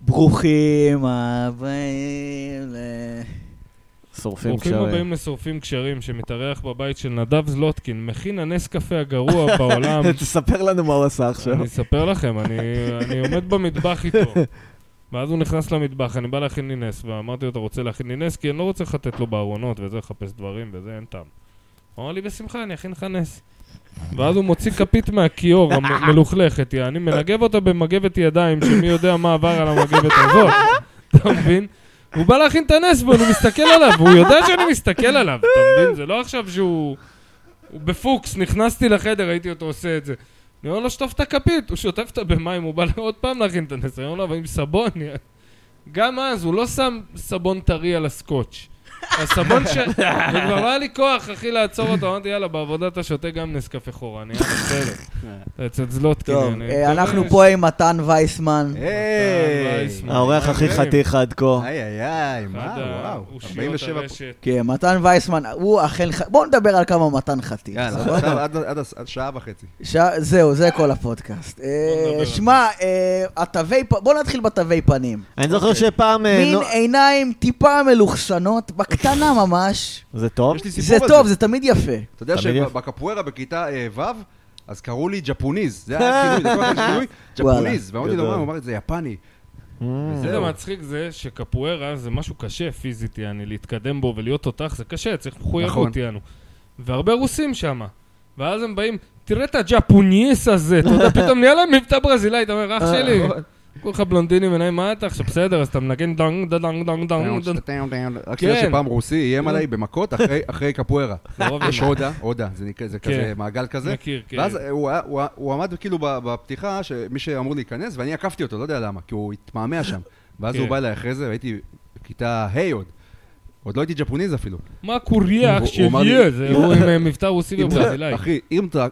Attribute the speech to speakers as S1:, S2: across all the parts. S1: ברוכים הבאים ל...
S2: שורפים
S3: ברוכים
S2: קשרים.
S3: הבאים לשורפים קשרים שמתארח בבית של נדב זלוטקין, מכין הנס קפה הגרוע בעולם.
S2: תספר לנו מה הוא עשה עכשיו.
S3: אני אספר לכם, אני, אני עומד במטבח איתו. ואז הוא נכנס למטבח, אני בא להכין לי נס, ואמרתי לו, אתה רוצה להכין לי נס? כי אני לא רוצה לחטט לו בארונות וזה, לחפש דברים וזה, אין טעם. הוא אמר לי, בשמחה, אני אכין לך נס. ואז הוא מוציא כפית מהכיור המ- המלוכלכת, אני מנגב אותה במגבת ידיים, שמי יודע מה עבר על המגבת הזאת, אתה מבין? הוא בא להכין את הנס ואני מסתכל עליו, והוא יודע שאני מסתכל עליו, אתה מבין? זה לא עכשיו שהוא... הוא בפוקס, נכנסתי לחדר, ראיתי אותו עושה את זה. אני אומר לו, שטוף את הכפית, הוא שוטף אותה במים, הוא בא עוד פעם להכין את הנס, אני אומר לו, אבל עם סבון. יא." גם אז, הוא לא שם סבון טרי על הסקוץ'. הסבון ש... וכבר לא היה לי כוח, אחי, לעצור אותו, אמרתי, יאללה, בעבודה אתה שותה גם נס קפה חורה, אני בסדר. אתה אצל זלוטקין.
S1: טוב,
S3: כאילו, אני-
S1: אה, אנחנו פה עם מתן וייסמן.
S4: היי.
S3: וייסמן.
S2: האורח הכי
S4: אוקיי.
S2: חתיך עד כה.
S4: איי איי איי, מה,
S3: לא אחד
S4: וואו.
S3: האושיות
S4: 47
S3: הרשת.
S1: כן, מתן וייסמן, הוא אכן... ח- בואו נדבר על כמה מתן חתיך.
S4: יאללה,
S1: סבבה?
S4: עכשיו עד- עד הס- עד שעה וחצי.
S1: ש- זהו, זה כל הפודקאסט. אה,
S3: נדבר על זה.
S1: שמע, אה, התווי... פ- בואו נתחיל בתווי פנים.
S2: אני זוכר שפעם... אה,
S1: מין
S2: נו-
S1: עיניים טיפה מלוכסנות, בקטנה ממש.
S2: זה טוב?
S4: יש לי סיפור
S1: זה
S4: על זה.
S1: טוב, זה תמיד יפה.
S4: אתה יודע
S2: תמיד יפה.
S4: שבקפוארה בכיתה אה, ו', אז קראו לי ג'פוניז. זה היה כינוי, זה כל הזמן שינוי,
S1: וואלה.
S4: ג'פוניז. ואמרתי לו,
S2: גדול.
S4: מה, הוא אמר את זה יפני.
S3: זה
S4: וזהו.
S3: מצחיק זה שקפוארה זה משהו קשה פיזית, יעני, להתקדם בו ולהיות תותח זה קשה, צריך
S4: נכון.
S3: מחויבות, יענו. והרבה רוסים שם. ואז הם באים, תראה את הג'פוניס הזה, אתה יודע, פתאום נהיה להם מבטא ברזילאי, אתה
S4: אה,
S3: אומר, אח שלי,
S4: נכון.
S3: כולך בלונדינים עיניים, מה אתה עכשיו, בסדר, אז אתה מנגן דנג, דנג, דנג, דנג,
S4: אה,
S3: דנג.
S4: רק שתדע
S3: כן.
S4: שפעם רוסי איים עליי במכות אחרי- אחרי קפוארה.
S3: לרוב
S4: יש
S3: הם-
S4: הודה, הודה, זה נקרא- זה כזה
S3: כן.
S4: מעגל כזה.
S3: מכיר, כן.
S4: ואז הוא היה- הוא היה- הוא עמד כאילו ב- בפתיחה, שמי שאמור להיכנס, ואני עקפתי אותו, לא יודע למה, כי הוא התמהמה שם. ואז
S3: כן.
S4: הוא בא אליי אחרי זה, והייתי בכיתה ה' עוד. עוד לא הייתי ג'פוניז אפילו.
S3: מה קוריאח
S4: הוא- הוא אמר לי-
S3: שיהיה, זה הוא עם אה, מבטא רוסי
S4: אם אתה-
S3: וברזילאי.
S4: אחי, אם אתה...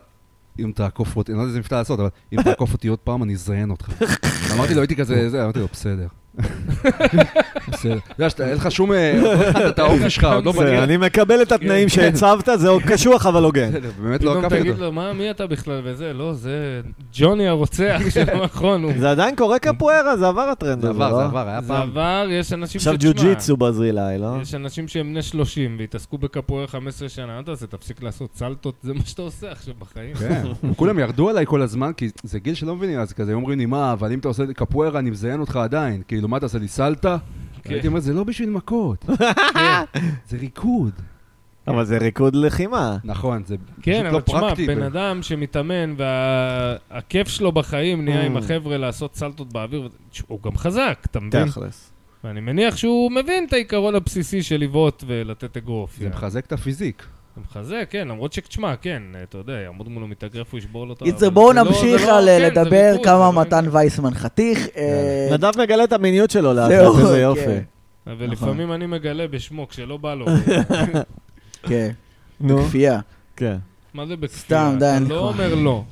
S4: אם תעקוף אותי, אני לא יודע איזה מבטא לעשות, אבל אם תעקוף אותי עוד פעם, אני אזיין אותך. אמרתי לו, הייתי כזה, זה, אמרתי לו, בסדר. בסדר. אתה יודע, שאתה- אין לך שום... אה, עוד לא הכנת את האופי שלך, עוד לא
S2: זה,
S4: בגיר.
S2: אני מקבל את התנאים
S4: כן.
S2: שהצבת, זה עוד קשוח אבל הוגן.
S4: בסדר, באמת לא
S3: פתאום
S4: עקפתי
S3: תגיד
S4: אותו.
S3: לו, מה, מי אתה בכלל וזה, לא, זה ג'וני הרוצח של המכון, הוא-
S2: זה עדיין קורה קפוארה, זה עבר הטרנד
S4: כן. זה
S2: הזה,
S4: עבר, זה
S2: לא?
S4: עבר, היה
S3: זה
S4: פעם.
S3: עבר, יש אנשים
S2: עכשיו
S3: שתשמע.
S2: ג'ו-ג'יצו ברזילאי, לא?
S4: אה?
S3: יש אנשים שהם בני 30 והתעסקו בקפואר 15 שנה, אל תעשה, תפסיק לעשות סלטות, זה מה שאתה עושה עכשיו בחיים.
S4: כן, כולם ירדו עליי כל הזמן, כי זה גיל שלא מבינים, אז כזה אומרים לי, מה, אבל אם אתה עושה קפוארה, אני מזיין אותך עדיין. כאילו, מה אתה עושה לי, סלטה?
S3: כן.
S4: הייתי אומר, זה לא בשביל מכות, זה ריקוד.
S2: אבל זה ריקוד לחימה.
S4: נכון, זה פשוט
S3: כן,
S4: לא
S3: אבל תשמע,
S4: פרקטי.
S3: בן אדם שמתאמן והכיף שלו בחיים נהיה
S4: Mm.
S3: עם החבר'ה לעשות סלטות באוויר, וזה- תשמע, הוא גם חזק, אתה
S4: כן.
S3: מבין?
S2: תכלס.
S3: ואני מניח שהוא מבין את העיקרון הבסיסי של לבעוט ולתת אגרוף.
S4: זה נכון.
S3: יעני.
S4: מחזק את הפיזיק.
S3: זה מחזק, כן, למרות שתשמע, כן, אתה יודע, יעמוד מולו מתאגרף, הוא ישבור לו את ה...
S1: קיצר,
S3: אבל
S1: בואו
S3: זה לא-
S1: נמשיך
S3: זה לא-
S1: על
S3: כן, זה
S1: לדבר
S3: מיקוד,
S1: כמה
S3: זה לא-
S1: מתן וייסמן חתיך. אה,
S2: נדב מגלה את המיניות שלו לאט
S1: זהו,
S2: לאט, איזה
S1: כן.
S2: יופי.
S4: נכון.
S3: ולפעמים אני מגלה בשמו כשלא בא לו.
S1: כן,
S2: נו,
S1: כפייה.
S2: כן.
S3: מה זה בכפייה?
S1: סתם, די, אין לי
S3: אתה לא
S1: כוח.
S3: אומר לא.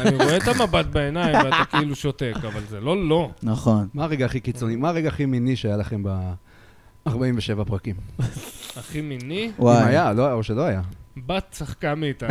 S3: אני רואה את המבט בעיניים ואתה כאילו שותק, אבל זה לא לא.
S1: נכון.
S4: מה הרגע הכי קיצוני, מה הרגע הכי מיני שהיה לכם ב-47 פרקים?
S3: הכי מיני,
S4: אם
S1: וואי.
S4: היה, לא, או שלא היה.
S3: בת צחקה מאיתנו.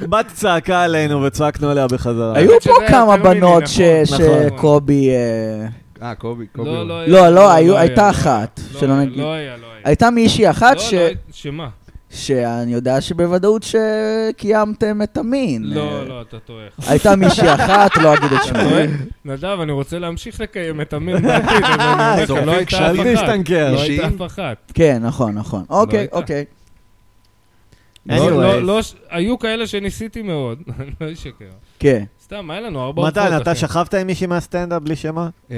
S2: בת צעקה עלינו וצעקנו עליה בחזרה.
S1: היו
S3: האמת
S1: פה
S3: שזה היה
S1: כמה
S3: יותר מיני,
S1: בנות
S3: נכון,
S1: ש-
S2: נכון.
S1: שקובי... אה,
S4: אה, קובי, קובי.
S3: לא, לא היה.
S1: לא, לא, היו-
S3: היה,
S1: הייתה
S3: לא
S1: אחת,
S3: היה.
S1: שלא
S3: לא היה,
S1: נגיד.
S3: לא היה, לא היה.
S1: הייתה מישהי אחת
S3: לא,
S1: ש-
S3: לא היה- שמה?
S1: שאני יודע שבוודאות שקיימתם את המין. אה,
S3: לא, לא, אתה טועה.
S1: הייתה מישהי אחת, לא אגיד את
S3: אתה
S1: שמה.
S3: טועה? נדב, אני רוצה להמשיך לקיים את המין בעתיד, אבל
S1: אה,
S3: אני אומר לך, לא הייתה
S2: אל
S3: אף אחת.
S2: תשתנקר.
S3: לא הייתה
S4: אישיים?
S3: אף אחת.
S1: כן, נכון, נכון. אוקיי,
S3: הייתה.
S1: אוקיי.
S3: לא,
S2: Anyways.
S3: לא, לא ש- היו כאלה שניסיתי מאוד, אני לא אשקר.
S1: כן.
S3: סתם, היה לנו ארבע
S2: מתן,
S3: אורחות,
S2: אתה
S3: אחי.
S2: שכבת עם מישהי מהסטנדאפ בלי שמה?
S4: אה,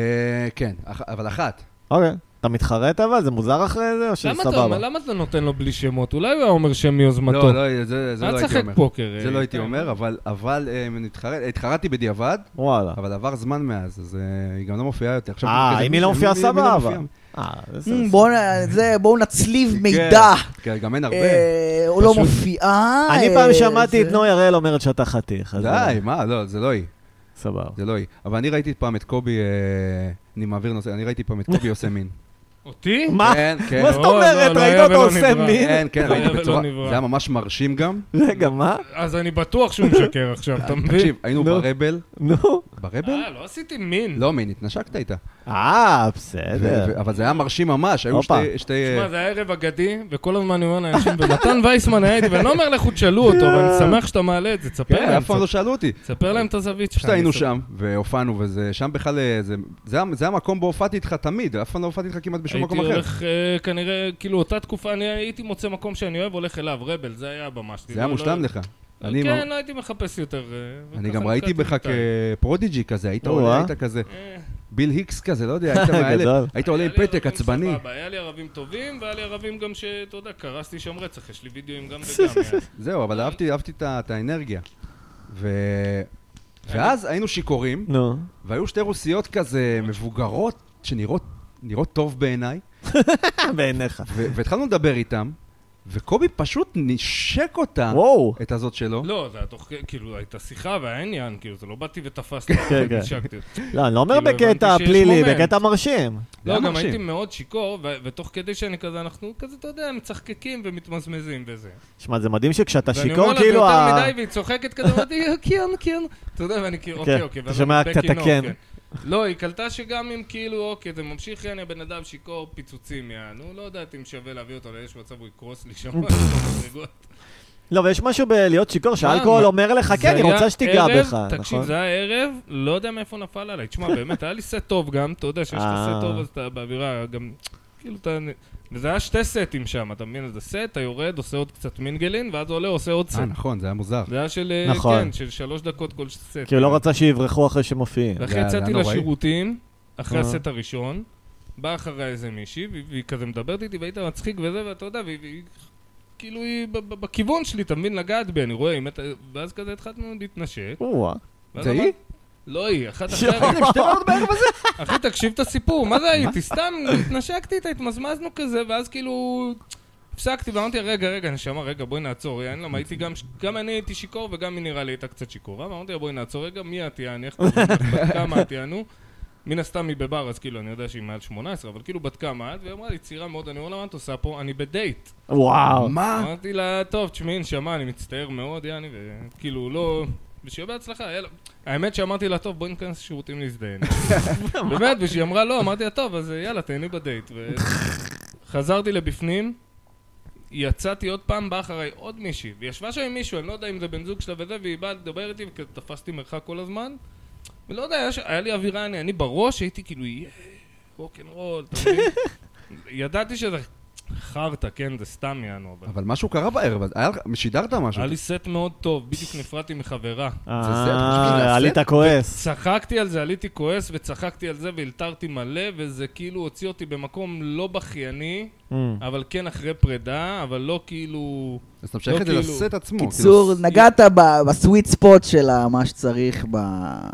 S4: כן, אח- אבל אחת.
S2: אוקיי. אתה מתחרט אבל? זה מוזר אחרי זה או
S3: למה אתה אומר- לא.
S2: שסבבה?
S3: למה אתה נותן לו בלי שמות? אולי הוא היה אומר שם מיוזמתו.
S4: לא, לא, זה זה
S3: אל
S4: לא הייתי
S3: תשחק
S4: אומר.
S3: פוקר.
S4: זה
S3: אה,
S4: לא
S2: כן.
S4: הייתי
S3: אה,
S4: אומר, אבל- אבל אה, נתחרט- התחרטתי בדיעבד,
S2: וואלה.
S4: אבל עבר זמן מאז, אז אה, היא גם לא מופיעה יותר. עכשיו
S2: אה,
S4: כזה,
S2: אם היא לא
S4: מי-
S2: מופיעה,
S4: מי- מי לא
S2: סבבה.
S4: מופיעה?
S2: אה, זה-
S1: Hmm, בואו נ- זה- בואו נצליב
S4: כן,
S1: מידע.
S4: כן, גם אין הרבה.
S1: אה, הוא לא
S3: פשוט-
S1: מופיעה.
S2: אני
S1: אה,
S2: פעם שמעתי את
S1: זה-
S2: נוי הראל אומרת שאתה חתיך. אז אה.
S4: די, מה, לא, זה לא היא,
S2: סבבה.
S4: זה לא היא. אבל אני ראיתי פעם את קובי, אה, אני מעביר נושא, אני ראיתי פעם את קובי עושה מין.
S3: אותי?
S2: מה?
S4: כן, כן.
S2: מה זאת
S3: לא,
S2: אומרת?
S3: לא,
S2: ראית
S3: לא,
S2: אותו
S3: לא
S2: עושה
S3: נברא.
S2: מין?
S4: כן, כן,
S3: לא,
S4: ראיתי
S3: לא
S4: בצורה...
S3: נברא.
S4: זה היה ממש מרשים גם.
S2: רגע, מה?
S3: אז אני בטוח שהוא משקר עכשיו, אתה מבין?
S4: תקשיב, היינו
S2: נו.
S4: ברבל.
S2: נו.
S4: ברבל?
S3: אה, לא עשיתי מין.
S4: לא, מין, התנשקת איתה.
S2: אה,
S4: ו-
S2: בסדר.
S4: ו- אבל זה היה מרשים ממש, היו
S2: הופה.
S4: שתי- שתי...
S3: תשמע, זה היה ערב אגדי, וכל הזמן אני אומר לאנשים, ומתן וייסמן היה איתי, ואני לא אומר לכו תשאלו אותו, ואני שמח שאתה מעלה את זה, תספר
S4: כן,
S3: להם,
S4: אף פעם לא שאלו אותי.
S3: תספר להם את הזווית שלך.
S4: פשוט היינו
S3: אני אספר-
S4: שם, והופענו, וזה שם בכלל, אה, זה- זה ה- זה המקום בו הופעתי איתך תמיד, אף פעם לא הופעתי איתך כמעט בשום מקום
S3: הייתי
S4: אחר.
S3: הולך, אה, כנראה, כאילו, אותה תקופה, אני הייתי מוצא מקום שאני אוהב, הולך אליו, רבל, זה היה הבמה שלי.
S4: זה היה
S3: לא-
S4: מושלם
S3: לא-
S4: לך. אני
S3: כן,
S4: ממ-
S3: לא הייתי מחפש יותר. אה,
S4: אני
S3: וככה
S4: גם ראיתי
S3: נתקעתי
S4: בך
S3: בינתיים.
S4: כפרודיג'י כזה, היית
S2: או-אה.
S4: עולה, היית כזה
S3: אה,
S4: ביל היקס כזה, לא יודע, היית מאלה-
S2: גדול.
S4: היית עולה עם
S3: היה לי
S4: פתק
S3: ערבים
S4: עצבני.
S3: סבבה, היה לי ערבים טובים, והיה לי ערבים גם שאתה יודע, קרסתי שם רצח, יש לי וידאוים גם וגם. אה.
S4: זהו, אבל אהבתי אהבתי את ה- את האנרגיה. ו- ואז היינו שיכורים,
S2: נו.
S4: והיו שתי רוסיות כזה מבוגרות, שנראות נראות טוב בעיניי,
S2: אה, בעיניך.
S4: ו- והתחלנו לדבר איתם, וקובי פשוט נשק אותה,
S2: וואו.
S4: את הזאת שלו.
S3: לא, זה היה תוך, כאילו, הייתה שיחה והיה עניין, כאילו, זה לא באתי ותפסתי,
S2: כן, כן.
S3: נשקתי.
S2: לא, אני לא אומר
S3: כאילו,
S2: בקטע
S3: הבנתי שיש
S2: פלילי,
S3: מומנט.
S2: בקטע מרשים.
S4: זה היה
S3: לא, גם
S4: מרשים.
S3: הייתי מאוד שיכור, ו- ותוך כדי שאני כזה, אנחנו כזה, אתה יודע, מצחקקים ומתמזמזים וזה.
S2: שמע, זה מדהים שכשאתה
S3: ואני
S2: שיכור,
S3: אומר לה,
S2: כאילו...
S3: ויותר
S2: ה-
S3: מדי, והיא צוחקת כזה, אמרתי, כן, כן. אתה יודע, ואני כאילו,
S2: כן,
S3: אוקיי, אוקיי.
S2: אתה
S3: ואז
S2: שומע
S3: אני
S2: רק את
S3: backing off,
S2: הכן.
S3: כן. לא, היא קלטה שגם אם כאילו, אוקיי, זה ממשיך, יעני, הבן אדם שיכור פיצוצים, יענו, לא יודעת אם שווה להביא אותו לאיזשהו מצב, הוא יקרוס לי שם. במדרגות.
S2: לא, ויש משהו בלהיות שיכור, שהאלכוהול
S3: מה?
S2: אומר לך,
S3: זה
S2: כן, אני
S3: היה
S2: רוצה שתיגע
S3: ערב,
S2: בך,
S3: תקשיב,
S2: נכון?
S3: זה היה ערב, לא יודע מאיפה נפל עליי. תשמע, באמת, היה לי סט טוב גם, אתה יודע שיש לך
S2: אה.
S3: סט טוב, אז אתה באווירה, גם, כאילו, אתה... וזה היה שתי סטים שם, אתה מבין? איזה סט, אתה יורד, עושה עוד קצת מינגלין, ואז עולה, עושה עוד סט.
S4: אה, נכון, זה היה מוזר.
S3: זה היה של, אה,
S2: נכון.
S3: כן, של שלוש דקות כל סט.
S2: כי הוא לא רצה שיברחו אחרי שמופיעים.
S4: זה
S3: ואחרי
S4: היה-
S3: יצאתי
S4: זה היה נוראי.
S3: לשירותים, אחרי
S2: אה.
S3: הסט הראשון, באה אחריה איזה מישהי, והיא- והיא כזה מדברת איתי, והיית מצחיק וזה, ואתה יודע, והיא- והיא... כאילו היא ב- ב- בכיוון שלי, אתה מבין? לגעת בי, אני רואה, היא מתה- ואז כזה התחלנו להתנשק.
S2: וואו.
S3: ואז
S4: זה
S3: אמרתי,
S4: היא?
S3: לא היא, אחת
S2: יואו.
S3: אחרת.
S4: שתי בנות בערב הזה?
S3: אחי, תקשיב את הסיפור, מה זה הייתי? סתם התנשקתי איתה, התמזמזנו כזה, ואז כאילו... הפסקתי ואמרתי, רגע, רגע, נשמה, רגע, בואי נעצור, יעני, למה הייתי גם, ש- גם אני הייתי שיכור וגם היא נראה לי הייתה קצת שיכורה, ואמרתי לה, בואי נעצור רגע, מי את יעני, איך קוראים לך, בת כמה את יענו? מן הסתם היא בבר, אז כאילו, אני יודע שהיא מעל 18, אבל כאילו, בת כמה את? והיא אמרה לי, צעירה מאוד, אני אומר לה, מה את עושה פה? אני בדייט.
S2: וואו.
S4: מה?
S3: אמרתי לה, טוב, תשמעי, נשמה, אני מצטער מאוד, יעני, וכאילו, לא... ושיהיה בהצלחה, היה לה... האמת שאמרתי לה, טוב, בואי ניכנס לשירותים להזדיין. באמת, וכשהיא אמרה לא, אמרתי לה, טוב, אז יאללה, תהני בדייט. ו- חזרתי לבפנים, יצאתי עוד פעם, באה אחריי עוד מישהי, וישבה שם עם מישהו, אני לא יודע אם זה בן זוג שלה וזה, והיא באה לדבר איתי, וכזה תפסתי מרחק כל הזמן. ולא יודע, היה ש- היה לי אווירה, אני, אני בראש הייתי כאילו, יהיה, רוקנרול, אתה מבין? ידעתי שזה חרטא, כן, זה סתם יענו, אבל...
S4: אבל משהו קרה בערב, אז היה לך- שידרת משהו.
S3: היה לי סט מאוד טוב, בדיוק נפרדתי מחברה.
S2: אה,
S4: זה זה, אתה חושב שזה
S2: עלית
S4: הסט?
S2: כועס.
S3: צחקתי על זה, עליתי כועס וצחקתי על זה והלתרתי מלא, וזה כאילו הוציא אותי במקום לא בכייני,
S2: אמ.
S3: אבל כן אחרי פרידה, אבל לא כאילו...
S4: אז אתה משייך
S3: לא
S4: את זה
S3: כאילו.
S4: לסט עצמו.
S1: קיצור,
S4: כאילו,
S1: נגעת ב- בסוויט ספוט של ה- מה שצריך ב...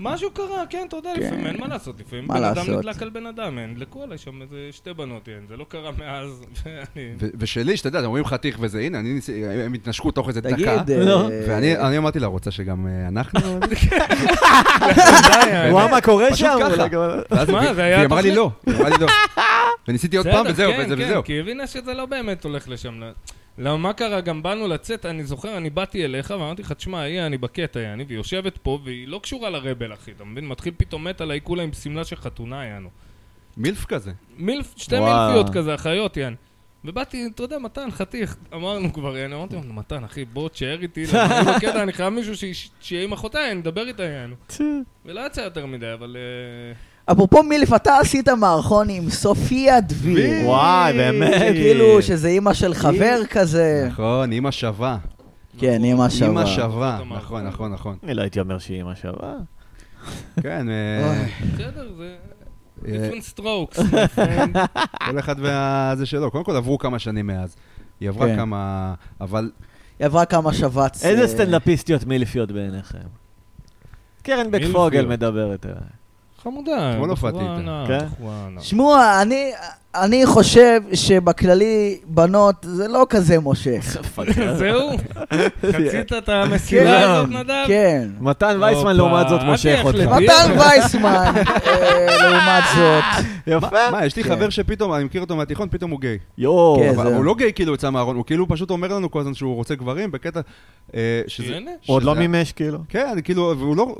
S3: משהו קרה, כן, אתה יודע,
S1: כן.
S3: לפעמים אין מה לעשות, לפעמים
S1: מה
S3: בן אדם
S1: לעשות?
S3: נדלק על בן אדם, אין, נדלקו עליי שם איזה שתי בנות, אין, זה לא קרה מאז, ואני...
S4: ו- ושלי, שאתה יודע, אתם אומרים חתיך וזה, הנה, אני ניס- הם התנשקו תוך איזה דקה.
S1: תגיד, אה,
S2: לא.
S4: ואני אני אמרתי לה, רוצה שגם אה, אנחנו...
S2: וואו, מה קורה
S4: פשוט
S2: שם?
S4: ככה. ואז
S3: מה,
S4: היא-
S3: זה היה
S4: והיא אמרה לי
S3: תוכנית?
S4: לא, היא אמרה לי לא. וניסיתי עוד פעם,
S3: בסדר,
S4: וזהו,
S3: כן,
S4: וזה
S3: כן,
S4: וזהו.
S3: כי היא הבינה שזה לא באמת הולך לשם. לא- למה, מה קרה? גם באנו לצאת, אני זוכר, אני באתי אליך ואמרתי לך, תשמע, היא, אני בקטע, יעני, והיא יושבת פה, והיא לא קשורה לרבל, אחי, אתה מבין? מתחיל פתאום מת עליי כולה עם שמלה של חתונה, יענו.
S4: מילף כזה.
S3: מילף, שתי
S2: וואו.
S3: מילפיות כזה, אחיות, יעני. ובאתי, אתה יודע, מתן, חתיך, אמרנו כבר, יעני, אמרתי לו, מתן, אחי, בוא, תשאר איתי, לא, אני בקטע, אני חייב מישהו שיש- שיהיה עם אחותה, אני אדבר איתה, יענו. ולא יצא יותר מדי, אבל... אה,
S1: אפרופו מילף, אתה עשית מערכון עם סופיה דביר.
S2: וואי, באמת.
S1: כאילו, שזה אימא של חבר כזה.
S4: נכון, אימא שווה.
S1: כן, אימא כן. שווה.
S4: אימא שווה.
S3: זאת המערכון.
S4: נכון, נכון, נכון.
S2: אני לא הייתי אומר שהיא אימא שווה.
S4: כן, אה,
S3: בסדר, זה...
S4: אה,
S3: different strokes, my friend.
S4: כל אחד והזה שלו. קודם כל, עברו כמה שנים מאז. היא עברה
S1: כן.
S4: כמה... אבל
S1: היא עברה כמה שבץ. אה,
S2: איזה סטנדאפיסטיות מילפיות בעיניכם? קרן בק
S3: מילפיות.
S2: פוגל מדברת אליי.
S3: חמודה.
S4: אתמול
S3: בחורה
S4: הופעתי איתה.
S3: נאה,
S2: כן?
S3: בחורה נאה.
S1: שמוע, אני, אני חושב שבכללי בנות זה לא כזה מושך.
S3: זהו? חצית את
S2: כאילו,
S3: המסילה
S1: כן.
S3: הזאת,
S2: לא.
S3: נדב?
S1: כן.
S2: מתן וייסמן
S3: הופה,
S2: לעומת זאת
S3: אל
S2: מושך
S3: תלך
S2: אותך.
S3: לב.
S1: מתן וייסמן, אה, לעומת זאת.
S2: יפה.
S4: מה, יש לי
S1: כן.
S4: חבר שפתאום, אני מכיר אותו מהתיכון, פתאום הוא גיי.
S2: יואו.
S1: כן.
S4: אבל
S1: זהו.
S4: הוא לא גיי כאילו יצא מהארון, הוא כאילו פשוט אומר לנו כל הזמן שהוא רוצה גברים, בקטע... אה, שזה...
S3: הנה.
S2: הוא עוד
S4: שזה-
S2: לא מימש כאילו.
S4: כן, אני כאילו, והוא לא...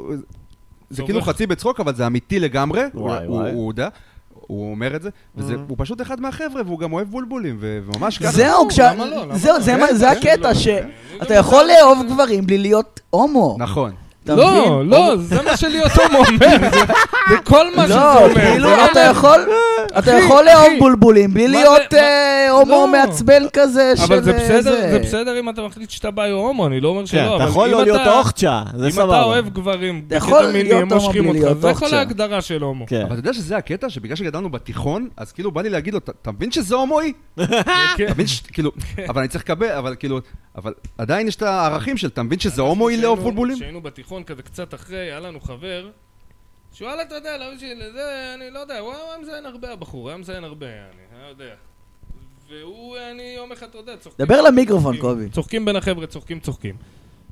S4: זה
S3: טוב,
S4: כאילו
S3: לך.
S4: חצי בצחוק, אבל זה אמיתי לגמרי, הוא-
S2: וואי,
S4: הוא
S2: וואי. Mm-hmm.
S4: הוא יודע, הוא אומר את זה, והוא פשוט אחד מהחבר'ה, והוא גם אוהב בולבולים, ו- וממש ככה.
S1: זהו, כשה-
S3: למה לא? למה
S1: זהו,
S3: לא?
S1: זה
S4: כן,
S1: מה- זה
S4: כן,
S1: הקטע,
S3: לא,
S1: שאתה יכול לאהוב גברים בלי להיות הומו.
S4: נכון.
S2: כן.
S1: אתה
S3: לא,
S1: מבין?
S3: לא, זה מה שלהיות הומו אומר, זה- זה כל מה שזה
S1: לא,
S3: אומר. זה
S1: כאילו
S3: לא
S1: אתה
S3: אומר-
S1: יכול, אתה
S3: אחי,
S1: יכול לאהוב
S3: אחי.
S1: בולבולים בלי
S3: מה
S1: להיות
S3: זה- מה-
S1: אה, הומו
S3: לא.
S1: מעצבן כזה של...
S3: אבל זה
S1: אה,
S3: בסדר, זה בסדר אם אתה מחליט שאתה ביי או הומו, אני לא אומר
S2: כן, אתה
S3: שלא, אבל
S2: יכול
S3: אם
S2: לא להיות
S3: אתה-
S2: האוכצ'ה, זה
S3: אם
S2: סבבה.
S3: אתה אוהב גברים,
S1: אתה יכול
S3: בקטע מיני
S1: להיות
S3: הם מושכים
S1: הומו בלי
S3: אותך,
S1: להיות
S3: זה כל
S1: הוכצ'ה.
S3: ההגדרה של הומו.
S2: כן.
S4: אבל אתה יודע שזה הקטע, שבגלל שגדלנו בתיכון, אז כאילו בא לי להגיד לו, "אתה- אתה מבין שזה הומואי?
S3: כן.
S4: אתה מבין ש... כאילו, אבל אני צריך לקבל, אבל כאילו, אבל עדיין יש את הערכים של, אתה מבין שזה
S1: לא
S4: הומואי לאהוב
S3: כשהיינו-
S4: בולבולים?
S3: כשהיינו בתיכון כזה קצת אחרי, היה לנו חבר, שוואלה, אתה יודע, לא בשביל זה, אני לא יודע, הוא היה מזיין הרבה הבחור, היה מזיין הרבה, אני לא יודע. והוא, אני יום אחד, אתה יודע, צוחקים.
S1: דבר למיקרופון,
S3: צוחקים.
S1: קובי.
S3: צוחקים בין החבר'ה, צוחקים, צוחקים.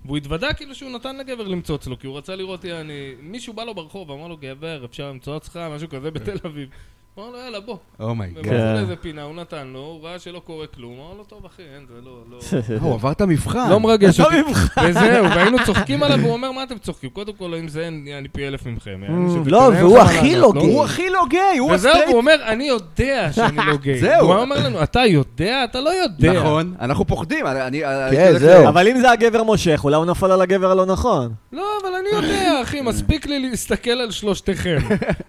S3: והוא התוודה כאילו שהוא נתן לגבר למצוץ לו, כי הוא רצה לראות, יעני, מישהו בא לו ברחוב, אמר לו, גבר, אפשר למצוץ לך, משהו כזה בתל
S1: כן.
S3: אביב. הוא אמר לו, יאללה, בוא.
S4: אומייגאד.
S2: כן.
S3: ובא לאיזה פינה, הוא נתן לו, הוא ראה שלא קורה כלום, אמר לו, טוב, אחי, אין, זה לא, לא...
S4: אה, הוא עבר את המבחן.
S3: לא מרגש
S2: לא
S3: אותי.
S2: ממך.
S3: וזהו, והיינו צוחקים עליו, והוא אומר, מה אתם צוחקים? קודם כל, אם זה, אני- אני פי אלף מכם. אני
S2: Mm,
S3: שזה
S1: לא,
S3: קונה
S1: והוא
S3: לכם
S1: הכי
S3: על
S1: לא
S3: הענף,
S1: גיי.
S4: הוא הכי לא גיי, הוא
S3: וזהו,
S4: הסטרייט.
S3: הוא אומר, אני יודע שאני לא גיי.
S4: זהו.
S3: הוא היה אומר לנו, אתה יודע? אתה לא יודע.
S4: נכון, אנחנו פוחדים. אני- אני- אני-
S1: כן,
S4: אני-
S1: זהו.
S2: אבל אם זה הגבר מושך, אולי הוא נפל על הגבר הלא נכון.
S3: לא, אבל אני יודע, אחי, מספיק לי להסתכל על שלושתכם,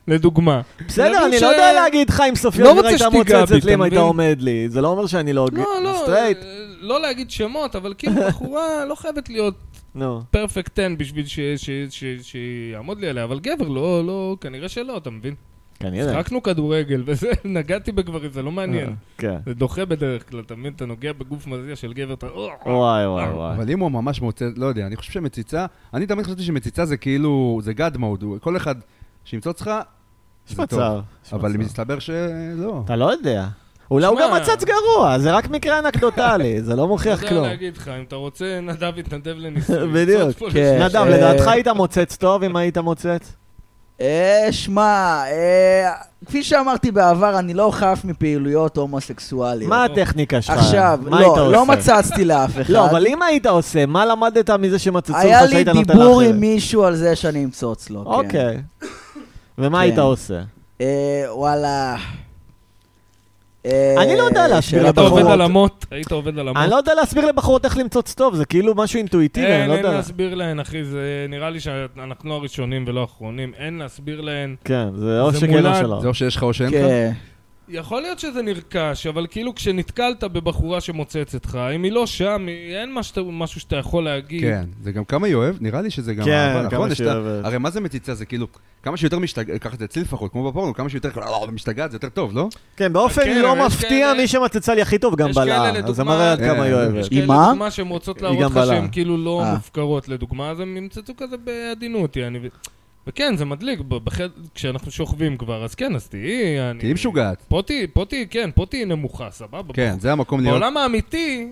S3: לדוגמה.
S2: בסדר,
S3: להבין
S2: אני
S3: ש-
S2: לא יודע להגיד לך אם סופיה
S3: לא
S2: אדיר
S3: רוצה
S2: הייתה
S3: שתיגע בי,
S2: מוצצת
S3: אתה
S2: לי אם הייתה
S3: מבין?
S2: עומד לי. זה לא אומר שאני לא
S3: לא,
S2: ג-
S3: לא,
S2: סטרייט.
S3: אה, לא להגיד שמות, אבל כאילו בחורה לא חייבת להיות
S2: נו.
S3: פרפקט 10 בשביל ש- ש- ש- שיעמוד לי עליה, אבל גבר, לא, לא, כנראה שלא, אתה מבין?
S2: כנראה.
S3: שחקנו כדורגל וזה, נגעתי בגברים, זה לא מעניין.
S2: כן.
S3: זה דוחה בדרך כלל, אתה מבין? אתה נוגע בגוף מזיע של גבר, אתה...
S2: וואי, וואי, וואי.
S4: אבל אם הוא ממש מוצא, לא יודע, אני חושב שמציצה, אני תמיד חשבתי שמציצה זה כאילו, זה גאד מוד, כל אחד שימצא אותך,
S2: יש
S4: זה טוב.
S2: מצב. יש
S4: אבל
S2: מצב.
S4: מסתבר שלא.
S2: אתה לא יודע. אולי הוא
S3: שמע.
S2: גם מצץ גרוע, זה רק מקרה אנקדוטלי, זה לא
S3: לא
S2: מוכיח
S3: יודע
S2: כלום.
S3: להגיד לך, אם אתה רוצה, נדב יתנדב לניסוי.
S2: בדיוק,
S3: קצת פה
S1: כן.
S3: לשם.
S2: נדב,
S1: אה,
S2: לדעתך היית מוצץ טוב אם היית מוצץ?
S1: אה, שמע, אה, כפי שאמרתי בעבר, אני לא חף מפעילויות הומוסקסואליות.
S2: מה
S3: לא.
S2: הטכניקה שלך?
S1: עכשיו,
S2: מה היית
S1: לא, לא
S2: עושה?
S1: מצצתי לאף אחד.
S2: לא, אבל אם היית עושה, מה למדת מזה שמצצו לך
S1: היה לי
S2: שהיית נותן
S1: דיבור
S2: לאחרים?
S1: עם מישהו על זה שאני אמצוץ לו, כן.
S2: אוקיי. ומה היית
S1: כן.
S2: עושה?
S1: אה, וואלה. אה,
S2: אני לא יודע להשפיל
S1: שאלה
S2: אתה
S3: היית
S2: בחורות.
S3: עובד
S1: בחורה.
S3: על אמות, היית עובד על אמות.
S2: אני לא יודע להסביר לבחורות איך למצוץ טוב, זה כאילו משהו אינטואיטיבי, אני
S3: אין,
S2: לא
S3: אין
S2: יודע.
S3: להסביר להן, אחי, זה נראה לי שאנחנו לא הראשונים ולא האחרונים, אין להסביר להן.
S2: כן, זה או
S3: זה
S2: שכן או
S3: מולד,
S2: שלא.
S4: זה או שיש לך או שאין לך.
S1: כן.
S3: יכול להיות שזה נרכש, אבל כאילו כשנתקלת בבחורה שמוצצת לך, אם היא לא שם, היא- אין משהו- משהו שאתה יכול להגיד.
S4: כן, זה גם כמה היא אוהבת, נראה לי שזה גם...
S2: כן,
S4: אהבה,
S2: כמה
S4: נכון? יש
S2: שהיא
S4: את ה-
S2: אוהבת.
S4: הרי מה זה מציצה? זה כאילו, כמה שיותר משתגעת, ככה זה אצלי לפחות, כמו בפורנו, כמה שיותר לא, משתגעת זה יותר טוב, לא?
S2: כן, באופן
S3: כן,
S2: לא
S3: אבל יש
S2: מפתיע,
S3: כאלה-
S2: מי שמצצה לי הכי טוב גם
S3: יש כאלה,
S2: בלעה. אז
S3: לדוגמה-
S2: אמר עד כמה היא
S4: אה,
S2: אוהבת.
S3: יש כאלה,
S1: עם מה?
S3: לדוגמה, שהן רוצות
S2: היא
S3: להראות
S2: גם
S3: לך
S2: בלעה.
S3: שהן כאילו לא
S1: אה.
S3: מופקרות, לדוגמה, אז הן נמצאו כזה בעדינות, יעני. ו- וכן, זה מדליק, ב- בחד- כשאנחנו שוכבים כבר, אז כן, אז תהיי, יעני.
S4: תהיי משוגעת.
S3: פה תהיי, פה תהיי, כן, פה תהיי נמוכה, סבבה.
S4: כן, זה המקום להיות...
S3: בעולם האמיתי,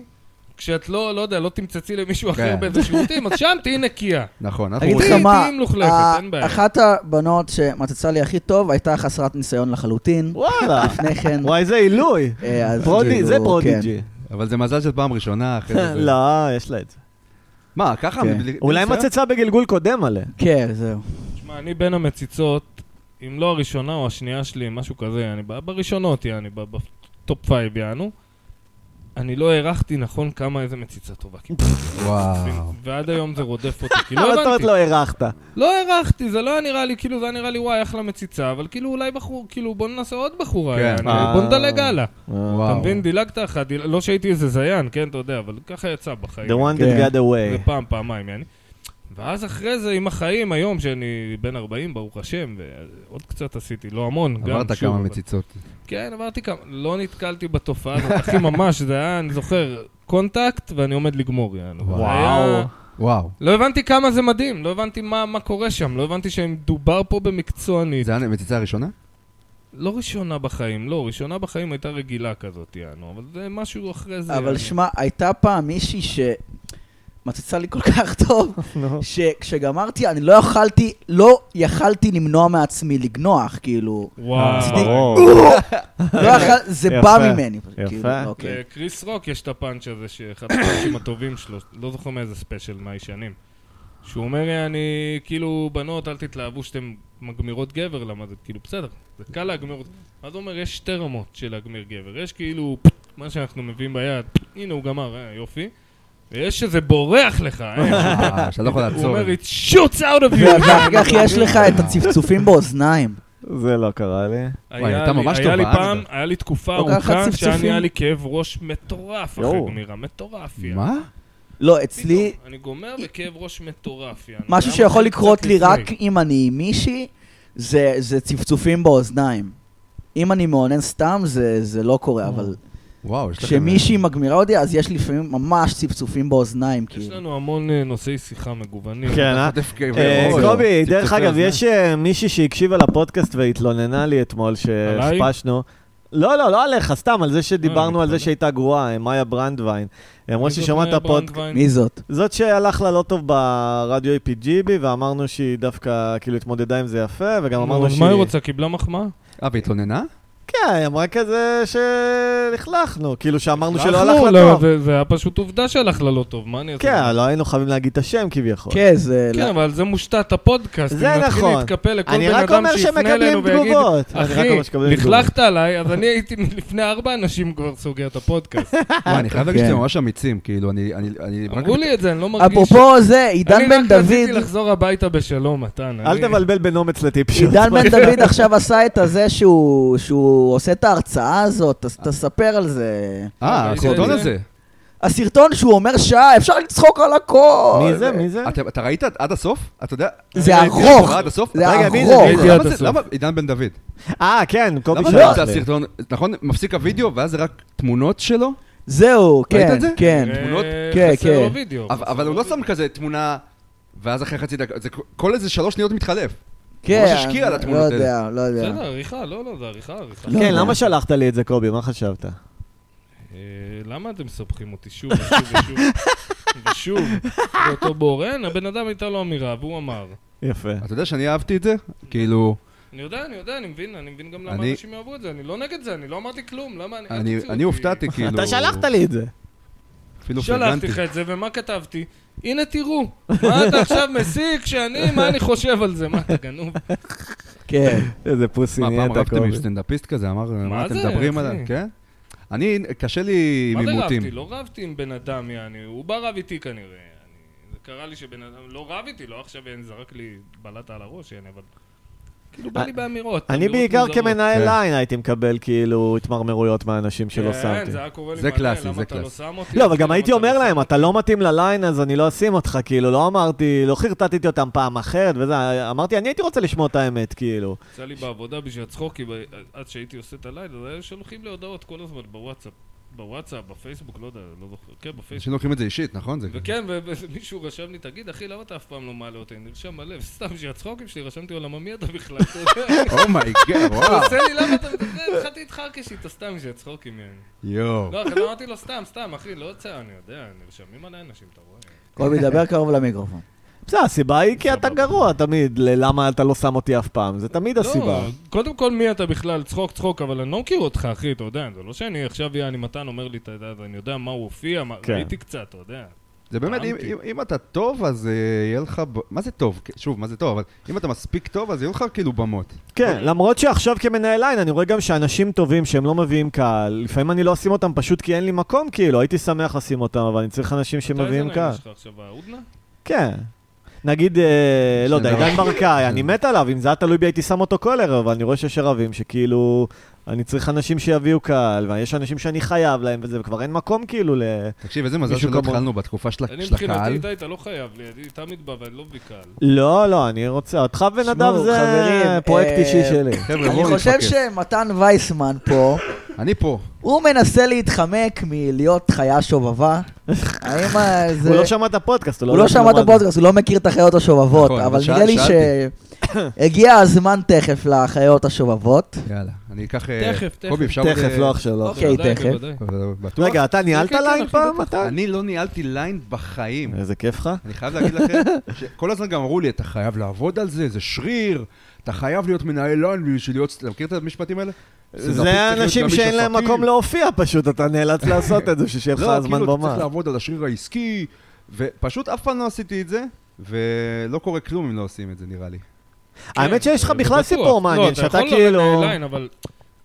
S3: כשאת לא, לא יודע, לא תמצצי למישהו אחר
S4: כן.
S3: באיזה שירותים, אז שם תהיי נקייה.
S4: נכון, אנחנו
S1: אגיד
S4: רוצים...
S1: לך
S3: תהיי-
S1: מה,
S3: תהיי מלוכלכת,
S1: ה-
S3: אין בעיה.
S1: אה, אחת הבנות שמצצה לי הכי טוב הייתה חסרת ניסיון לחלוטין.
S2: וואלה.
S1: לפני כן.
S2: וואי, זה עילוי.
S1: אה, אז
S2: פרודי,
S1: כאילו,
S2: זה
S1: כן.
S2: פרודיג'י.
S4: אבל זה מזל של פעם ראשונה, אחרי זה... זה-
S2: לא, יש לה את זה.
S4: מה, ככה?
S1: כן.
S4: בלי-
S2: אולי
S4: בלי
S2: מצצה בגלגול קודם עליה.
S1: כן, זהו.
S3: תשמע, אני בין המציצות, אם לא הראשונה או השנייה שלי, משהו כזה, אני ב- בראשונות, יעני, ב- בטופ פייב, יענו. אני לא הערכתי נכון כמה איזה מציצה טובה קיבלתי,
S4: שיער? וואו.
S3: ועד היום זה רודף אותי, כי
S2: אבל
S3: לא
S2: זאת אומרת
S3: הבנתי.
S2: לא הארכת.
S3: לא הערכתי, זה לא היה נראה לי, כאילו, זה היה נראה לי, וואי, אחלה מציצה, אבל כאילו, אולי בחור, כאילו, בוא ננסה עוד בחורה,
S4: כן.
S3: יעני,
S2: אה.
S3: בוא נדלג הלאה. אתה
S4: וואו.
S3: מבין, דילגת אחת, דיל- לא שהייתי איזה זיין, כן, אתה יודע, אבל ככה יצא בחיים.
S2: The one
S1: כן.
S2: that got
S3: זה
S2: away.
S3: פעם, פעמיים, יעני. ואז אחרי זה עם החיים, היום שאני בן 40, ברוך השם, ועוד קצת עשיתי, לא המון, גם
S4: עברת
S3: שוב,
S4: כמה
S3: אבל-
S4: מציצות.
S3: כן, עברתי כמה, לא נתקלתי בתופעה הזאת, אחי, ממש, זה היה, אני זוכר, קונטקט, ואני עומד לגמור, יענו.
S4: וואו.
S3: זה היה-
S4: וואו.
S3: לא הבנתי כמה זה מדהים, לא הבנתי מה, מה קורה שם, לא הבנתי שמדובר פה במקצוענית.
S4: זה היה המציצה הראשונה?
S3: לא ראשונה בחיים, לא, ראשונה בחיים הייתה רגילה כזאת, יענו, אבל זה משהו אחרי זה.
S1: אבל
S3: יענו.
S1: שמע, הייתה פעם מישהי שמצצה לי כל כך טוב,
S2: נו.
S1: שכשגמרתי, אני לא יכלתי, לא יכלתי למנוע מעצמי לגנוח, כאילו.
S3: וואו.
S1: עשיתי-
S2: ברור.
S1: לא יכול, זה
S2: יפה.
S1: בא ממני.
S2: יפה.
S1: כאילו, אוקיי.
S3: לקריס רוק יש את הפאנץ' הזה, שאחד הפאנצ'ים הטובים שלו, לא זוכר מאיזה ספיישל מהישנים. שהוא אומר, אני, כאילו, בנות, אל תתלהבו שאתן מגמירות גבר, למה זה, כאילו, בסדר, זה קל להגמיר אותו. אז הוא אומר, יש שתי רמות של להגמיר גבר. יש כאילו, מה שאנחנו מביאים ביד, הנה הוא גמר, אה, יופי. ויש שזה בורח לך, אה.
S4: אה, שאתה לא יכול
S3: הוא
S4: לעצור.
S3: אומר,
S4: את זה.
S3: it shoots out of you.
S1: ואחר כך יש לך את הצפצופים באוזניים.
S2: זה לא קרה לי.
S3: היה
S4: וואי, הייתה
S3: לי-
S4: ממש אה,
S3: היה לי
S4: טובה,
S3: פעם,
S4: אגב.
S3: היה לי תקופה
S1: לוקחת
S3: ארוכה שהיה
S1: צפצופים.
S3: נהיה לי כאב ראש מטורף אחרי
S2: יואו.
S3: גמירה, מטורף, יאללה.
S4: מה?
S1: לא,
S3: פתאום,
S1: אצלי,
S3: אני גומר בכאב ראש מטורף, יאנו.
S1: משהו
S3: גם
S1: שיכול
S3: אני
S1: לקרות
S3: קצת
S1: לי רק
S3: לפני.
S1: אם אני עם מישהי, זה זה צפצופים באוזניים. אם אני מאונן סתם, זה זה לא
S3: אה,
S1: קורה, אבל
S4: וואו, יש לכם...
S1: כשמישהי מגמירה אותי, אז יש לפעמים ממש צפצופים באוזניים,
S3: יש
S1: כאילו.
S3: לנו המון אה, נושאי שיחה מגוונים.
S2: כן, אה?
S4: חוטף כאב
S2: אה,
S4: ראש.
S2: קובי, דרך
S4: צפצופי
S2: אגב,
S4: אוזניים.
S2: יש אה, מישהי שהקשיבה לפודקאסט והתלוננה לי אתמול
S3: עליי?
S2: שהשפשנו. לא, לא, לא עליך, סתם, על זה שדיברנו על
S3: מתפלא.
S2: זה שהייתה גרועה, אה, מאיה ברנדווין. היא אמרה
S3: זאת
S2: שהיא שומעת את
S3: מאיה
S2: הפודקאסט.
S3: ברנדווין.
S1: מי זאת?
S2: זאת שהלך לה לא טוב ברדיו APGB, ואמרנו שהיא דווקא כאילו התמודדה עם זה יפה, וגם
S3: נו,
S2: אמרנו
S3: אז
S2: שהיא...
S3: מה היא רוצה? קיבלה מחמאה?
S4: אה, והתלוננה?
S2: כן, היא אמרה כזה שלכלכנו, כאילו שאמרנו שלא הלך
S3: אנחנו-
S2: לה
S3: לא,
S2: טוב.
S3: זה- זה היה פשוט עובדה שהלך לה לא טוב, מה אני אעשה?
S2: כן, לא היינו חייבים להגיד את השם כביכול.
S1: כן, זה...
S3: כן, אבל זה מושתת הפודקאסט.
S2: זה
S3: אם נתחיל
S2: נכון.
S3: להתקפל לכל
S2: אני
S3: בן
S2: רק
S3: אדם
S2: אומר
S3: שיפנה אלינו
S2: שמקבלים
S3: ויגיד,
S2: תגובות. אני רק
S3: אחי,
S2: אומר שמקבלים תגובות.
S3: לכלכת עליי, אז אני הייתי לפני ארבע אנשים כבר סוגר את הפודקאסט.
S4: וואי, אני חייב להגיד
S1: כן.
S4: שאתם ממש אמיצים, כאילו, אני... אני- אני- רק-
S3: אמרו לי את זה, אני לא מרגיש...
S1: אפרופו זה, עידן בן
S3: אני רק רציתי
S1: דוד,
S3: לחזור הביתה בשלום, מתן.
S2: אל
S3: אני-
S2: תבלבל בין אומץ לטיפשות.
S1: עידן בן דוד עכשיו עשה את הזה שהוא שהוא עושה את ההרצאה הזאת, אז תספר על זה.
S4: אה,
S3: ראית
S4: הסרטון
S3: את זה?
S4: הזה.
S1: הסרטון שהוא אומר שעה, אפשר לצחוק על הכל.
S2: מי זה? מי זה?
S4: אתה- אתה ראית עד הסוף? אתה יודע?
S1: זה
S4: ראיתי
S1: ארוך.
S4: אותו עד הסוף?
S1: זה
S2: רגע, מי זה?
S1: ארוך.
S2: מי
S4: למה
S3: ראיתי עד
S4: זה-
S3: הסוף.
S4: למה עידן בן דוד?
S2: אה, כן, קובי
S4: למה
S2: שלח
S4: זה
S2: לי.
S4: יצא הסרטון, נכון? מפסיק הוידאו, ואז זה רק תמונות שלו?
S1: זהו,
S4: ראית
S1: כן,
S4: את זה?
S1: כן.
S3: אה,
S4: תמונות?
S1: כן,
S3: חסר לו
S1: כן.
S3: וידאו.
S4: אבל אבל הוא לא שם כזה תמונה, ואז אחרי חצי דקה, זה כל איזה שלוש שניות מתחלף.
S1: כן.
S4: ממש השקיע על התמונות
S1: לא יודע, לא יודע.
S3: בסדר, עריכה, לא, לא, זה עריכה, עריכה.
S1: לא.
S2: כן, למה שלחת לי את זה, קובי? מה חשבת?
S3: אה, למה אתם מסבכים אותי שוב ושוב ושוב? ושוב, באותו בור, אין, הבן אדם הייתה לו אמירה, והוא אמר.
S2: יפה.
S4: אתה יודע שאני אהבתי את זה? כאילו,
S3: אני יודע, אני יודע, אני מבין, אני מבין גם למה
S4: אני-
S3: אנשים יאהבו את זה, אני לא נגד זה, אני לא אמרתי כלום, למה אני... אל
S4: אני-
S3: תוציאו אותי.
S4: אני הופתעתי, כאילו...
S2: אתה שלחת לי את זה.
S4: אפילו
S3: שלחתי
S4: פרגנתי.
S3: לך את זה, ומה כתבתי? הנה תראו, מה אתה עכשיו מסיק שאני, מה אני חושב על זה? מה, אתה גנוב?
S1: כן.
S2: איזה פוסי
S4: מה, פעם
S2: נהיית,
S4: רבתם עם
S2: קובי.
S4: סטנדאפיסט כזה, אמר, מה אתם
S3: זה,
S4: מדברים
S3: אחי?"
S4: עליו? כן? אני, קשה לי עם
S3: מה זה
S4: עימותים.
S3: רבתי? לא רבתי עם בן אדם, יעני, הוא בא רב איתי כנראה. אני- זה קרה לי שבן אדם לא רב איתי, לא עכשיו אין, זרק לי בלטה על הראש, יעני, אבל... כאילו, בא לי באמירות.
S2: אה, אני
S3: אמירות
S2: בעיקר
S3: מוזרות.
S2: כמנהל
S4: כן.
S2: ליין הייתי מקבל כאילו התמרמרויות מהאנשים שלא
S3: כן,
S2: שמתי.
S3: זה היה קורה לי
S4: זה
S3: מלא,
S4: קלאסי,
S3: למה
S4: זה
S3: אתה לא
S4: קלאסי.
S3: שם אותי?
S2: לא,
S3: למה
S2: אבל גם
S3: אתה
S2: הייתי
S3: לא
S2: אומר
S3: שם
S2: להם, אתה לא מתאים לליין אז אני לא אשים אותך, כאילו, לא אמרתי, לא חרטטתי אותם פעם אחרת וזה, אמרתי, אני הייתי רוצה לשמוע את האמת, כאילו.
S3: יצא לי בעבודה בשביל הצחוק, כי ב- עד שהייתי עושה את הלילה, אז היו שולחים לי הודעות כל הזמן בוואטסאפ. בוואטסאפ, בפייסבוק, לא יודע, לא זוכר. כן, בפייסבוק.
S4: אנשים לוקחים את זה אישית, נכון? זה-
S3: וכן, ו- ומישהו רשם לי, תגיד, אחי, למה אתה אף פעם לא מעלה אותי? אני נרשם מלא, סתם בשביל הצחוקים שלי, רשמתי, עולמה, מי אתה בכלל? אתה יודע?
S4: אומייגאד, Oh
S2: אה.
S4: וואו.
S3: עושה לי למה אתה מתכנן? התחלתי איתך כשאתה סתם בשביל צחוקים ממני.
S4: יואו.
S3: לא, אחי, אמרתי לו סתם, סתם, אחי, לא יוצא, אני יודע, נרשמים עלי אנשים, אתה רואה?
S1: קובי, דבר קרוב למיקרופון.
S2: בסדר, הסיבה היא כי אתה
S3: סבבה.
S2: גרוע תמיד, ללמה אתה לא שם אותי אף פעם, זה תמיד הסיבה.
S3: לא, קודם כל, מי אתה בכלל? צחוק, צחוק, אבל אני לא מכיר אותך, אחי, אתה יודע, זה לא שאני עכשיו, יעני מתן אומר לי, אתה יודע, אני יודע מה הוא הופיע, מה-
S2: כן.
S3: ראיתי קצת, אתה יודע.
S4: זה באמת, אם-
S3: טעמתי.
S4: אם- אם אתה טוב, אז אה, יהיה לך... ב- מה זה טוב? שוב, מה זה טוב? אבל אם אתה מספיק טוב, אז יהיו לך כאילו במות.
S2: כן, למרות שעכשיו כמנהל ליין, אני רואה גם שאנשים טובים שהם לא מביאים קהל, לפעמים אני לא אשים אותם פשוט כי אין לי מקום, כאילו, הייתי שמח לשים אותם, אבל אני צריך אנשים שמביאים
S3: אתה איזה
S2: קהל.
S3: נעים יש לך עכשיו, ההודנה?
S2: כן. נגיד, אה, לא יודע,
S4: שזה-
S2: עידן
S1: כן.
S2: ברקאי, אני מת עליו, אם זה היה תלוי בי הייתי שם אותו כל ערב, אבל אני רואה שיש ערבים שכאילו, אני צריך אנשים שיביאו קהל, ויש אנשים שאני חייב להם וזה, וכבר אין מקום כאילו ל...
S4: תקשיב, איזה מזל
S2: מישהו
S4: שלא
S2: כמוהו.
S4: התחלנו בתקופה של
S3: אני
S4: של
S3: מבחינתי,
S4: הקהל.
S3: די, אתה לא חייב לי, אני תמיד בא ואני לא מביא קהל.
S2: לא, לא, אני רוצה, אותך ונדב
S1: שמעו,
S2: זה
S1: חברים,
S2: פרויקט
S1: אה,
S2: אישי שלי.
S4: חבר'ה,
S1: אני
S4: בואו
S1: חושב
S4: נתפקס.
S1: שמתן וייסמן פה,
S4: אני פה.
S1: הוא מנסה להתחמק מלהיות חיה שובבה. האם ה- זה...
S2: הוא לא שמע את הפודקאסט, הוא לא
S1: הוא לא
S2: יודע
S1: שמע
S2: כלום
S1: את
S2: מה זה.
S1: הפודקאסט, הוא לא מכיר את החיות השובבות,
S4: נכון,
S1: אבל
S4: אבל
S1: נראה לי
S4: שאל-
S1: שהגיע הזמן תכף לחיות השובבות.
S4: יאללה, אני אקח... אה,
S3: תכף, תכף.
S4: קובי, אפשר...
S2: תכף,
S4: אה,
S2: לא עכשיו, לא
S1: אוקיי,
S3: בוודאי,
S1: תכף.
S3: בוודאי.
S4: אבל בטוח.
S2: רגע, אתה ניהלת
S3: כן, כן,
S2: ליין
S3: אחי,
S2: פעם,
S3: בטח.
S2: אתה?
S4: אני לא ניהלתי ליין בחיים.
S2: איזה כיף לך.
S4: אני חייב להגיד לכם, שכל הזמן גם אמרו לי, אתה חייב לעבוד על זה, זה שריר, אתה חייב להיות מנהל ליין בשביל להיות... אתה מכיר את המשפטים האלה? צריך
S2: זה
S4: להיות
S2: האנשים
S4: גמיש
S2: שאין להם
S4: עסקים.
S2: מקום להופיע פשוט, אתה נאלץ לעשות את זה, ששיהיה לך
S4: לא,
S2: זמן
S4: כאילו, אתה
S2: במה.
S4: צריך לעבוד על השריר העסקי, ופשוט אף פעם לא עשיתי את זה, ולא קורה כלום אם לא עושים את זה, נראה לי.
S2: האמת שיש לך
S3: כן, זה
S2: בכלל
S3: בטוח.
S2: סיפור מעניין,
S3: לא,
S2: שאתה
S3: אתה יכול
S2: כאילו...
S3: לרדת ליין, אבל...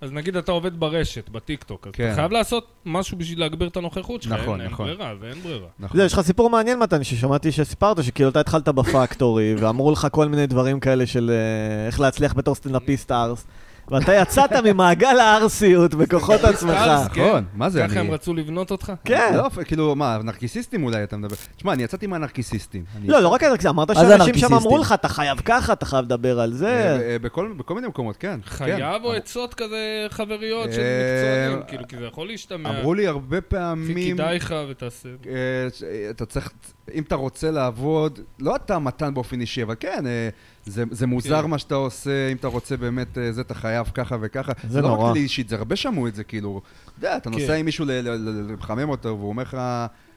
S3: אז נגיד אתה עובד ברשת, בטיקטוק, אז
S4: כן.
S3: אתה חייב לעשות משהו בשביל להגביר את הנוכחות שלך.
S4: נכון,
S3: אין- אין
S4: נכון.
S3: ברירה, ואין ברירה.
S4: נכון.
S2: זהו, יש לך סיפור מעניין, מתן, ששמעתי שסיפרת, שכאילו אתה התחלת בפקטורי, ואמרו לך כל מיני דברים כאלה של אה, איך להצליח בתור סטנדאפיסט ארס, ואתה יצאת ממעגל הארסיות בכוחות עצמך.
S3: ארס.
S4: נכון, מה זה, אני...
S3: ככה הם רצו לבנות אותך?
S2: כן.
S4: לא, כאילו, מה, נרקיסיסטים אולי אתה מדבר? תשמע, אני יצאתי מהנרקיסיסטים. אני-
S2: לא, לא רק הנרקסיסט, אמרת
S1: זה
S2: שאנשים שם אמרו
S1: הנרקיסיסטים?
S2: לך, אתה חייב ככה, אתה חייב לדבר על
S4: אה,
S2: זה.
S4: אה, בכל בכל מיני מקומות, כן. כן.
S3: חייב או עצות כזה חבריות של
S4: אה,
S3: מקצוענים, כאילו, כי זה יכול להשתמע.
S4: אמ, אמרו לי הרבה
S3: "כי
S4: פעמים...
S3: כדאי לך ותעשה.
S4: אה, ש- אה, אתה צריך, אם אתה רוצה לעבוד, לא אתה מתן באופן אישי, אבל כן, אה, זה, זה מוזר
S3: כן.
S4: מה שאתה עושה, אם אתה רוצה באמת, אה, זה אתה חייב ככה וככה.
S2: זה
S4: לא
S2: נורא.
S4: רק לי אישית, זה הרבה שמעו את זה, כאילו, אתה יודע, אתה נוסע
S3: כן.
S4: עם מישהו ל- ל- ל- לחמם אותו, והוא אומר לך,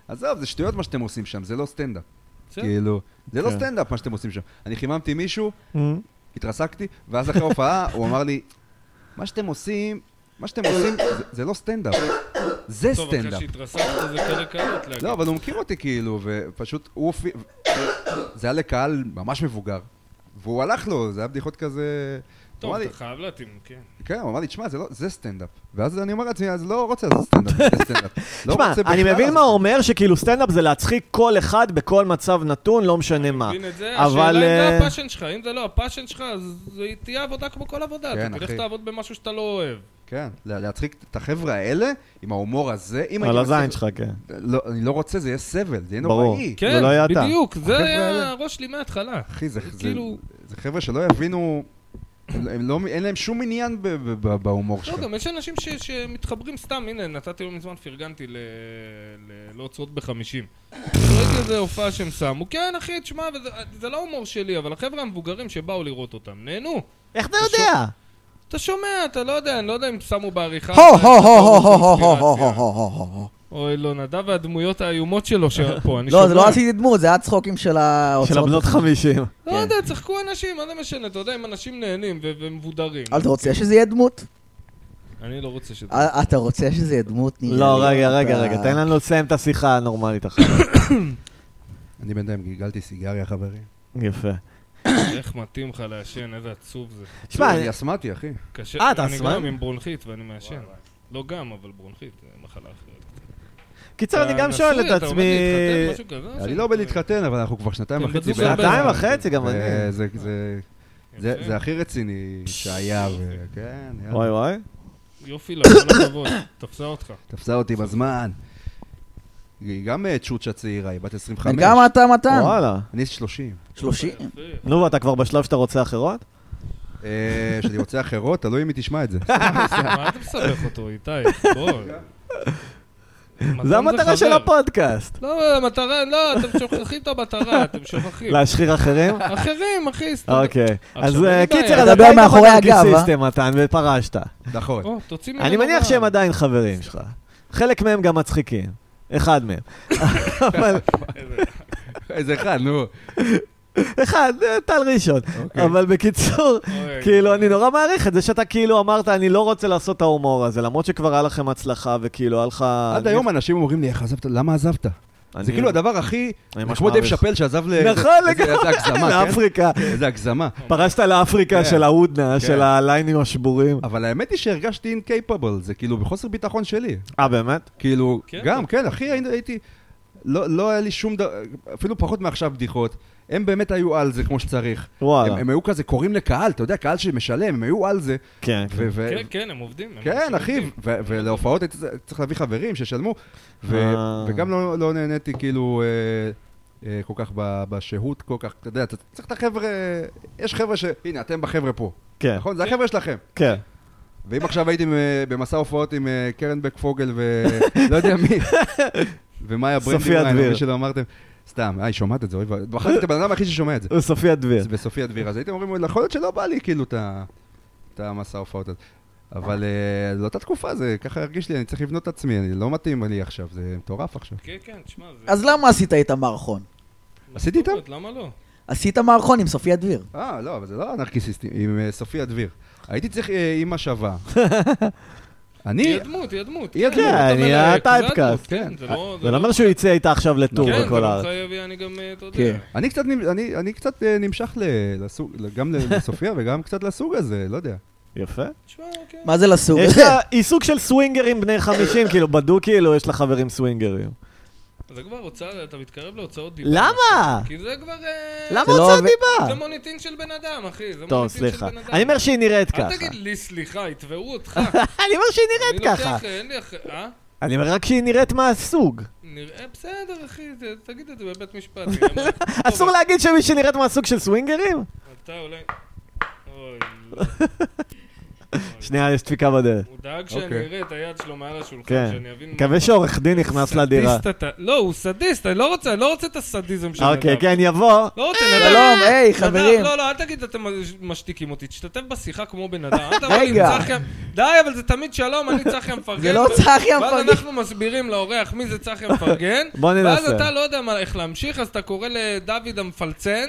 S4: עזוב, זה שטויות מה שאתם עושים שם, זה לא סטנדאפ.
S3: בסדר.
S4: כאילו, זה לא
S2: כן.
S4: סטנדאפ מה שאתם עושים שם. אני חיממתי מישהו,
S2: אה,
S4: התרסקתי, ואז אחרי ההופעה הוא אמר לי, מה שאתם עושים, מה שאתם עושים, זה- זה לא סטנדאפ, זה
S3: טוב, אחרי
S4: סטנדאפ.
S3: שהתרסקת זה כאלה קלות להגיד.
S4: לא, אבל הוא מכיר אותי כאילו, ופשוט הוא הופיע... זה היה לקהל ממש מבוגר, והוא הלך לו, זה היה בדיחות כזה... הוא
S3: טוב,
S4: אמר לי,
S3: אתה חייב להתאים, כן.
S4: כן, הוא אמר לי, תשמע, זה לא- זה סטנדאפ. ואז אני אומר לעצמי, אז לא רוצה לעשות סטנדאפ, זה סטנדאפ. לא
S2: תשמע,
S4: רוצה
S2: אני
S4: בכלל
S2: מבין מה
S4: לעשות
S2: הוא אומר, שכאילו סטנדאפ זה להצחיק כל אחד בכל מצב נתון, לא משנה
S4: אה,
S2: מה.
S3: מבין את זה?
S2: אבל,
S3: השאלה אם זה
S2: אה,
S3: הפאשן שלך, אם זה לא הפאשן שלך, אז זה תהיה עבודה כמו כל עבודה.
S4: כן,
S3: אתה תלך
S4: אחי.
S3: תעבוד במשהו שאתה לא אוהב.
S4: כן, לה- להצחיק את החבר'ה האלה עם ההומור הזה. אם
S2: על
S4: הייתי
S2: הזין
S4: עושה-
S2: שלך, כן.
S4: לא, אני לא רוצה, זה יהיה סבל, זה יהיה
S2: ברור.
S4: נוראי.
S3: כן,
S2: לא היה אתה.
S3: בדיוק, זה
S4: החבר'ה
S3: היה
S4: האלה.
S3: הראש שלי מההתחלה.
S4: אחי, זה, זה,
S3: כאילו-
S4: זה חבר'ה שלא יבינו, הם הם לא, אין להם שום עניין ב, ב, ב, בהומור
S3: לא,
S4: שלך.
S3: גם יש אנשים ש- שמתחברים סתם, הנה, נתתי לא מזמן, פרגנתי ל- ל- לא עוצרות בחמישים. ראיתי איזה הופעה שהם שמו, כן אחי, תשמע, וזה- זה לא הומור שלי, אבל החבר'ה המבוגרים שבאו לראות אותם, נהנו.
S2: איך אתה יודע?
S3: אתה שומע, אתה לא יודע, אני לא יודע אם שמו בעריכה.
S1: הו
S3: זה-
S1: הו
S3: זה
S1: הו הו הו הו הו הו
S3: קונספירציה.
S1: הו הו הו הו.
S3: אוי, לא, נדב והדמויות האיומות שלו שפה, אני שומע.
S1: לא, זה לא עשיתי דמות, זה היה צחוקים של האוצרות.
S2: של הבנות חמישים.
S3: לא יודע, צחקו אנשים, מה זה משנה, אתה יודע, אם אנשים נהנים ו- ומבודרים.
S1: אבל אתה רוצה שזה יהיה דמות?
S3: אני לא רוצה שזה...
S1: אה, אתה רוצה שזה יהיה דמות? נראה
S2: לא,
S1: לי.
S2: רגע, רגע,
S1: אתה-
S2: רגע, תן לנו לסיים את השיחה הנורמלית אחת.
S4: אני בינתיים גלגלתי סיגריה, חברים.
S2: יפה.
S3: איך מתאים לך לעשן, איזה עצוב זה.
S2: תשמע,
S4: לא, אני אסמתי, אחי.
S3: קשה.
S2: אה, אתה
S3: אני
S2: עצבן?
S3: גם עם ברונכית ואני מעשן. לא גם, אבל ברונכית, זה מחלה אחרת.
S2: קיצר, אני גם
S3: אתה
S2: שואל
S3: נשוי,
S2: את
S3: אה, אתה עומד
S2: עצמי...
S3: להתחתן, משהו כזה,
S4: אני
S3: עושה?
S4: לא עומד להתחתן, אבל אנחנו כבר שנתיים
S3: כן,
S4: וחצי.
S3: בדיוק הרבה
S4: ביחד.
S2: שנתיים
S3: זמן.
S2: וחצי גם אני.
S4: אה, זה- זה- זה-
S3: יפה.
S4: זה הכי רציני שהיה,
S3: אה,
S4: כן, וכן,
S2: וואי וואי.
S3: יופי לה, כל הכבוד, תפסה אותך.
S4: תפסה אותי בזמן. היא גם אה, צ'וצ'ה צעירה, היא בת 25.
S1: גם אתה מתן.
S2: וואלה.
S4: אני 30.
S1: שלושים?
S3: יפה.
S2: נו, ואתה כבר בשלב שאתה רוצה אחרות?
S4: אה, שאני רוצה אחרות, תלוי אם היא תשמע את זה.
S3: מה אתה מסבך אותו, איתי? בוא. מתן
S2: זה המטרה של
S3: חבר.
S2: הפודקאסט.
S3: לא, המטרה, לא, אתם שוכחים את המטרה, אתם שוכחים.
S2: להשחיר אחרים?
S3: אחרים, אחי, סתם.
S2: אוקיי. אז
S3: עכשיו,
S2: אה,
S3: אין לי
S2: קיצר,
S3: בעיה.
S2: אז
S1: אתה
S2: אתה היית
S1: מדבר מאחורי הגב, אה?
S2: בנרקיסיסטם, מתן, ופרשת.
S4: נכון.
S3: או, תוציא ממנו
S2: אני מניח
S3: רע.
S2: שהם עדיין חברים שלך. חלק מהם גם מצחיקים. אחד מהם. אבל,
S4: איזה אחד, נו.
S2: אחד, אה, טל ראשון.
S4: אוקיי.
S2: אבל בקיצור,
S3: אוי,
S2: כאילו, אני נורא מעריך את זה שאתה כאילו אמרת, אני לא רוצה לעשות את ההומור הזה, למרות שכבר היה לכם הצלחה, וכאילו, היה לך...
S4: עד
S2: אני-
S4: היום אנשים אומרים לי, איך עזבת? למה עזבת?
S2: אני-
S4: זה כאילו הדבר הכי...
S2: אני
S4: זה
S2: ממש
S4: כמו דב
S2: מעריך.
S4: שאפל שעזב ל...
S2: נכון,
S4: זה- זה- זה הגזמה, כן?
S2: לאפריקה.
S4: איזה הגזמה.
S2: פרשת לאפריקה
S4: כן.
S2: של ההודנה,
S4: כן.
S2: של הליינים השבורים.
S4: אבל האמת היא שהרגשתי אינקייפבל, זה כאילו בחוסר ביטחון שלי.
S2: אה, באמת?
S4: כאילו,
S3: כן.
S4: גם, כן, אחי, הייתי- הייתי... לא לא היה לי שום דבר, אפילו פחות מעכשיו בדיחות. הם באמת היו על זה כמו שצריך. הם
S2: וואלה.
S4: הם היו כזה קוראים לקהל, אתה יודע, קהל שמשלם, הם היו על זה.
S2: כן,
S4: ו- ו-
S3: כן, כן, הם עובדים. הם
S4: כן,
S3: אנשים
S4: אחי,
S3: עובדים.
S4: ו- ולהופעות הייתי צריך להביא חברים שישלמו, ו-
S2: אה.
S4: וגם לא- לא נהניתי כאילו אה, אה, כל כך ב- בשהות, כל כך, אתה יודע, אתה צריך את החבר'ה, יש חבר'ה ש... הנה, אתם בחבר'ה פה,
S2: כן,
S4: נכון? זה החבר'ה שלכם.
S2: כן.
S4: ו- ואם עכשיו הייתם אה, במסע הופעות עם אה, קרן בק פוגל ו... לא יודע מי, ומאיה
S2: סופיה
S4: ברנדינג,
S2: דביר.
S4: מי שלא אמרתם, סתם, אה, היא שומעת את זה, אוי ואבוי. בחרתי את הבן אדם היחיד ששומע את זה.
S2: סופיה דביר.
S4: וסופיה דביר, אז הייתם אומרים, יכול להיות שלא בא לי כאילו את ה- את המסע ההופעות הזה. אבל אה, לאותה תקופה זה ככה הרגיש לי, אני צריך לבנות את עצמי, אני לא מתאים לי עכשיו, זה מטורף עכשיו.
S3: כן, כן, תשמע, זה...
S1: אז למה עשית איתה מערכון?
S4: עשיתי איתם?
S3: למה לא?
S1: עשית מערכון עם סופיה דביר.
S4: אה, לא, אבל זה לא אנרכיסיסטי, עם אה, סופיה דביר. הייתי צריך אה, אימא שווה. אני...
S3: היא הדמות, היא הדמות. כן,
S4: היא
S3: אתה
S4: הדמות,
S2: אני
S3: מלהק,
S2: הטייפקאסט.
S3: זה הדמות,
S4: כן.
S3: כן, זה לא...
S2: זה לא אומר שהוא יצא איתה עכשיו לטור
S3: כן, זה
S2: בכל
S3: לא
S2: הארץ.
S3: חייב, אני גם, אה, אתה יודע.
S1: כן.
S4: אני קצת, נמ- אני, אני קצת אה, נמשך ל- לסוג, גם לסופיה וגם קצת לסוג הזה, לא יודע.
S2: יפה.
S3: תשמע, כן.
S1: מה זה לסוג?
S2: יש לה, היא סוג של סווינגרים בני 50, כאילו, בדו כאילו יש לה חברים סווינגרים.
S3: זה כבר הוצאה, אתה מתקרב להוצאות דיבה.
S2: למה?
S3: כי זה כבר... אה,
S2: למה
S1: זה לא
S2: הוצאת
S1: עובד.
S3: זה
S2: דיבה?
S3: מוניטין של בן אדם, אחי. זה
S2: טוב,
S3: מוניטין של
S2: סליחה.
S3: בן אדם.
S2: אני אומר שהיא נראית ככה.
S3: אל תגיד לי סליחה, יתבעו אותך.
S2: אני אומר שהיא נראית
S3: אני
S2: ככה.
S3: לוקח, אין לי אחרי... אה?
S2: אני אומר רק שהיא נראית מהסוג.
S3: נראה, בסדר, אחי, זה- תגיד את זה בבית משפט. נראה מה- טוב,
S2: אסור להגיד שמי שנראית מהסוג של סווינגרים?
S3: אתה אולי... אוי,
S2: שנייה, יש דפיקה בדלת.
S3: הוא דאג שאני
S4: אוקיי.
S3: אראה את היד שלו מעל השולחן,
S2: כן.
S3: שאני אבין...
S2: מקווה שעורך דין נכנס לדירה.
S3: סדיסט אתה... לא, הוא סדיסט, אני לא רוצה, לא רוצה את הסדיזם של
S2: אוקיי,
S3: נדב.
S2: כן, יבוא.
S3: לא רוצה, נדב.
S1: אה, שלום, היי,
S3: נדב,
S1: חברים.
S3: לא, לא, אל תגיד אתם משתיקים אותי, תשתתף בשיחה כמו בן אדם. אל תבוא
S1: רגע.
S3: עם צחי... די, אבל זה תמיד שלום, אני צחי המפרגן.
S1: זה לא צחי
S3: ואז
S1: המפרגן.
S3: אנחנו מסבירים לאורח מי זה צחי המפרגן.
S2: בוא ננסה.
S3: ואז אתה לא יודע מה- איך להמשיך, אז אתה קורא לדוד המפלצן.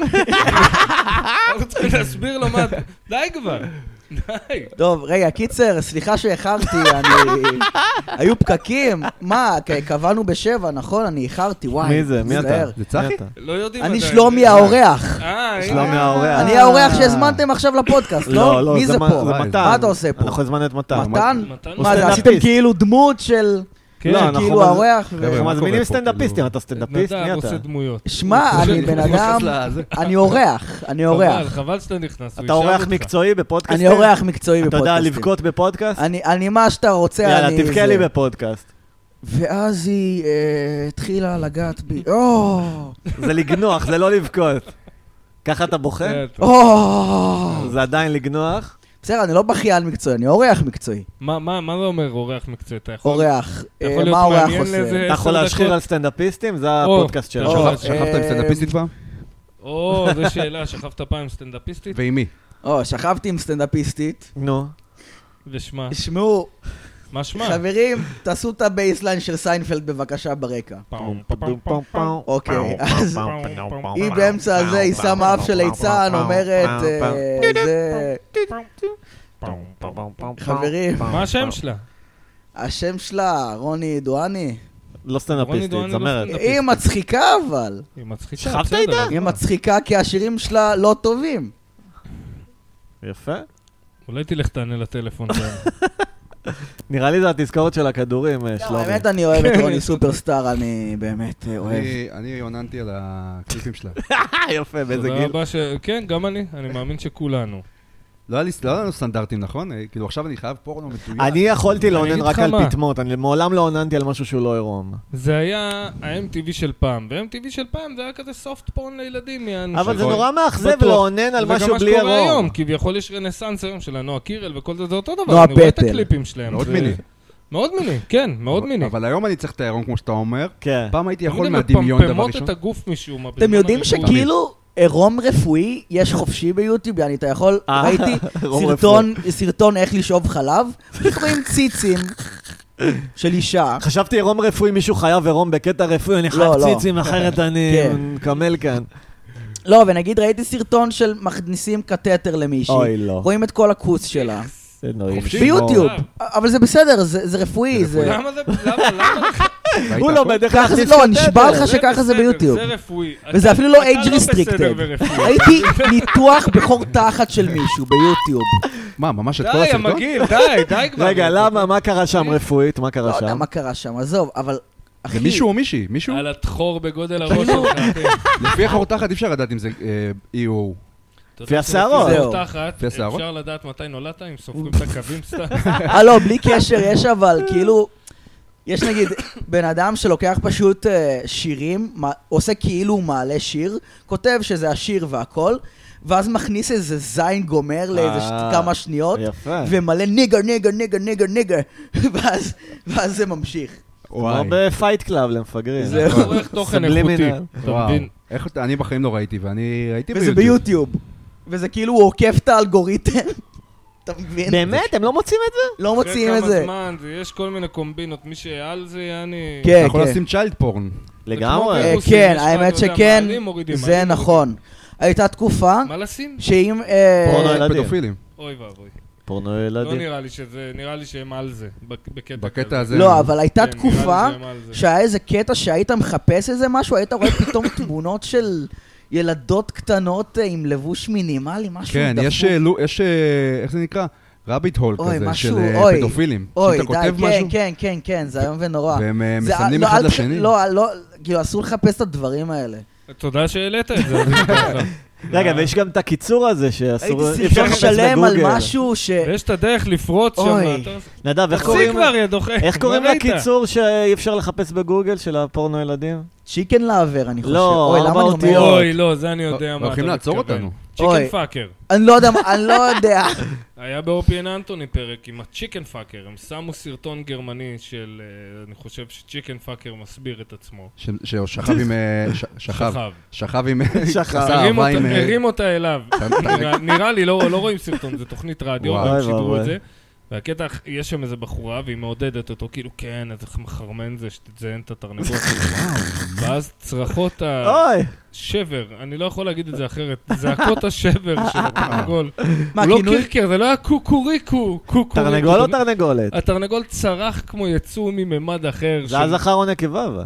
S3: אנחנו צריכים להסביר לו מה... די כבר. די.
S1: טוב, רגע, קיצר, סליחה שאיחרתי, אני... היו פקקים. מה, כ- קבענו בשבע, נכון? אני איחרתי, וואי.
S2: מי זה? מי
S1: מצטער.
S2: אתה?
S4: זה צחי?
S2: מי אתה?
S3: לא יודעים
S1: אני
S3: עדיין.
S1: שלומי האורח.
S3: אה, הנה.
S2: שלומי האורח.
S1: אני האורח שהזמנתם עכשיו לפודקאסט, לא?
S2: לא, לא,
S1: מי זה
S2: מ-
S1: פה?
S2: זה מתן.
S1: מה אתה עושה פה?
S2: אנחנו הזמנו את מתן.
S1: מתן?
S3: מתן?
S1: מה זה,
S2: הוא
S1: עשיתם
S2: סטנדאפיסט.
S1: כאילו דמות של...
S3: כן.
S2: לא,
S1: של
S2: אנחנו
S1: כאילו
S2: מז-
S1: האורח? ו-
S2: אנחנו
S4: חבר'ה, מה קורה
S2: מזמינים
S4: פה,
S2: סטנדאפיסטים,
S4: כאילו?
S2: אתה סטנדאפיסט?
S3: נדב
S2: מי אתה?
S3: עושה דמויות.
S1: שמע, אני בן אדם,
S4: לזה.
S1: אני אורח, אני
S3: חבל,
S1: אורח.
S3: חבל שאתה נכנס. הוא
S2: אתה
S3: ישאל
S2: אורח
S3: אותך.
S2: מקצועי בפודקאסט?
S1: אני אורח מקצועי
S2: אתה יודע
S1: בפודקאסטים.
S2: לבכות בפודקאסט?
S1: אני- אני מה שאתה רוצה, אני...
S2: יאללה, תבכה
S1: זה.
S2: לי בפודקאסט.
S1: ואז היא אה, התחילה לגעת בי, או,
S2: זה לגנוח, זה לא לבכות. ככה אתה בוכה?
S3: כן, טוב.
S1: או.
S2: זה עדיין לגנוח?
S1: בסדר, אני לא בכיין מקצועי, אני אורח מקצועי.
S3: מה- מה מה זה אומר אורח מקצועי? אתה יכול...
S1: אורח.
S3: יכול
S1: אה,
S3: להיות
S1: מה אורח
S3: מעניין
S1: עושה?
S3: לאיזה-
S2: אתה יכול
S3: עשר
S2: להשחיר
S3: דקות.
S2: על סטנדאפיסטים? זה
S3: או,
S2: הפודקאסט
S3: אתה יכול
S2: שלו.
S4: שכב- שכבת עם
S1: אה,
S4: סטנדאפיסטית פעם?
S3: או, זו שאלה, שכבת פעם עם סטנדאפיסטית?
S4: ועם מי?
S1: או, שכבתי עם סטנדאפיסטית.
S2: נו.
S3: ושמה,
S1: שמעו,
S3: מה שמה?
S1: חברים, תעשו את הבייסליין של סיינפלד בבקשה ברקע.
S3: פאום, פאום, פאום, פאום.
S1: אוקיי, אז
S3: פאום, פאום, פאום,
S1: היא באמצע הזה,
S5: e
S1: היא שמה אף של ליצן, אומרת, אה, זה...
S3: פאום, פאום, פאום.
S1: חברים,
S3: מה השם שלה?
S1: השם שלה, רוני דואני.
S2: לא
S3: רוני
S2: סטנדאפיסטית,
S3: דואן לא
S2: זמרת.
S3: סטנדאפיסט.
S1: היא מצחיקה אבל.
S3: היא מצחיקה,
S2: שכבת
S3: בסדר,
S2: איתה?
S3: אבל-
S1: היא מצחיקה כי השירים שלה לא טובים.
S2: יפה.
S3: אולי תלך תענה לטלפון כן. שלנו.
S2: נראה לי זה התזכורת של הכדורים, אה,
S1: לא,
S2: שלומי.
S1: באמת אני אוהב את רוני סופרסטאר, אני באמת אה, אוהב.
S4: אני- אני יוננתי על הקליפים שלה.
S2: אה, יפה, באיזה
S3: תודה
S2: גיל.
S3: רבה ש... כן, גם אני, אני מאמין שכולנו.
S4: לא היה לי- לא היה לנו סטנדרטים, נכון? אה, כאילו עכשיו אני חייב פורנו מצוין.
S2: אני יכולתי לאונן
S3: אגיד
S2: רק
S3: לך
S2: על
S3: מה.
S2: פטמות, אני מעולם לא עוננתי על משהו שהוא לא עירום.
S3: זה היה ה-MTV של פעם, ו-MTV של פעם זה היה כזה סופט פורן לילדים, יענו.
S2: אבל זה
S3: שכל-
S2: נורא מאכזב
S3: בטוח.
S2: לאונן על משהו בלי
S3: זה גם מה שקורה
S2: עירום.
S3: היום, כביכול יש רנסאנס היום של הנועה קירל וכל זה, זה אותו דבר.
S1: נועה
S3: אני רואה את
S1: פטל.
S3: הקליפים שלהם.
S4: מאוד
S3: כן, זה-
S4: מיני.
S3: מאוד מיני, כן, מאוד מיני.
S4: אבל היום אני צריך את העירום, כמו שאתה אומר.
S2: כן.
S4: פעם הייתי יכול
S3: תמיד הן
S4: מהדמיון דבר
S3: מפמפמות
S4: ראשון.
S3: את הגוף משום מה.
S1: אתם
S3: בזמן
S1: יודעים
S3: הריגול.
S1: שכאילו עירום רפואי יש חופשי ביוטיוב, יעני אתה יכול,
S2: אה,
S1: ראיתי
S2: עירום
S1: סרטון- סרטון איך לשאוב חלב, פשוט רואים ציצים של אישה.
S2: חשבתי עירום רפואי, מישהו חייב עירום בקטע רפואי, אני חייב
S1: לא, לא.
S2: ציצים, אחרת אני
S1: כן.
S2: מקמל כאן.
S1: לא, ונגיד ראיתי סרטון של מכניסים קתטר למישהי,
S2: אוי, לא.
S1: רואים את כל הכוס שלה.
S2: זה נוראי.
S4: חופשי.
S1: ביוטיוב,
S3: אה.
S1: אבל זה בסדר, זה זה רפואי,
S4: זה
S1: זה...
S3: למה זה, למה, למה?
S4: והיית
S2: הוא
S4: הכל-
S2: לומד איך
S1: ככה זה-
S2: להכניס
S1: לא,
S2: קטטר.
S1: נשבע לך ש- שככה זה
S3: בסדר,
S1: ביוטיוב.
S3: זה רפואי.
S1: וזה
S3: אתה-
S1: אפילו לא
S3: אתה
S1: age restricted.
S3: בסדר ברפואי.
S1: ראיתי ניתוח בחור תחת של מישהו ביוטיוב.
S4: מה, ממש את כל
S3: די,
S4: הסרטון?
S3: המגעיל, די, די כבר.
S2: רגע, למה? מה קרה שם רפואית? מה
S1: לא
S2: קרה
S1: יודע
S2: שם?
S1: מה קרה שם, עזוב, אבל... אחי,
S4: זה מישהו או מישהי? מישהו?
S3: על התחור בגודל הראש שלך. אחי.
S4: לפי החור תחת אי אפשר לדעת אם זה אה, אי או הוא.
S3: אתה יודע
S2: לפי
S3: שלפי
S2: השערות.
S1: זהו.
S3: תחת,
S4: לפי השערות?
S3: אפשר לדעת מתי נולדת, אם סופרים את הקווים סתם.
S1: אה, לא, בלי קשר, יש אבל, כאילו... יש נגיד בן אדם שלוקח פשוט אה, שירים, מה- עושה כאילו הוא מעלה שיר, כותב שזה השיר והכל, ואז מכניס איזה זין גומר לאיזה
S2: אה,
S1: ש- כמה שניות,
S2: יפה.
S1: ומלא ניגר, ניגר, ניגר, ניגר, ניגר, ואז ואז זה ממשיך.
S2: כמו
S4: וואי.
S2: בפייט קלאב למפגרים. נכון.
S1: זהו.
S3: אתה עורך תוכן איכותי,
S2: סבלימינל.
S3: אתה
S4: וואו.
S3: מבין?
S4: איך אתה- אני בחיים לא ראיתי, ואני ראיתי
S1: וזה ביוטיוב. וזה כאילו הוא עוקף את האלגוריתם, אתה מבין?
S2: באמת? הם לא מוצאים את זה?
S1: לא מוציאים את
S3: אחרי
S1: זה.
S3: כמה זמן, זה- יש כל מיני קומבינות, מי שעל זה, יעני...
S1: כן,
S4: אתה יכול
S1: כן.
S4: לשים צ'יילד פורן.
S2: לגמרי.
S1: אה,
S3: רוסים,
S1: כן,
S3: יש לך,
S1: האמת
S3: אתה יודע,
S1: שכן,
S3: מעלים, מורידים,
S1: זה
S3: מעלים,
S1: נכון. הייתה תקופה
S3: מה לשים?
S1: שאם... אה,
S2: פורנו ילדים.
S4: פדופילים.
S3: אוי ואבוי.
S2: פורנו
S3: לא
S2: ילדים.
S3: נראה לי שזה, נראה לי שהם על זה, בק- בקטע כזה.
S4: בקטע הזה.
S1: לא, אבל הייתה
S3: כן,
S1: תקופה
S3: נראה לי שהם על זה.
S1: שהיה איזה קטע שהיית מחפש איזה משהו, היית רואה פתאום תמונות של ילדות קטנות אה, עם לבוש מינימלי, משהו
S4: כן,
S1: דפוק.
S4: יש, אה, לו- יש, אה, איך זה נקרא? רביט הול
S1: אוי,
S4: כזה,
S1: משהו,
S4: של אה,
S1: אוי.
S4: פדופילים.
S1: אוי,
S4: שאתה
S1: די,
S4: כותב
S1: כן,
S4: משהו,
S1: כן, כן, כן, זה איום ונורא.
S4: והם אה,
S1: זה-
S4: מסמנים
S1: לא,
S4: אחד
S1: אל ת-
S4: לשני.
S1: לא, לא, כאילו, אסור לחפש את הדברים האלה.
S3: תודה שהעלית את זה. אז אני אה? אתן לך.
S2: רגע, ויש גם את הקיצור הזה שאסור...
S1: הייתי
S2: אי אפשר
S1: צריך
S2: לחפש
S1: לשלם על
S2: בגוגל.
S1: משהו ש...
S3: ויש את הדרך לפרוץ שם.
S1: אוי.
S3: אתה-
S2: נדב, איך
S3: תפסיק
S2: קוראים...
S3: כבר, יא דוחה. אה?
S2: איך קוראים
S3: מה ראית?
S2: לקיצור שאי אפשר לחפש בגוגל של הפורנו ילדים?
S1: צ'יקן לאבר, כן אני חושב.
S2: לא,
S1: אוי, למה
S2: ארבע
S1: אני אומר?
S2: אותיות.
S3: אוי, לא, זה אני יודע מה אתה
S4: הולכים לעצור
S3: מתכוון.
S4: אותנו.
S1: אוי.
S3: צ'יקן פאקר.
S1: אני לא יודע, מה- אני לא יודע.
S3: היה באופי אנד אנטוני פרק עם הצ'יקן פאקר. הם שמו סרטון גרמני של, אה, אני חושב שצ'יקן פאקר מסביר את עצמו.
S4: ש- ששכב עם... אה, ש- שכב.
S3: שכב.
S4: שכב עם... אה,
S2: שכב.
S4: עשה
S3: הרים
S4: אהבה עם,
S3: אותה-
S4: אה,
S3: הרים אותה אליו. נראה- נראה לי, לא לא רואים סרטון, זו תוכנית רדיו,
S4: וואי,
S3: והם שידרו
S2: וואי.
S3: את זה. והקטע, יש שם איזה בחורה, והיא מעודדת אותו, כאילו, כן, איזה מחרמן זה, שתזיין את התרנגול. ואז צרחות ה...
S1: אה.
S2: אוי!
S3: שבר, אני לא יכול להגיד את זה אחרת, זעקות השבר של
S2: אה,
S3: התרנגול.
S1: מה,
S3: הוא לא
S1: כינוי?
S3: קירקר, זה לא היה קוקוריקו, קוקוריקו.
S2: תרנגול או לא תרנגולת?
S3: התרנגול צרח כמו יצור מממד אחר.
S2: זה היה
S3: של-
S2: זכר או נקבה, אבל.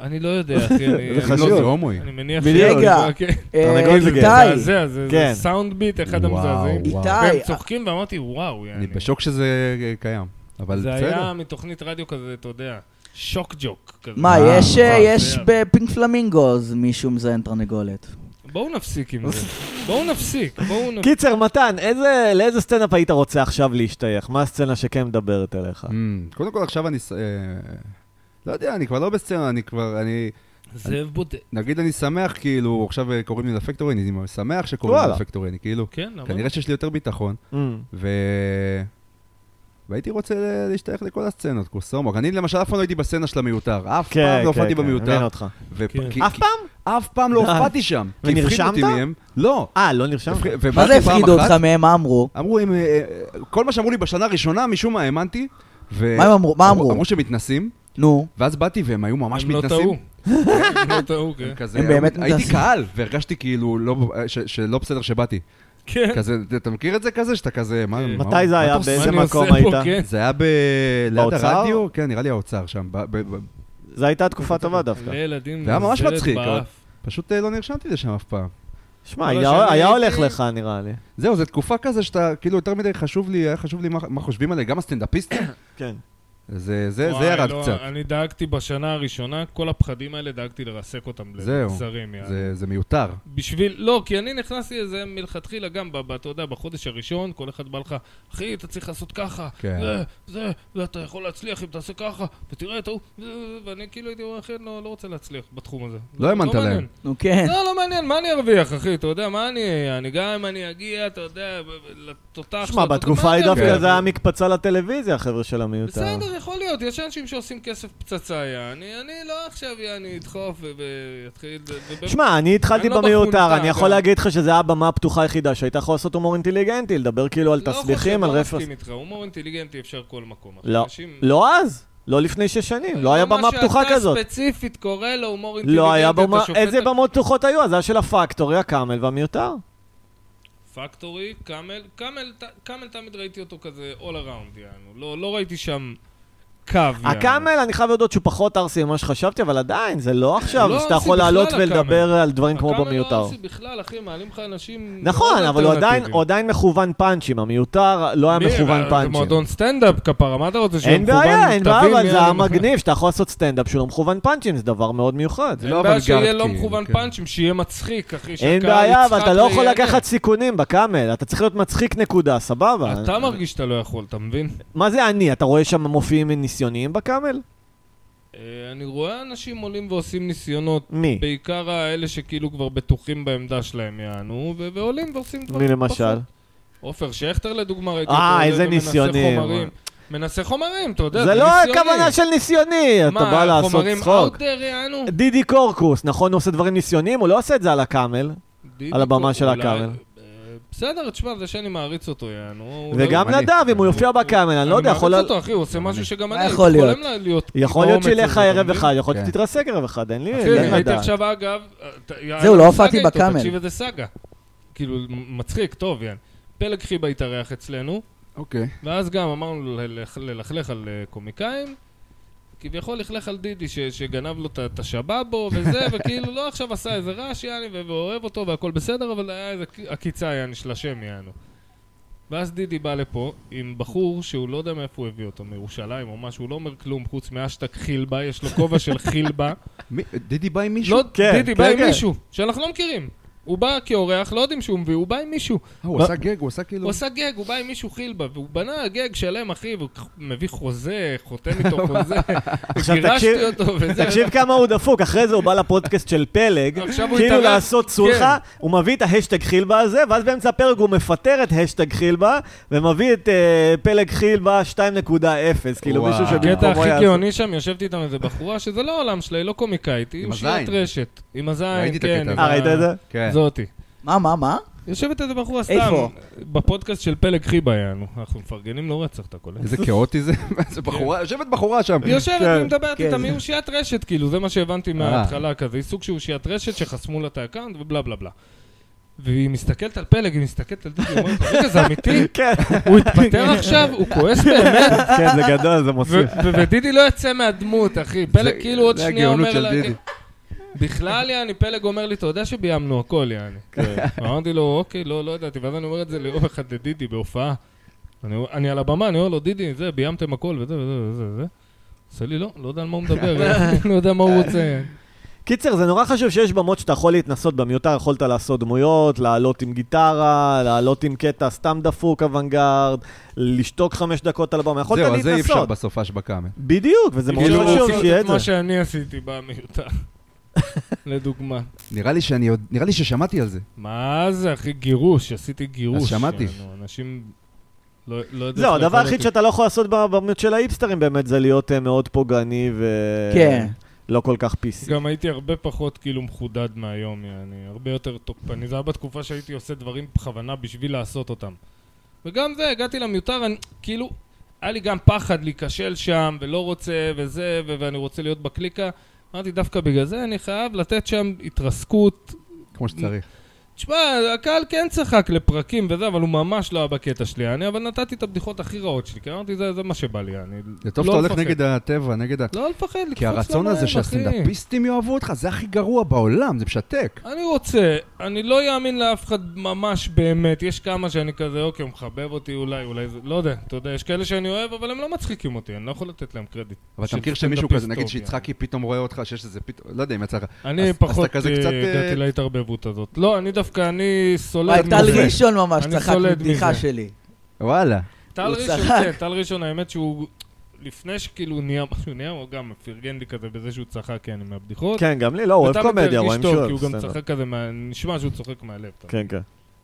S3: אני לא יודע, אחי,
S2: זה
S3: אני-
S4: לא,
S3: אני-
S2: חשוב.
S4: זה הומואי.
S3: אני מניח
S2: בדיוק.
S1: רגע.
S3: כן.
S2: תרנגול זה
S1: אה,
S2: גזע.
S1: איתי,
S3: מזעזע, זה
S2: כן.
S3: זה סאונד ביט, אחד
S4: וואו.
S3: המזעזעים.
S4: וואו.
S1: איתי,
S3: והם צוחקים ואמרתי, וואו, יעני.
S4: אני בשוק שזה אה, קיים. אבל
S3: זה
S4: בסדר.
S3: היה מתוכנית רדיו כזה, אתה יודע, שוק ג'וק כזה.
S1: מה,
S4: אה,
S1: יש,
S3: אה,
S1: יש
S3: זה-
S1: בפינק פלמינגוז מישהו מזיין תרנגולת.
S3: בואו נפסיק עם זה. בואו נפסיק, בואו נפסיק.
S2: קיצר, מתן, איזה- לאיזה סצנאפ היית רוצה עכשיו להשתייך? מה הסצנה שכן מדברת אליך?
S4: אמ, קודם כל עכשיו אני... ס- אה, לא יודע, אני כבר לא בסצנה, אני כבר... אני...
S3: זאב בודד.
S4: נגיד אני שמח, כאילו, עכשיו אה, קוראים לי לפקטורי, אני שמח שקוראים לי
S2: וואלה.
S4: לפקטורי, אני כאילו...
S3: כן, למה?
S4: כנראה שיש לי יותר ביטחון.
S2: אמ.
S4: ו... והייתי רוצה ל- להשתייך לכל הסצנות, קוסומוק. אני למשל אף פעם לא הייתי בסצנה של המיותר. אף
S2: כן,
S4: פעם לא הופעתי
S2: מבין
S4: במיותר.
S2: אותך.
S4: ופ-
S3: כן.
S4: כי-
S2: אף
S4: כי-
S2: פעם?
S4: אף פעם לא
S2: די.
S4: הופעתי שם. כי הפחידו
S2: ונרשמת?
S4: אותי מהם. לא.
S2: אה, לא נרשם?
S4: הפח-
S1: מה
S4: ובאתי
S1: זה
S4: פעם
S1: הפחידו
S4: אחת,
S1: אותך מהם? מה אמרו?
S4: אמרו, הם, אה, אה, כל מה שאמרו לי בשנה הראשונה, משום מה האמנתי. ו-
S1: מה הם אמרו? מה אמרו?
S4: אמרו שהם מתנסים,
S1: נו.
S4: ואז באתי והם היו ממש
S3: הם לא
S4: מתנסים.
S3: טעו. הם לא טעו, כן.
S4: כזה,
S1: הם באמת
S4: הייתי
S1: מתנסים.
S4: קהל, והרגשתי כאילו לא- ש- שלא בסדר שבאתי.
S3: כן.
S4: כזה, אתה מכיר את זה כזה? שאתה כזה, מה... מה-
S2: מתי זה
S4: מה
S2: היה?
S4: אתה עושה?
S3: מה
S2: באיזה
S3: אני עושה
S2: מקום
S3: פה?
S2: היית?
S3: כן.
S4: זה היה ב... ליד
S2: באוצר?
S4: הרדיו, כן, נראה לי האוצר שם. ב- ב- ב-
S2: זו הייתה תקופה טובה דווקא.
S3: לילדים
S4: זה היה ממש
S3: נוזלת
S4: מצחיק, אבל-
S3: באף.
S4: פשוט אה, לא נרשמתי לשם אף פעם.
S2: שמע,
S3: אבל
S2: היה-
S3: שאני
S2: היה הולך
S3: הייתי-
S2: לך, נראה לי.
S4: זהו, זו תקופה כזה שאתה, כאילו, יותר מדי חשוב לי, היה חשוב לי מה מה חושבים עליי, גם הסטנדאפיסטים.
S2: כן.
S4: זה זה- זה
S3: וואי,
S4: ירד
S3: לא,
S4: קצת.
S3: אני דאגתי בשנה הראשונה, כל הפחדים האלה דאגתי לרסק אותם
S4: זהו.
S3: לבשרים. יעני.
S4: זה- זה מיותר.
S3: בשביל, לא, כי אני נכנסתי לזה מלכתחילה גם, ב- ב- אתה יודע, בחודש הראשון, כל אחד בא לך, אחי, אתה צריך לעשות ככה,
S4: כן.
S3: זה, זה, ואתה יכול להצליח אם תעשה ככה, ותראה את ההוא, זה, זה", ואני כאילו הייתי אומר, אחי, אני לא, לא רוצה להצליח בתחום הזה.
S4: לא האמנת להם.
S3: מעניין.
S1: נו כן.
S3: לא, לא מעניין, מה אני ארוויח, אחי, אתה יודע, מה אני אהיה? אני גם אם אני אגיע, אתה יודע, ב- ב- לתותח...
S2: שמע,
S3: של-
S2: בתקופה
S3: מה
S2: ההיא
S3: אני
S2: דווקא
S3: ארוויח?
S2: זה היה מקפצה לטלוויזיה, החבר'ה של המיותר.
S3: כן. בסדר, יכול להיות, יש אנשים שעושים כסף פצצה, יעני, אני לא עכשיו, יעני, אדחוף ו- ואתחיל... ו- ו-
S2: שמע, אני התחלתי
S3: אני לא
S2: במיותר,
S3: בחונטה,
S2: אני יכול
S3: גם.
S2: להגיד לך שזו הבמה הפתוחה היחידה שהייתה יכולה לעשות הומור אינטליגנטי, לדבר כאילו על
S3: לא
S2: תסביכים, על
S3: חושב, לא
S2: רפרס.
S3: מסכים איתך, הומור אינטליגנטי אפשר כל מקום. אחי.
S2: לא,
S3: אנשים-
S2: לא אז, לא לפני שש שנים, לא היה במה פתוחה כזאת.
S3: מה שאתה ספציפית קורא לו הומור אינטליגנטי,
S2: לא היה
S3: אתה
S2: במה,
S3: שופט
S2: איזה
S3: על-
S2: במות פתוחות היו? אז היה של הפקטורי, הקאמל והמיותר.
S3: פקטורי, קאמל, קאמל, ת- קאמל תמיד ראיתי אותו כזה all around, יענו. לא- לא ראיתי שם קו, יענו.
S2: הקאמל, אני חייב להודות שהוא פחות ארסי ממה שחשבתי, אבל עדיין, זה לא עכשיו
S3: לא
S2: שאתה
S3: ארסי
S2: יכול
S3: בכלל,
S2: לעלות
S3: הקאמל.
S2: ולדבר על דברים כמו
S3: הקאמל
S2: במיותר.
S3: לא עושה בכלל, אחי, מעלים לך אנשים...
S2: נכון,
S3: מאוד
S2: אבל הוא עדיין-
S3: אלטרנטיביים.
S2: הוא עדיין מכוון פאנצ'ים, המיותר לא היה
S3: לא מי, אבל
S2: מכוון
S3: זה
S2: פאנצ'ים.
S3: מועדון סטנדאפ כפרה, מה אתה רוצה שהוא
S2: אין
S3: מכוון?
S2: בעיה, אין בעיה,
S3: תבין,
S2: אבל זה
S3: יענו,
S2: היה
S3: מה-
S2: מגניב שאתה יכול לעשות סטנדאפ שהוא לא מכוון פאנצ'ים, זה דבר מאוד מיוחד.
S4: זה לא
S3: אין בעיה
S4: אוונגרד,
S3: שיהיה לא
S4: כאילו,
S3: מכוון
S4: כן.
S3: פאנצ'ים, שיהיה מצחיק, אחי,
S2: אין
S3: שהקהל
S2: בעיה, אבל
S3: יצחק
S2: אתה לא יכול
S3: ויהנה.
S2: לקחת סיכונים בקאמל, אתה צריך להיות מצחיק נקודה, סבבה.
S3: אתה מרגיש שאתה לא יכול, אתה מבין?
S2: מה זה אני? אתה רואה שם מופיעים ניסיוניים בקאמל?
S3: אה, אני רואה אנשים עולים ועושים ניסיונות,
S2: מי?
S3: בעיקר האלה שכאילו כבר בטוחים בעמדה שלהם יענו, ו- ועולים ועושים דברים.
S2: מי למשל?
S3: פחות. עופר שכטר לדוגמה, ראיתי
S2: אה,
S3: עולה
S2: איזה
S3: ומנסה
S2: ניסיונים.
S3: חומרים. מנסה חומרים, אתה יודע,
S2: זה לא
S3: ניסיוני.
S2: הכוונה של ניסיוני, אתה בא לעשות
S3: מה, חומרים
S2: צחוק.
S3: אאוטר יענו?
S2: דידי קורקוס, נכון, הוא עושה דברים ניסיוניים? הוא לא עושה את זה על הקאמל.
S3: דידי
S2: על הבמה
S3: קו-
S2: של
S3: אולי-
S2: הכרמל.
S3: אה, בסדר, תשמע, זה שאני מעריץ אותו, יענו.
S2: וגם
S4: אני-
S2: נדב, אם הוא יופיע בקאמל, אני לא יודע, יכול...
S3: לא, אני
S2: לה-
S3: מעריץ אותו, אחי, הוא עושה משהו שגם
S1: מה
S3: אני...
S1: יכול להיות?
S3: חולם לה- להיות...
S2: יכול
S3: באומץ
S2: להיות שילך
S3: הזה,
S2: ערב
S3: אתה מבין?
S2: אחד, יכול להיות
S4: כן.
S2: שתתרסק ערב אחד, אין לי...
S3: אחי,
S2: אין
S3: הייתי
S2: לדעת.
S3: עכשיו, אגב... אה, אתה-
S1: כן, זהו, לא
S3: סאגה
S1: הופעתי
S3: איתו,
S1: בקאמל.
S3: תקשיב איזה סאגה. כאילו, מצחיק, טוב, יענו. פלג חיבה התארח אצלנו,
S4: אוקיי.
S3: ואז גם אמרנו לו ללכ- ללכלך על אה, קומיקאים. כביכול לכלך על דידי ש- שגנב לו את ה- את השבאבו וזה, וכאילו לא עכשיו עשה איזה רעש יעני ו- ואוהב אותו והכל בסדר, אבל היה איזה ק- עקיצה יעני של השם יענו. ואז דידי בא לפה עם בחור שהוא לא יודע מאיפה הוא הביא אותו, מירושלים או משהו, הוא לא אומר כלום חוץ מאשטק חילבה, יש לו כובע של חילבה.
S4: מי- דידי בא עם מישהו?
S3: לא,
S2: כן,
S3: דידי בא
S2: כן,
S3: עם
S2: כן.
S3: מישהו, שאנחנו לא מכירים. הוא בא כאורח, לא יודעים שהוא מביא, הוא בא עם מישהו.
S4: אה, הוא עשה גג, הוא עשה כאילו...
S3: לא. הוא עשה גג, הוא בא עם מישהו חילבה, והוא בנה גג שלם, אחי, והוא מביא חוזה, חותם איתו חוזה,
S2: עכשיו תקשיב-
S3: גירשתי אותו וזה.
S2: תקשיב כמה הוא דפוק, אחרי זה הוא בא לפודקאסט של פלג,
S3: עכשיו הוא כן.
S2: כאילו
S3: התארח-
S2: לעשות סולחה, הוא מביא את ההשטג חילבה הזה, ואז באמצע הפרק הוא מפטר את השטג חילבה, ומביא את אה, פלג חילבה 2.0, כאילו
S4: וואו.
S2: מישהו
S3: הקטע
S2: שבמקומו
S3: הכי
S2: יעשה.
S3: גאוני שם, יושבת איתם איזה בחורה, שזה לא העולם שלה, היא לא קומיקאית, היא
S4: עם
S3: עם
S4: הזין.
S3: שירת רשת. עם הזין,
S4: ראיתי את
S3: כן.
S4: הקטע
S3: עם
S4: הזה.
S2: אה, ראית את זה?
S4: כן.
S3: זאתי.
S1: מה, מה, מה?
S3: יושבת איזה בחורה סתם.
S1: איפה?
S3: בפודקאסט של פלג חיבה, יענו. אנחנו מפרגנים לא רצח, אתה קולט.
S4: איזה כאוטי זה, איזה בחורה, יושבת בחורה שם.
S3: היא יושבת
S2: כן,
S3: ומדברת
S1: כן.
S3: איתם, היא אושיית רשת, כאילו, זה מה
S4: אה.
S3: שהבנתי מההתחלה כזה. היא סוג של אושיית רשת שחסמו לה את האקאונט ובלה בלה בלה. והיא מסתכלת על פלג, היא מסתכלת על דידי, היא אומרת, רגע, זה אמיתי?
S2: כן,
S3: הוא התפטר עכשיו? הוא כועס באמת?
S2: כן, זה גדול, זה
S3: ו-
S2: מוסיף.
S3: ו- ודידי לא יצא מהדמות, אחי. פלג כאילו עוד
S4: זה
S3: שנייה
S4: הגאונות
S3: אומר
S4: של
S3: לה...
S4: דידי.
S3: בכלל, יעני, פלג אומר לי, אתה יודע שביימנו הכל, יעני.
S2: כן.
S3: אמרתי לו, אוקיי, לא, לא ידעתי. ואז אני אומר את זה ליום אחד לדידי בהופעה. אני- אני על הבמה, אני אומר לו, דידי, זה, ביימתם הכל, וזה, וזה, וזה, וזה. עושה לי, לא, לא יודע על מה הוא מדבר, יעני, לא יודע מה הוא רוצה.
S2: קיצר, זה נורא חשוב שיש במות שאתה יכול להתנסות במיותר, יכולת לעשות דמויות, לעלות עם גיטרה, לעלות עם קטע סתם דפוק אוונגרד, לשתוק חמש דקות על הבמה, יכולת
S4: זהו, אז זה אי אפשר
S2: להתנסות.
S4: בסופש בקאמל.
S2: בדיוק, וזה מאוד
S3: כאילו,
S2: חשוב
S3: עושים
S2: שיהיה
S3: את
S2: את זה.
S3: מה שאני עשיתי במיותר. לדוגמה.
S4: נראה לי שאני עוד, נראה לי ששמעתי על זה.
S3: מה זה, אחי, גירוש, עשיתי גירוש.
S4: אז שמעתי.
S3: יענו, אנשים... לא, לא יודע
S2: זהו,
S3: איך
S2: הדבר
S3: לאכול
S2: היחיד
S3: אותי.
S2: שאתה לא יכול לעשות במיוט של האיפסטרים באמת זה להיות אה, מאוד פוגעני ו...
S1: כן.
S2: לא כל כך PC.
S3: גם הייתי הרבה פחות כאילו מחודד מהיום, יעני, הרבה יותר תוקפני.
S4: Mm-hmm.
S3: זה היה בתקופה שהייתי עושה דברים בכוונה בשביל לעשות אותם. וגם זה, הגעתי למיותר, אני, כאילו, היה לי גם פחד להיכשל שם, ולא רוצה, וזה, ו- ואני רוצה להיות בקליקה. אמרתי, דווקא בגלל זה אני חייב לתת שם התרסקות.
S4: כמו
S3: לא
S4: שצריך.
S3: תשמע, הקהל כן צחק לפרקים וזה, אבל הוא ממש לא היה בקטע שלי, יעני, אבל נתתי את הבדיחות הכי רעות שלי, כי אמרתי, זה, זה מה שבא לי, אני
S4: זה טוב
S3: לא
S4: שאתה הולך
S3: מפחד.
S4: נגד הטבע, נגד ה...
S3: לא לפחד, לקפוץ
S4: כי הרצון
S3: למים,
S4: הזה
S3: אחי.
S4: שהסטנדאפיסטים יאהבו אותך, זה הכי גרוע בעולם, זה משתק.
S3: אני רוצה, אני לא יאמין לאף אחד ממש באמת, יש כמה שאני כזה, אוקיי, הוא מחבב אותי אולי, אולי זה, לא יודע, אתה יודע, יש כאלה שאני אוהב, אבל הם לא מצחיקים אותי, אני לא יכול לתת להם קרדיט.
S4: אבל אתה
S3: של
S4: מכיר שמישהו
S3: סטנדאפיסט
S4: כזה, נגיד
S3: טוב,
S4: שיצחקי פתאום רואה אותך, שיש איזה פתאום, לא יודע אם יצא לך.
S3: יעני.
S4: אז-
S3: אני
S4: אז
S3: פחות
S4: אתה כזה
S3: אה,
S4: קצת, אה,
S3: הגעתי להתערבבות הזאת. לא, אני דווקא, אני סולד
S1: וואי, טל ראשון ממש
S3: אני
S1: צחק
S3: סולד
S1: מבדיחה
S3: מזה.
S1: שלי.
S4: וואלה.
S3: טל
S1: הוא
S3: ראשון,
S1: צחק.
S3: כן, טל ראשון, האמת שהוא, לפני שכאילו נהיה משהו נהיה, הוא גם פרגן לי כזה בזה שהוא צחק, כן, מהבדיחות.
S2: כן, גם לי, לא, הוא אוהב קומדיה, רואים שהוא
S3: שהוא
S2: אוהב
S3: כי הוא גם
S2: סטנדאפ.
S3: צחק כזה, מה- נשמע שהוא צוחק מהלב. אתה
S2: כן, כן.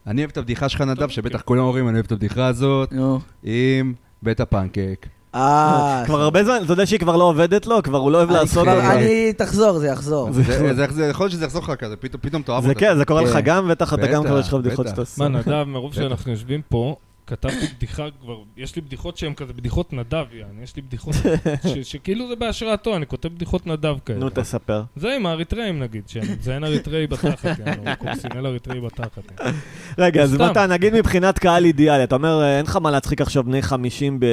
S4: אני אוהב את הבדיחה שלך, נדב,
S3: טוב,
S4: שבטח
S3: כן.
S4: כולם אומרים, אני אוהב את הבדיחה הזאת,
S1: נו.
S4: עם בית הפנקייק.
S1: אה,
S2: כבר הרבה זמן, אתה יודע שהיא כבר לא עובדת לו, כבר הוא לא אוהב
S1: אני
S2: לעשות
S1: כבר-
S2: אותה.
S1: אני, תחזור, זה יחזור.
S4: זה- זה- זה- יכול להיות שזה יחזור לך כזה, פתאום- פתאום תאהב
S2: זה
S4: אותה.
S2: כן, זה קורה לך
S1: כן.
S2: גם, בטח אתה גם
S4: בטח,
S2: כבר יש לך בדיחות
S4: בטח.
S2: שאתה עושה.
S3: מה, נדב, מרוב
S4: בטח.
S3: שאנחנו יושבים פה, כתבתי בדיחה כבר, יש לי בדיחות שהן כזה בדיחות נדב, יעני, יש לי בדיחות ש- שכאילו זה בהשראתו, אני כותב בדיחות נדב כאלה.
S2: נו, תספר.
S3: זה עם האריתראים נגיד, שאני מזיין אריתראי בתחת, יענו, הוא קורסינל אריתראי בתחת. יענו.
S2: רגע, אז
S3: סתם.
S2: מתן, נגיד מבחינת קהל אידיאלי, אתה אומר, אה, אין לך מה להצחיק עכשיו בני 50 ב...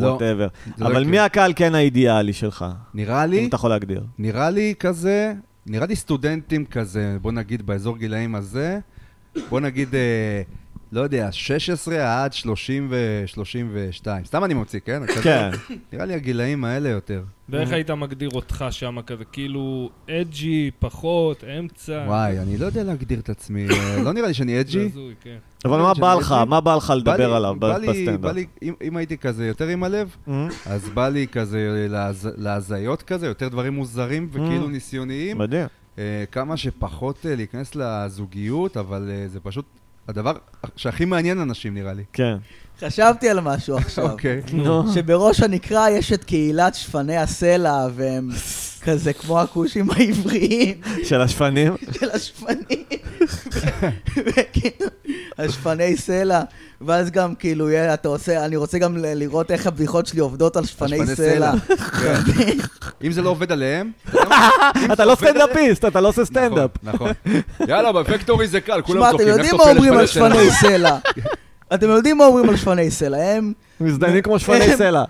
S4: לא,
S2: ווטאבר.
S4: זה לא
S2: אבל
S4: יקרה.
S2: מי הקהל כן האידיאלי שלך?
S4: נראה לי,
S2: אם אתה יכול להגדיר.
S4: נראה לי כזה, נראה לי סטודנטים כזה, בוא נגיד באזור גילאים הזה, בוא נגיד, אה, לא יודע, 16 עד 30 ו-32. סתם אני ממציא, כן?
S2: כן.
S4: נראה לי הגילאים האלה יותר.
S3: ואיך היית מגדיר אותך שם כזה, כאילו אדג'י, פחות, אמצע?
S4: וואי, אני לא יודע להגדיר את עצמי, אה, לא נראה לי שאני
S3: זה
S4: אדג'י.
S3: הזוי, כן.
S2: אבל מה בא לך? מה בא לך
S4: בא
S2: לדבר
S4: לי-
S2: עליו
S4: בא לי- בא
S2: בסטנדאפ?
S4: לי- אם- אם הייתי כזה יותר עם הלב,
S2: אה?
S4: אז בא לי כזה להז- להזיות כזה, יותר דברים מוזרים וכאילו
S2: Mm.
S4: ניסיוניים.
S2: מדהים.
S4: אה, כמה שפחות אה, להיכנס לזוגיות, אבל אה, זה פשוט הדבר שהכי מעניין אנשים נראה לי.
S2: כן.
S1: חשבתי על משהו עכשיו.
S4: אוקיי.
S2: נו.
S1: שבראש הנקרה יש את קהילת שפני הסלע, והם כזה כמו הכושים העבריים
S2: של השפנים?
S1: של השפנים. וכאילו, השפני סלע. ואז גם כאילו, יהיה- אתה עושה, אני רוצה גם ל- לראות איך הבדיחות שלי עובדות על שפני
S4: השפני
S1: סלע.
S4: כן. אם זה לא עובד עליהם...
S2: אתה לא סטנדאפיסט, אתה לא עושה סטנדאפ.
S4: נכון. נכון. יאללה, בפקטורי זה קל, כולם
S1: שמע, אתם
S4: צוחקים. איך
S1: יודעים מה
S4: תופס
S1: אומרים על
S4: פלאפל?
S1: שפני סלע. אתם יודעים מה אומרים על שפני סלע. הם-
S2: מזדיינים כמו שפני סלע.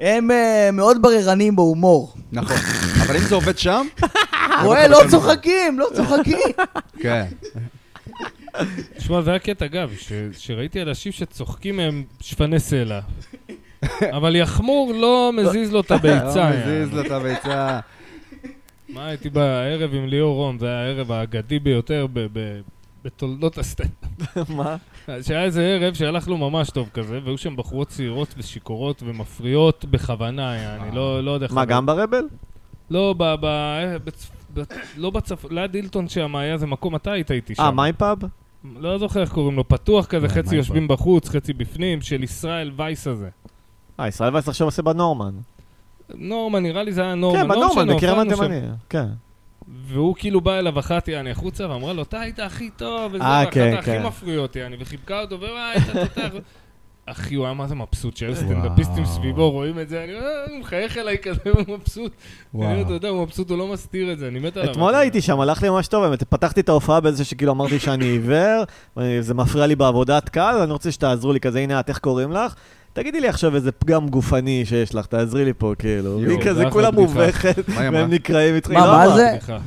S1: הם אה, מאוד בררנים בהומור.
S4: נכון. אבל אם זה עובד שם...
S1: רואה, לא צוחקים, לא צוחקים.
S4: כן.
S3: שמע, זה הקטע, אגב, ש- שראיתי אנשים שצוחקים מהם שפני סלע. אבל יחמור לא מזיז לו את הביצה.
S4: לא מזיז
S3: יענו.
S4: לו את הביצה.
S3: מה, הייתי בערב עם ליאור רום, זה היה הערב האגדי ביותר ב- ב- בתולדות הסטנדאפ.
S2: מה?
S3: שהיה איזה ערב שהלך לו ממש טוב כזה, והיו שם בחורות צעירות ושיכורות ומפריעות בכוונה, אני לא לא יודע איך...
S2: מה, גם ברבל?
S3: לא, ב... ב- בצ- ב- לא בצפ... ליד הילטון שם היה איזה מקום, אתה היית איתי שם.
S2: אה, מיי פאב?
S3: לא זוכר איך קוראים לו, פתוח כזה,
S2: מה,
S3: חצי
S2: מה
S3: יושבים בחוץ, חצי בפנים, של ישראל וייס הזה.
S2: אה, ישראל וייס עכשיו עושה בנורמן.
S3: נורמן, נראה לי זה היה נורמן. לא
S2: כן, בנורמן,
S3: נורמן,
S2: בקרמן
S3: הופענו שם.
S2: תימני. כן.
S3: והוא כאילו בא אליו אחת, יעני, החוצה, ואמרה לו, אתה היית הכי טוב, וזה,
S2: אה,
S3: ואחת
S2: כן,
S3: הכי
S2: כן.
S3: מפריע אותי, יעני, וחיבקה אותו, ווואי, אתה תותח. אחי, הוא היה מה זה מבסוט, שהיו
S2: וואו.
S3: סטנדאפיסטים סביבו, רואים את זה, אני אה, הוא מחייך אליי כזה, הוא מבסוט. אני אומר, אתה יודע, הוא מבסוט, הוא לא מסתיר את זה, אני מת עליו.
S2: אתמול הייתי שם, הלך לי ממש טוב, האמת. פתחתי את ההופעה באיזה שכאילו אמרתי שאני עיוור, ואני- זה מפריע לי בעבודת קהל, ואני רוצה שתעזרו לי כזה, הנה את, איך קוראים לך? תגידי לי עכשיו איזה פגם גופני שיש לך, תעזרי לי פה, כאילו.
S4: יואו,
S2: היא כזה
S3: זה אחלה
S2: כולה
S3: בדיחה.
S2: מובכת,
S4: אה, מה היא אמרה?
S2: והם לא, נקראים איתך.
S1: מה, מה זה?
S3: סליחה.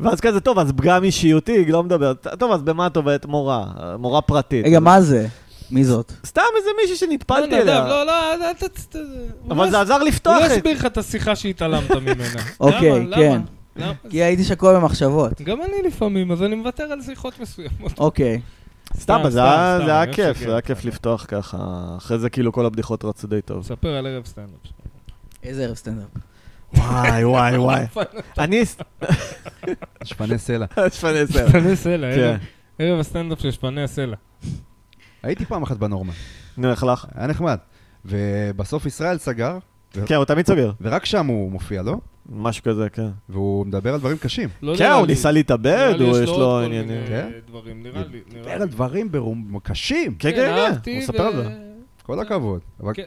S2: ואז כזה, טוב, אז פגם אישיותי, לא מדבר. טוב, אז במה את עובדת מורה? מורה פרטית.
S1: רגע, מה זה? מי זאת?
S2: סתם איזה מישהי שנטפלתי אליה.
S3: לא, לא, אל ת- ת- ת- הוא
S2: אבל זה
S3: לא-
S2: עזר
S3: הוא
S2: לפתוח
S3: לא
S2: את...
S3: הסביר לך את השיחה שהתעלמת ממנה.
S1: אוקיי,
S3: למה?
S1: כן.
S3: למה? למה?
S1: כי הייתי שקוע במחשבות.
S3: גם אני לפעמים, אז אני מוותר על שיחות מסוימות.
S1: אוקיי.
S2: סתם,
S3: סתם,
S2: זה היה-
S3: סתם,
S2: זה היה
S3: אני אוהב
S2: כיף,
S3: שכן. כן.
S2: זה היה כיף לפתוח ככה. אחרי זה כאילו כל הבדיחות רצו די טוב.
S3: ספר על ערב סטנדאפ.
S1: איזה ערב סטנדאפ.
S2: וואי, וואי, וואי. אני... ס-
S4: שפני סלע.
S2: שפני סלע.
S3: שפני סלע,
S2: כן.
S3: ערב- ערב הסטנדאפ של שפני הסלע.
S4: הייתי פעם אחת בנורמה,
S2: נו, איך לך?
S4: היה נחמד. ובסוף ישראל סגר,
S2: כן, הוא תמיד סוגר.
S4: ורק שם הוא מופיע, לא? משהו
S2: כזה, כן.
S4: והוא מדבר על דברים קשים.
S3: לא יודע,
S2: כן, הוא
S3: אני-
S2: ניסה
S3: נראה
S2: להתאבד,
S3: לי
S2: הוא יש לו
S3: עוד כל
S2: עניינים.
S3: מיני,
S4: כן?
S3: אה, דברים, נראה לי. נראה
S4: מדבר
S3: לי.
S4: על דברים ברום... קשים.
S2: כן, כן, כן,
S3: אהבתי
S2: הוא
S3: ו-
S2: מספר על זה.
S4: כל הכבוד. אבל
S3: כן.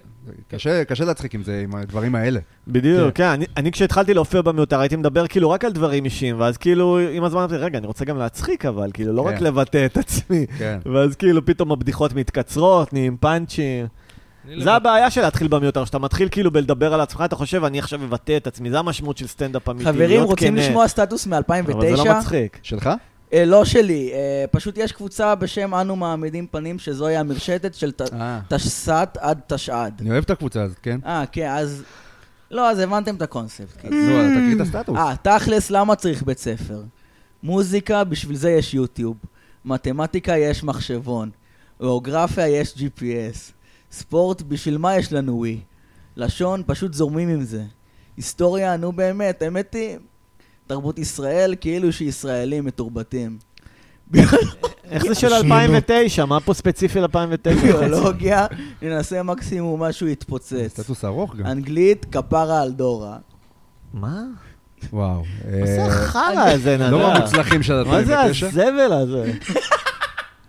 S4: קשה- קשה להצחיק עם זה, עם הדברים האלה.
S2: בדיוק, כן. אני- אני כשהתחלתי להופיע במיותר, הייתי מדבר כאילו רק על דברים אישיים, ואז כאילו, עם הזמן אמרתי, רגע, אני רוצה גם להצחיק, אבל כאילו, לא רק
S4: כן.
S2: לבטא את עצמי.
S4: כן.
S2: ואז כאילו, פתאום הבדיחות מתקצרות, נהיים פאנצ'ים.
S3: אני לבד-
S2: זה הבעיה של להתחיל במיותר, שאתה מתחיל כאילו בלדבר על עצמך, אתה חושב, אני עכשיו מבטא את עצמי, זה המשמעות של סטנדאפ אמיתי,
S1: חברים,
S2: להיות
S1: רוצים
S2: כנה.
S1: לשמוע סטטוס
S2: אבל זה
S1: מ-2009?
S2: לא מצחיק.
S4: שלך?
S1: אה, לא שלי, אה, פשוט יש קבוצה בשם אנו מעמידים פנים, שזוהי המרשתת של ת-
S4: אה.
S1: תשס"ט עד תשע"ד.
S4: אני אוהב את הקבוצה הזאת, כן?
S3: Mm.
S1: אה, כן, אז... לא, אז הבנתם את הקונספט. כאילו.
S4: אז נו, אז תקריא את הסטטוס.
S1: אה, תכלס, למה צריך בית ספר? מוזיקה, בשביל זה יש יוטיוב. מתמטיקה, יש מחשבון. גיאוגרפיה, יש GPS. ספורט, בשביל מה יש לנו ווי? לשון, פשוט זורמים עם זה. היסטוריה, נו באמת, אמת היא. תרבות ישראל, כאילו שישראלים מתורבתים.
S2: איך זה של 2009? מה פה ספציפי ל-2009?
S1: ביולוגיה, ננסה מקסימום משהו יתפוצץ.
S4: סטטוס ארוך גם.
S1: אנגלית, כפרה על דורה.
S2: מה?
S4: וואו. אה,
S2: מה זה החרא הזה, נדב?
S3: אה.
S4: לא מהמוצלחים של
S2: מה זה
S4: 2009,
S2: הזבל הזה?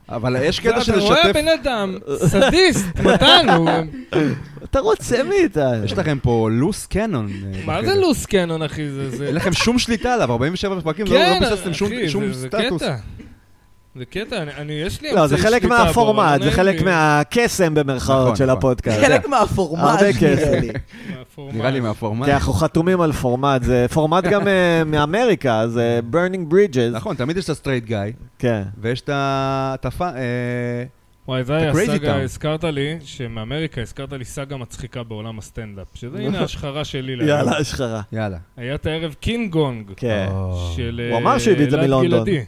S4: אבל יש קטע של
S3: אתה רואה
S4: לשתף.
S3: בן אדם, סדיסט, מתן, הוא-
S2: אתה רוצה מאיתנו.
S4: יש לכם פה לוס קנון. אה,
S3: מה זה
S4: בחדר.
S3: לוס קנון, אחי? זה... זה-
S4: אין לכם שום שליטה עליו, 47 פרקים, לא
S3: כן,
S4: לא ביססתם שום-
S3: אחי,
S4: שום
S3: זה- זה
S4: סטטוס.
S3: קטע. זה קטע, אני- אני, יש לי
S2: לא, זה
S3: אמצעי
S2: חלק
S3: שליטה בו, אבל
S2: מהפורמט,
S3: לא
S2: זה
S3: נעים
S2: חלק
S3: לי.
S2: מהקסם במרכאות
S4: נכון,
S2: של
S4: נכון.
S2: הפודקאסט.
S1: חלק מהפורמט,
S2: כן. הרבה
S1: נראה
S2: כסף.
S1: לי.
S3: מהפורמט.
S4: נראה לי
S3: כן,
S2: כי
S4: מהפורמט.
S2: אנחנו חתומים על פורמט, זה פורמט גם אה, מאמריקה, זה burning bridges.
S4: נכון, תמיד יש את הסטרייט גיא,
S2: כן.
S4: ויש את ה... את הפ- אה,
S3: וואי, זה
S2: אתה
S3: היה
S2: crazy
S3: סאגה,
S2: town.
S3: הזכרת לי, שמאמריקה הזכרת לי סאגה מצחיקה בעולם הסטנדאפ, שזה הנה השחרה שלי. להיום.
S2: יאללה, השחרה.
S4: יאללה. אה.
S3: היה את הערב קינג גונג.
S2: כן,
S4: או.
S3: של...
S2: הוא אמר שהוא הביא את זה
S3: אה, אלעד
S2: מלונדון.
S3: גלעדי.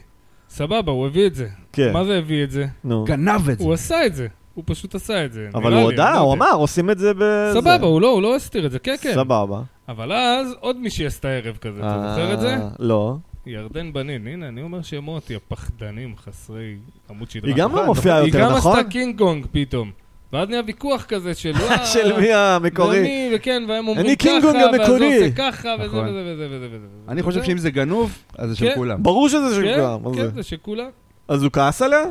S3: סבבה, הוא הביא את זה.
S2: כן,
S3: מה זה הביא את זה?
S2: נו.
S4: גנב את זה.
S3: הוא עשה את זה. הוא פשוט עשה את זה.
S2: אבל
S3: נראה
S2: הוא
S3: לי,
S2: הודה,
S3: אני לא
S2: הוא
S3: יודע.
S2: אמר, עושים את זה ב...
S3: סבבה,
S2: זה.
S3: הוא לא, הוא לא הסתיר את זה, כן, כן.
S2: סבבה.
S3: אבל אז עוד מישהי עשתה ערב כזה, אתה זוכר את זה?
S2: אה, לא.
S3: ירדן בנין, הנה, אני אומר שמות, יא פחדנים חסרי עמוד שדרה.
S2: היא גם
S4: נכון,
S2: לא מופיעה
S3: היא גם
S2: יותר, נכון?
S3: עשתה קינג גונג פתאום. ואז נהיה ויכוח כזה של... "וואי,
S2: של מי המקורי?
S3: ואני, וכן, והם
S2: אני
S3: אומרים ככה,
S2: קינג גונג
S3: ואז הוא
S2: המקורי.
S3: עושה ככה, וזה
S4: נכון.
S3: וזה וזה וזה וזה.
S4: אני חושב שאם זה גנוב, אז זה של
S3: כן.
S4: כולם.
S2: ברור שזה של כולם.
S3: כן,
S2: מה
S3: כן,
S2: זה?
S3: זה שכולם.
S2: אז הוא כעס עליה?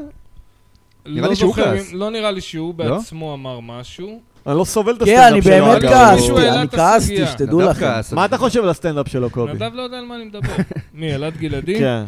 S4: נראה
S3: לא
S4: לי שהוא
S3: זוכר
S4: כעס.
S3: אם- לא נראה לי שהוא
S4: לא?
S3: בעצמו אמר משהו.
S2: אני לא סובל את
S1: כן, אני
S2: הסטנדאפ שלו.
S1: באמת
S2: אגב.
S3: מישהו
S1: כעסתי,
S3: העלה
S1: אני
S3: את הסוגיה.
S1: כעסתי, שתדעו
S4: נדב
S1: לכם.
S4: כעס על
S2: מה
S4: זה.
S2: אתה חושב על הסטנדאפ שלו, קובי?
S3: נדב לא יודע על מה אני מדבר. מי, אלעד גלעדי?
S2: כן.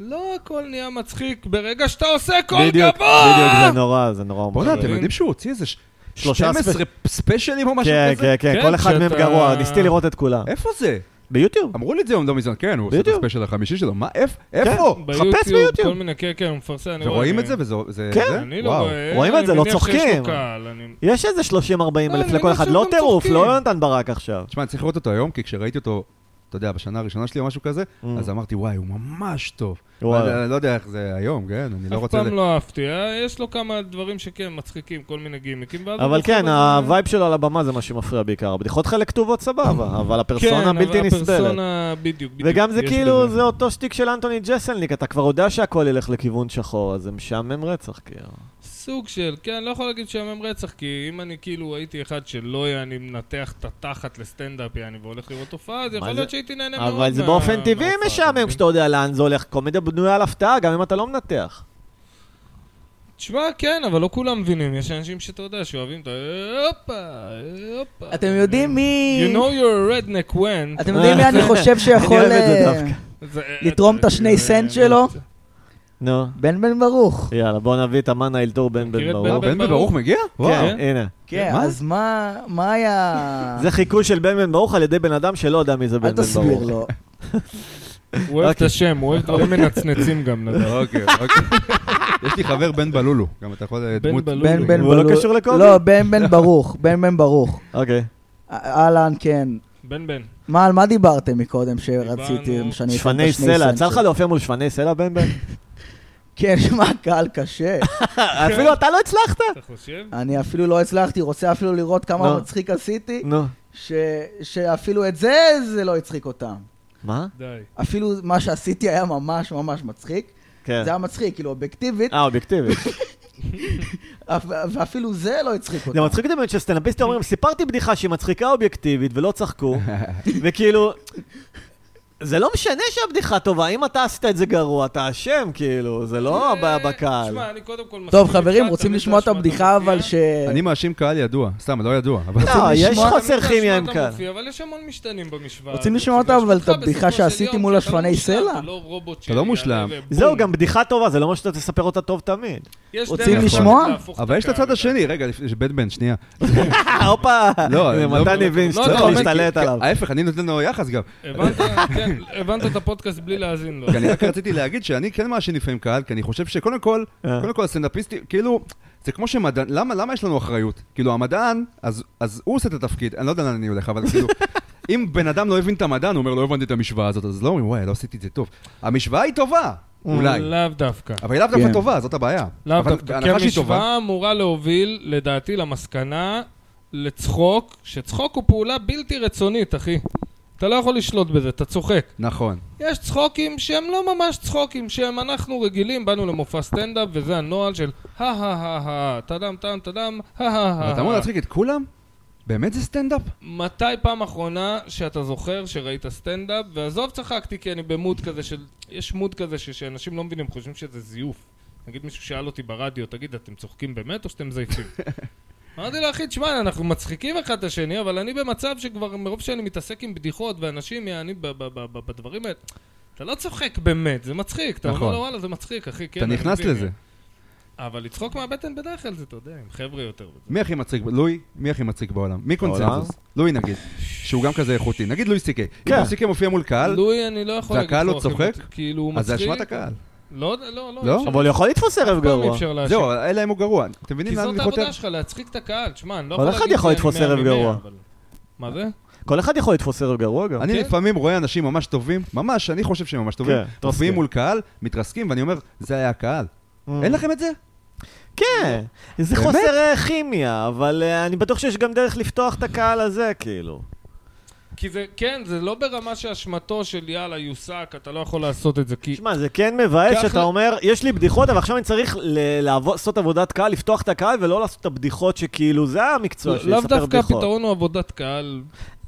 S3: לא הכל נהיה מצחיק ברגע שאתה עושה קול
S2: בדיוק, בדיוק,
S3: גבוה!
S2: זה נורא, זה נורא.
S4: בוא'נה,
S2: מוזר. כן,
S4: אתם יודעים שהוא הוציא איזה ש-
S2: שלושה
S4: 12 ספיישלים או משהו
S2: כן,
S4: כזה?
S2: כן, כן,
S3: כן, אה?
S2: כל אחד מהם
S3: כשאתה-
S2: גרוע, ניסיתי לראות את כולם.
S4: איפה זה?
S2: ביוטיוב.
S4: אמרו לי את זה יום לא מזמן, כן, הוא עושה את
S2: בדיוק. כן.
S4: הספיישל החמישי שלו, מה, איפ- איפה?
S2: חפש ביוטיוב.
S3: כל מיני, כן, כן, הוא מפרסם, אני רואה.
S4: ורואים
S3: אני-
S4: את זה וזה... זה-
S2: כן.
S4: זה?
S3: אני לא
S4: וואו.
S3: רואה.
S2: רואים את זה, לא
S3: אני מניח
S2: צוחקים.
S3: שיש לו קהל. אני-
S2: יש איזה 30-40
S3: לא,
S2: אלף
S3: אני
S2: לכל
S3: מניח
S2: אחד,
S3: שהם
S2: לא
S3: גם
S2: טירוף,
S3: צוחקים.
S2: לא יונתן ברק עכשיו.
S4: תשמע, אני צריך לראות אותו היום, כי כשראיתי אותו, אתה יודע, בשנה הראשונה שלי או משהו כזה,
S2: Mm.
S4: אז אמרתי, וואי, הוא ממש טוב.
S3: אה,
S2: וואלה.
S4: אבל אני לא יודע איך זה היום, כן? אני לא
S3: אף
S4: רוצה... ל-
S3: פעם לא אהבתי, אה, יש לו כמה דברים שכן מצחיקים, כל מיני גימיקים. ואז הוא
S2: אבל
S3: מוכר
S2: כן,
S3: בזה.
S2: הווייב שלו על הבמה זה מה שמפריע בעיקר. הבדיחות חלק כתובות סבבה, אבל הפרסונה
S3: כן,
S2: בלתי
S3: אבל
S2: נסבלת.
S3: הפרסונה, בדיוק, בדיוק.
S2: וגם זה
S3: יש
S2: כאילו,
S3: בזה.
S2: זה אותו שטיק של אנטוני ג'סלניק, אתה כבר יודע שהכל ילך לכיוון שחור, אז זה משעמם רצח, כאילו.
S3: סוג של, כן, לא יכול להגיד שעמם רצח, כי אם אני כאילו הייתי אחד שלא יעני מנתח את התחת לסטנדאפ יעני והולך לראות הופעה, אז יכול
S2: זה-
S3: להיות שהייתי נהנה מאוד. לא
S2: אבל זה
S3: מה-
S2: באופן טבעי
S3: מההופעה, אתה
S2: משעמם
S3: מבין?
S2: כשאתה יודע לאן זה הולך. קומדיה בנויה על הפתעה, גם אם אתה לא מנתח.
S3: תשמע, כן, אבל לא כולם מבינים, יש אנשים שאתה יודע שאוהבים את ה... הופה, הופה.
S1: אתם יודעים מי...
S3: You know you're a redneck when.
S1: אתם יודעים מי אני חושב שיכול...
S2: אני אוהב את זה
S1: אה,
S2: דווקא.
S3: זה-
S1: לתרום את
S3: זה- כן.
S1: השני
S3: זה-
S1: סנט
S3: זה-
S1: שלו?
S2: נו,
S1: בן בן ברוך.
S2: יאללה, בוא נביא את המן האלתור בן
S3: מכיר
S2: בן
S3: את בן
S2: ברוך.
S3: בן?
S4: בן בן ברוך מגיע? וואו.
S2: כן, הנה.
S1: כן,
S4: מה?
S1: אז מה מה היה...
S2: זה חיקוי של בן בן ברוך על ידי בן אדם שלא יודע מי זה בן
S1: אל
S2: בן
S1: תסביר
S2: ברוך.
S1: לו.
S3: הוא אוהב את
S2: אוקיי.
S3: השם, הוא אוהב דברים מנצנצים גם, נדב.
S4: אוקיי, אוקיי. יש לי חבר בן בלולו, גם אתה יכול... אה,
S3: בן
S4: דמות-
S3: בלולו.
S1: בן בן
S2: הוא לא
S1: ברוך.
S2: קשור לקובי?
S1: לא, בן בן ברוך. בן בן ברוך.
S2: אוקיי.
S1: אה, אהלן, כן.
S3: בן בן.
S1: מה, על מה דיברתם מקודם שרציתי
S3: דיברנו-
S1: שאני אתן את
S2: שפני
S1: השני
S2: סלע,
S1: סנט
S2: יצא לך
S1: שלי?
S2: להופיע מול שפני סלע, בן בן?
S1: כן, שמע, קהל קשה.
S2: אפילו אתה לא הצלחת?
S3: אתה חושב?
S1: אני אפילו לא הצלחתי, רוצה אפילו לראות כמה
S2: נו.
S1: מצחיק עשיתי,
S2: נו.
S1: ש- שאפילו את זה, זה לא הצחיק אותם.
S2: מה?
S3: די.
S1: אפילו מה שעשיתי היה ממש ממש מצחיק.
S2: כן.
S1: זה היה מצחיק, כאילו, אובייקטיבית,
S2: אה, אובייקטיבי.
S1: אפ- ואפילו זה לא הצחיק
S2: זה
S1: אותם.
S2: מצחיק תמיד שסטנדאפיסטים אומרים, סיפרתי בדיחה שהיא מצחיקה אובייקטיבית ולא צחקו, וכאילו, זה לא משנה שהבדיחה טובה, אם אתה עשית את זה גרוע, אתה אשם, כאילו, זה לא הבעיה בקהל.
S3: אה, שמע, אני קודם כל...
S1: טוב,
S3: מסכים
S1: חברים,
S3: איתך,
S1: רוצים
S3: תמיד
S1: לשמוע את
S3: להשמעת
S1: הבדיחה, אבל
S3: המופיע.
S1: ש...
S4: אני מאשים קהל ידוע, סתם, לא ידוע. אבל-
S2: לא, יש
S1: לשמוע-
S2: חוסר
S3: תמיד
S2: כימיה עם
S3: להשמעת
S2: קהל.
S3: המופיע, אבל יש המון משתנים במשוואה.
S1: רוצים
S3: הזאת,
S1: לשמוע
S3: שזה
S1: אותה, אבל את
S3: שלך
S1: הבדיחה
S3: בסופו של
S1: שעשיתי
S3: יום,
S1: מול
S3: כי אתה לא
S1: השפני
S3: מושלם,
S1: סלע.
S3: אתה לא רובוט
S4: אתה לא
S3: שיעלה
S4: מושלם.
S3: ובום.
S2: זהו, גם בדיחה טובה, זה לא אומר שאתה תספר אותה טוב תמיד.
S3: יש
S1: רוצים
S3: דרך
S1: לשמוע?
S3: אחת להפוך את
S4: אבל יש את הצד
S3: הקהל.
S4: השני, רגע, לפני- בן בן, שנייה.
S2: לא, הופה,
S4: לא,
S2: הנה,
S4: לא- כן,
S2: מתן הבין
S3: לא,
S2: שצריך
S3: לא,
S2: להשתלט עליו.
S4: ההפך, אני נותן לו יחס גם.
S3: הבנת? כן, הבנת את הפודקאסט בלי להאזין לו.
S4: כי אני רק רציתי להגיד שאני כן מאשים לפעמים קהל, כי אני חושב שקודם כל,
S2: אה.
S4: קודם כל הסטנדאפיסטים, כאילו, זה כמו שמדען, למה, למה יש לנו אחריות? כאילו, המדען, אז, אז הוא עושה את התפקיד, אני לא יודע לאן אני הולך, אבל כאילו, אם בן אדם לא הבין את המדען, הוא אומר, לא הבנתי את המשוואה הזאת, אז לא אומרים, וואי, לא עשיתי את זה טוב. המשוואה היא
S2: אה.
S4: טובה, אולי,
S3: לאו דווקא.
S4: אבל היא לאו דווקא
S1: כן.
S4: טובה, זאת הבעיה.
S3: לאו
S4: אבל
S3: דווקא. כן, כי
S4: בהנחה שהיא טובה,
S3: המשוואה אמורה להוביל, לדעתי, למסקנה לצחוק, שצחוק הוא פעולה בלתי רצונית, אחי. אתה לא יכול לשלוט בזה, אתה צוחק.
S4: נכון.
S3: יש צחוקים שהם לא ממש צחוקים, שהם אנחנו רגילים, באנו למופע סטנדאפ, וזה הנוהל של הא הא הא הא, טאדם טאם טאדם, הא הא הא.
S4: אבל אתה אמור
S3: הא.
S4: להצחיק את כולם? באמת זה סטנדאפ?
S3: מתי פעם אחרונה שאתה זוכר שראית סטנדאפ, ועזוב צחקתי כי אני במוד כזה של... יש מוד כזה ש... שאנשים לא מבינים, חושבים שזה זיוף. נגיד מישהו שאל אותי ברדיו, תגיד, אתם צוחקים באמת או שאתם מזייפים? אמרתי לו, אחי, תשמע, אנחנו מצחיקים אחד את השני, אבל אני במצב שכבר מרוב שאני מתעסק עם בדיחות, ואנשים יעני ב- ב- ב- ב- בדברים האלה, אתה לא צוחק באמת, זה מצחיק. אתה
S4: נכון.
S3: אומר לו, וואלה, זה מצחיק, אחי, כן.
S4: אתה
S3: אני
S4: נכנס
S3: מבין."
S4: לזה.
S3: אבל לצחוק מהבטן בדרך כלל זה, אתה יודע, עם חבר'ה יותר. וזה.
S4: מי הכי מצחיק? לואי? מי הכי מצחיק בעולם? מי
S2: בעולם?
S4: קונצנזוס? לואי נגיד, שהוא גם כזה איכותי. נגיד לואי סי קיי. אם
S2: כן.
S4: לואי סי קיי מופיע מול קהל,
S3: לואי, אני לא יכול להגיד
S4: והקהל
S3: שהוא
S4: לא
S3: הכי
S4: צוחק?
S3: מצחיק, כאילו, הוא
S4: אז זה
S3: מצחיק.
S4: אשמת הקהל.
S3: לא, לא, לא.
S4: לא?
S3: אפשר-
S2: אבל הוא יכול לתפוס ערב
S3: אף פעם
S2: גרוע.
S3: אפשר להשיק.
S4: זהו, אלא אם הוא גרוע. אתם מבינים
S3: אה, כי
S4: לאן
S3: זאת
S4: אני חותר?
S3: העבודה שלך, להצחיק את הקהל. שמע, אני לא
S2: אבל
S3: יכול
S2: אחד
S3: להגיד
S2: יכול
S3: שאני
S2: לתפוס
S3: 100
S2: ערב
S3: ממאה,
S2: גרוע.
S3: אבל- מה זה?
S2: כל אחד יכול לתפוס ערב גרוע גם.
S4: אני
S3: כן.
S4: לפעמים רואה אנשים ממש טובים, ממש, אני חושב שהם ממש טובים,
S2: כן,
S4: מופיעים
S2: מתרסקים.
S4: מול קהל, מתרסקים, ואני אומר, זה היה הקהל.
S2: Mm.
S4: אין לכם את זה?
S2: כן. זה
S4: באמת?
S2: חוסר אה, כימיה, אבל אה, אני בטוח שיש גם דרך לפתוח את הקהל הזה, כאילו.
S3: כי זה, כן, זה לא ברמה שאשמתו של יאללה, יוסק, אתה לא יכול לעשות את זה, כי...
S2: שמע, זה כן מבאס
S3: ככה-
S2: שאתה אומר, יש לי בדיחות, אבל עכשיו אני צריך ל- לעבוד- לעשות עבודת קהל, לפתוח את הקהל ולא לעשות את הבדיחות שכאילו, זה המקצוע שלי,
S3: לאו
S2: לספר
S3: דווקא
S2: בדיחות.
S3: הפתרון הוא עבודת קהל.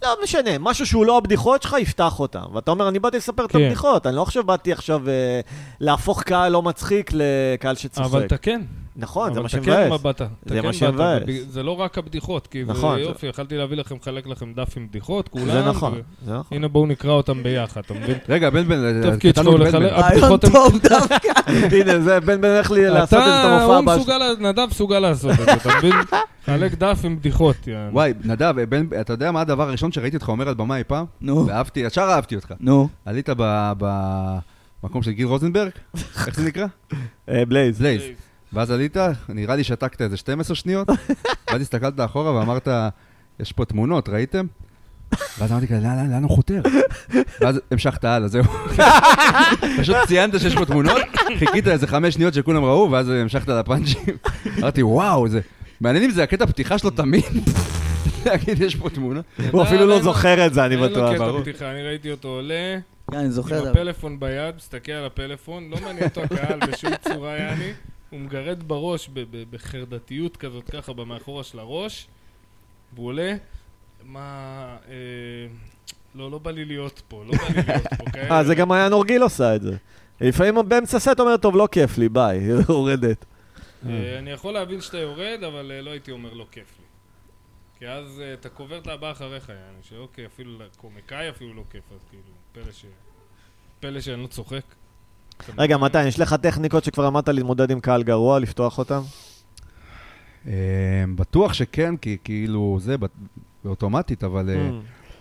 S2: לא משנה, משהו שהוא לא הבדיחות שלך, יפתח אותם. ואתה אומר, אני באתי לספר את
S3: כן.
S2: הבדיחות, אני לא עכשיו באתי עכשיו אה, להפוך קהל לא מצחיק לקהל
S3: אבל
S2: שצוחק.
S3: אתה כן.
S2: נכון, זה
S3: אבל
S2: מה
S3: אתה כן
S2: שמבאס.
S3: מבטה. אתה
S2: זה
S3: כן
S2: מה שמבאס.
S3: מבטה. זה לא רק הבדיחות, כי זה
S2: נכון, זה-
S3: יופי, יכלתי להביא לכם, לחלק לכם דף עם בדיחות, כולם.
S2: זה נכון,
S3: ו-
S2: זה נכון.
S3: הנה בואו נקרא אותם ביחד, אתה מבין?
S4: רגע, בן בן,
S3: תפקיד
S4: קטענו
S3: שלך
S4: את
S3: הוא
S4: בן בן.
S3: לחלק-
S1: רעיון
S3: הבדיחות הן-
S1: טוב דווקא.
S2: הנה, זה בן בן הולך לי לעשות את
S3: אתה,
S2: המופע
S3: הוא
S2: הבא שלו.
S3: מסוגל, נדב מסוגל לעשות את זה, אתה מבין? חלק דף עם בדיחות, יעני.
S4: וואי, נדב, אה, בן- אתה יודע מה הדבר הראשון שראיתי אותך אומר על במה אי פעם?
S1: נו,
S4: ואהבתי, ישר אהבתי אותך.
S1: נו.
S4: עלית ב- במקום של גיל רוזנברג? איך זה נקרא?
S2: אה, בלייז.
S4: בלייז. ואז עלית, נראה לי שתקת איזה 12 שניות, ואז הסתכלת אחורה ואמרת, יש פה תמונות, ראיתם? ואז אמרתי כזה, "לא, "לאן- לאן לאן הוא חותר? ואז המשכת הלאה, זהו. פשוט ציינת שיש פה תמונות, חיכית איזה חמש שניות שכולם ראו, ואז המשכת לפאנצ'ים. אמרתי, וואו, זה... מעניין אם זה הקטע פתיחה שלו תמיד. להגיד, יש פה תמונה.
S2: הוא
S3: אתה
S2: אפילו לא
S3: אין לו-
S2: זוכר את זה, אני
S3: אין לו
S2: בטוח.
S3: קטע
S4: ברור.
S3: פתיחה, אני ראיתי אותו עולה,
S1: כן, אני
S3: עם
S1: זוכר.
S3: הפלאפון ביד, מסתכל על הפלאפון, לא מעניין אותו הקהל בשום צורה, יעני. הוא מגרד בראש ב- ב- בחרדתיות כזאת, ככה, במאחורה של הראש, והוא עולה, מה... אה, לא, לא בא לי להיות פה, לא בא לי להיות פה, כאלה.
S2: אה, זה גם היה נורגיל עושה את זה. לפעמים באמצע סט אומר, טוב, לא כיף לי, ביי, יורדת.
S3: אה, אני יכול להבין שאתה יורד, אבל אה, לא הייתי אומר לא כיף לי. כי אז אה, אתה קובר את הבא אחריך, יעני, שאוקיי, אפילו לקומיקאי אפילו לא כיף, אז כאילו, פלא ש... פלא שאני לא צוחק.
S2: רגע, מתן, יש לך טכניקות שכבר למדת להתמודד עם קהל גרוע, לפתוח אותם?
S4: אה, בטוח שכן, כי כאילו, זה בא- באוטומטית, אבל אה,